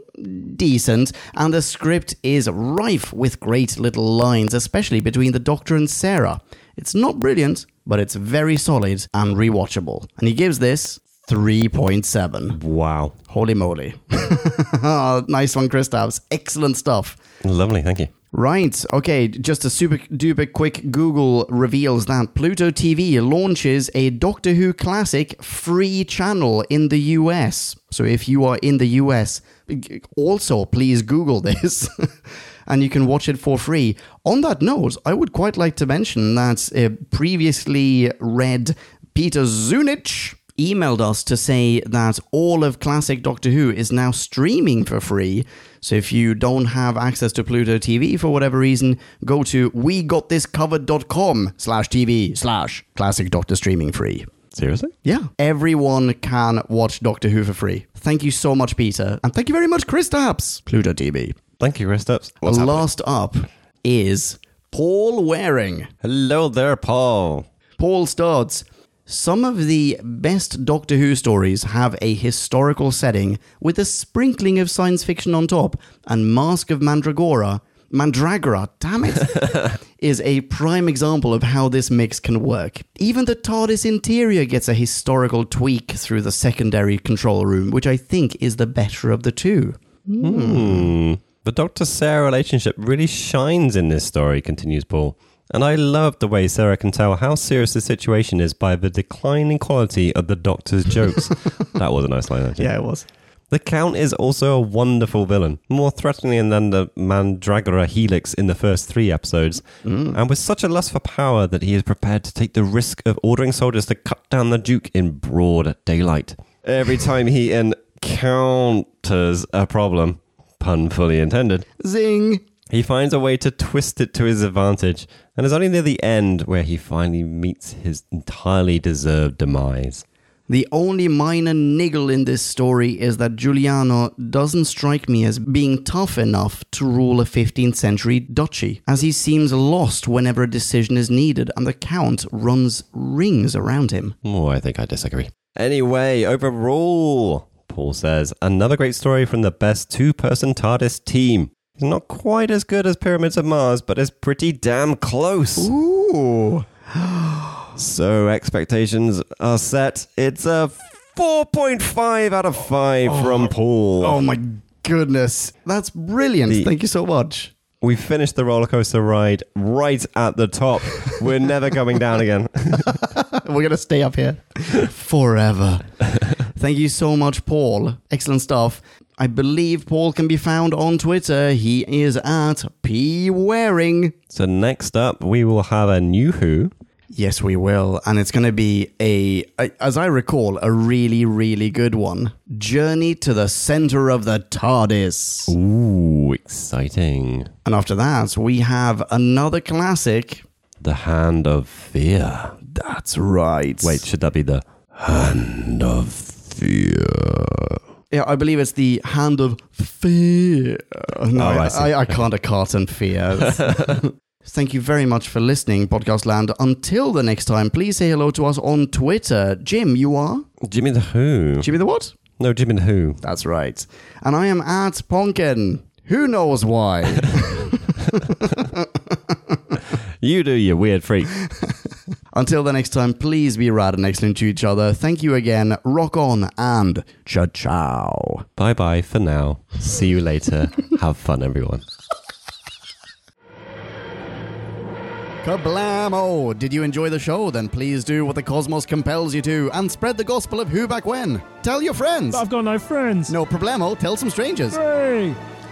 Speaker 1: decent, and the script is rife with great little lines, especially between the Doctor and Sarah. It's not brilliant, but it's very solid and rewatchable. And he gives this 3.7.
Speaker 2: Wow.
Speaker 1: Holy moly. [LAUGHS] Ah, nice one, Kristaps. Excellent stuff.
Speaker 2: Lovely, thank you.
Speaker 1: Right. Okay. Just a super duper quick Google reveals that Pluto TV launches a Doctor Who classic free channel in the US. So if you are in the US, also please Google this. [LAUGHS] And you can watch it for free. On that note, I would quite like to mention that uh, previously read Peter Zunich emailed us to say that all of classic Doctor Who is now streaming for free. So if you don't have access to Pluto TV for whatever reason, go to wegotThiscovered.com slash TV slash classic Doctor streaming free.
Speaker 2: Seriously?
Speaker 1: Yeah. Everyone can watch Doctor Who for free. Thank you so much, Peter. And thank you very much, Chris Dapps. Pluto TV.
Speaker 2: Thank you, Kristaps. What's happening?
Speaker 1: Last up is Paul Waring.
Speaker 2: Hello there, Paul.
Speaker 1: Paul starts. Some of the best Doctor Who stories have a historical setting with a sprinkling of science fiction on top, and Mask of Mandragora, Mandragora, damn it, is a prime example of how this mix can work. Even the TARDIS interior gets a historical tweak through the secondary control room, which I think is the better of the two.
Speaker 2: Hmm. The Doctor Sarah relationship really shines in this story, continues Paul. And I love the way Sarah can tell how serious the situation is by the declining quality of the Doctor's jokes. that was a nice line, actually.
Speaker 1: it was.
Speaker 2: The Count is also a wonderful villain, more threatening than the Mandragora Helix in the first three episodes, and with such a lust for power that he is prepared to take the risk of ordering soldiers to cut down the Duke in broad daylight. Every time he encounters a problem, pun fully intended,
Speaker 1: Zing!
Speaker 2: he finds a way to twist it to his advantage, and is only near the end where he finally meets his entirely deserved demise.
Speaker 1: The only minor niggle in this story is that Giuliano doesn't strike me as being tough enough to rule a 15th century duchy, as he seems lost whenever a decision is needed and the Count runs rings around him.
Speaker 2: Oh, I think I disagree. Anyway, overall, Paul says, another great story from the best two person TARDIS team. It's not quite as good as Pyramids of Mars, but it's pretty damn close.
Speaker 1: Ooh.
Speaker 2: [GASPS] So expectations are set. It's a 4.5 out of 5 from Paul.
Speaker 1: Oh my goodness. That's brilliant.
Speaker 2: The-
Speaker 1: Thank you so much. [LAUGHS]
Speaker 2: We finished the roller coaster ride right at the top.
Speaker 1: [LAUGHS]
Speaker 2: We're never going down again.
Speaker 1: We're going to stay up here forever. Thank you so much, Paul. Excellent stuff. I believe Paul can be found on Twitter. He is at P Waring.
Speaker 2: so, next up, we will have a new Who.
Speaker 1: Yes, we will. And it's going to be a, a- as I recall, a really, really good one. Journey to the center of the TARDIS.
Speaker 2: Ooh, exciting.
Speaker 1: And after that, we have another classic.
Speaker 2: The Hand of Fear.
Speaker 1: That's right.
Speaker 2: Wait, should that be the hand of fear?
Speaker 1: Yeah, I believe it's the Hand of Fear. No,
Speaker 2: Oh, I
Speaker 1: I,
Speaker 2: see.
Speaker 1: I, I can't a carton
Speaker 2: [LAUGHS]
Speaker 1: fear. Thank you very much for listening, Podcast Land. Until the next time, please say hello to us on Twitter. Jim, you are?
Speaker 2: Jimmy the Who?
Speaker 1: Jimmy the what?
Speaker 2: no, Jimmy the Who.
Speaker 1: That's right. And I am at Ponkin. Who knows why?
Speaker 2: You do, you weird [GASPS] freak.
Speaker 1: Until the next time, please be rad and excellent to each other. Thank you again. Rock on and cha ciao.
Speaker 2: bye bye for now. [LAUGHS] See you later. Have fun, everyone.
Speaker 1: Kablamo! Did you enjoy the show? Then please do what the cosmos compels you to and spread the gospel of who back when. Tell your friends!
Speaker 5: I've got no friends.
Speaker 1: No problemo, tell some strangers.
Speaker 5: Hey.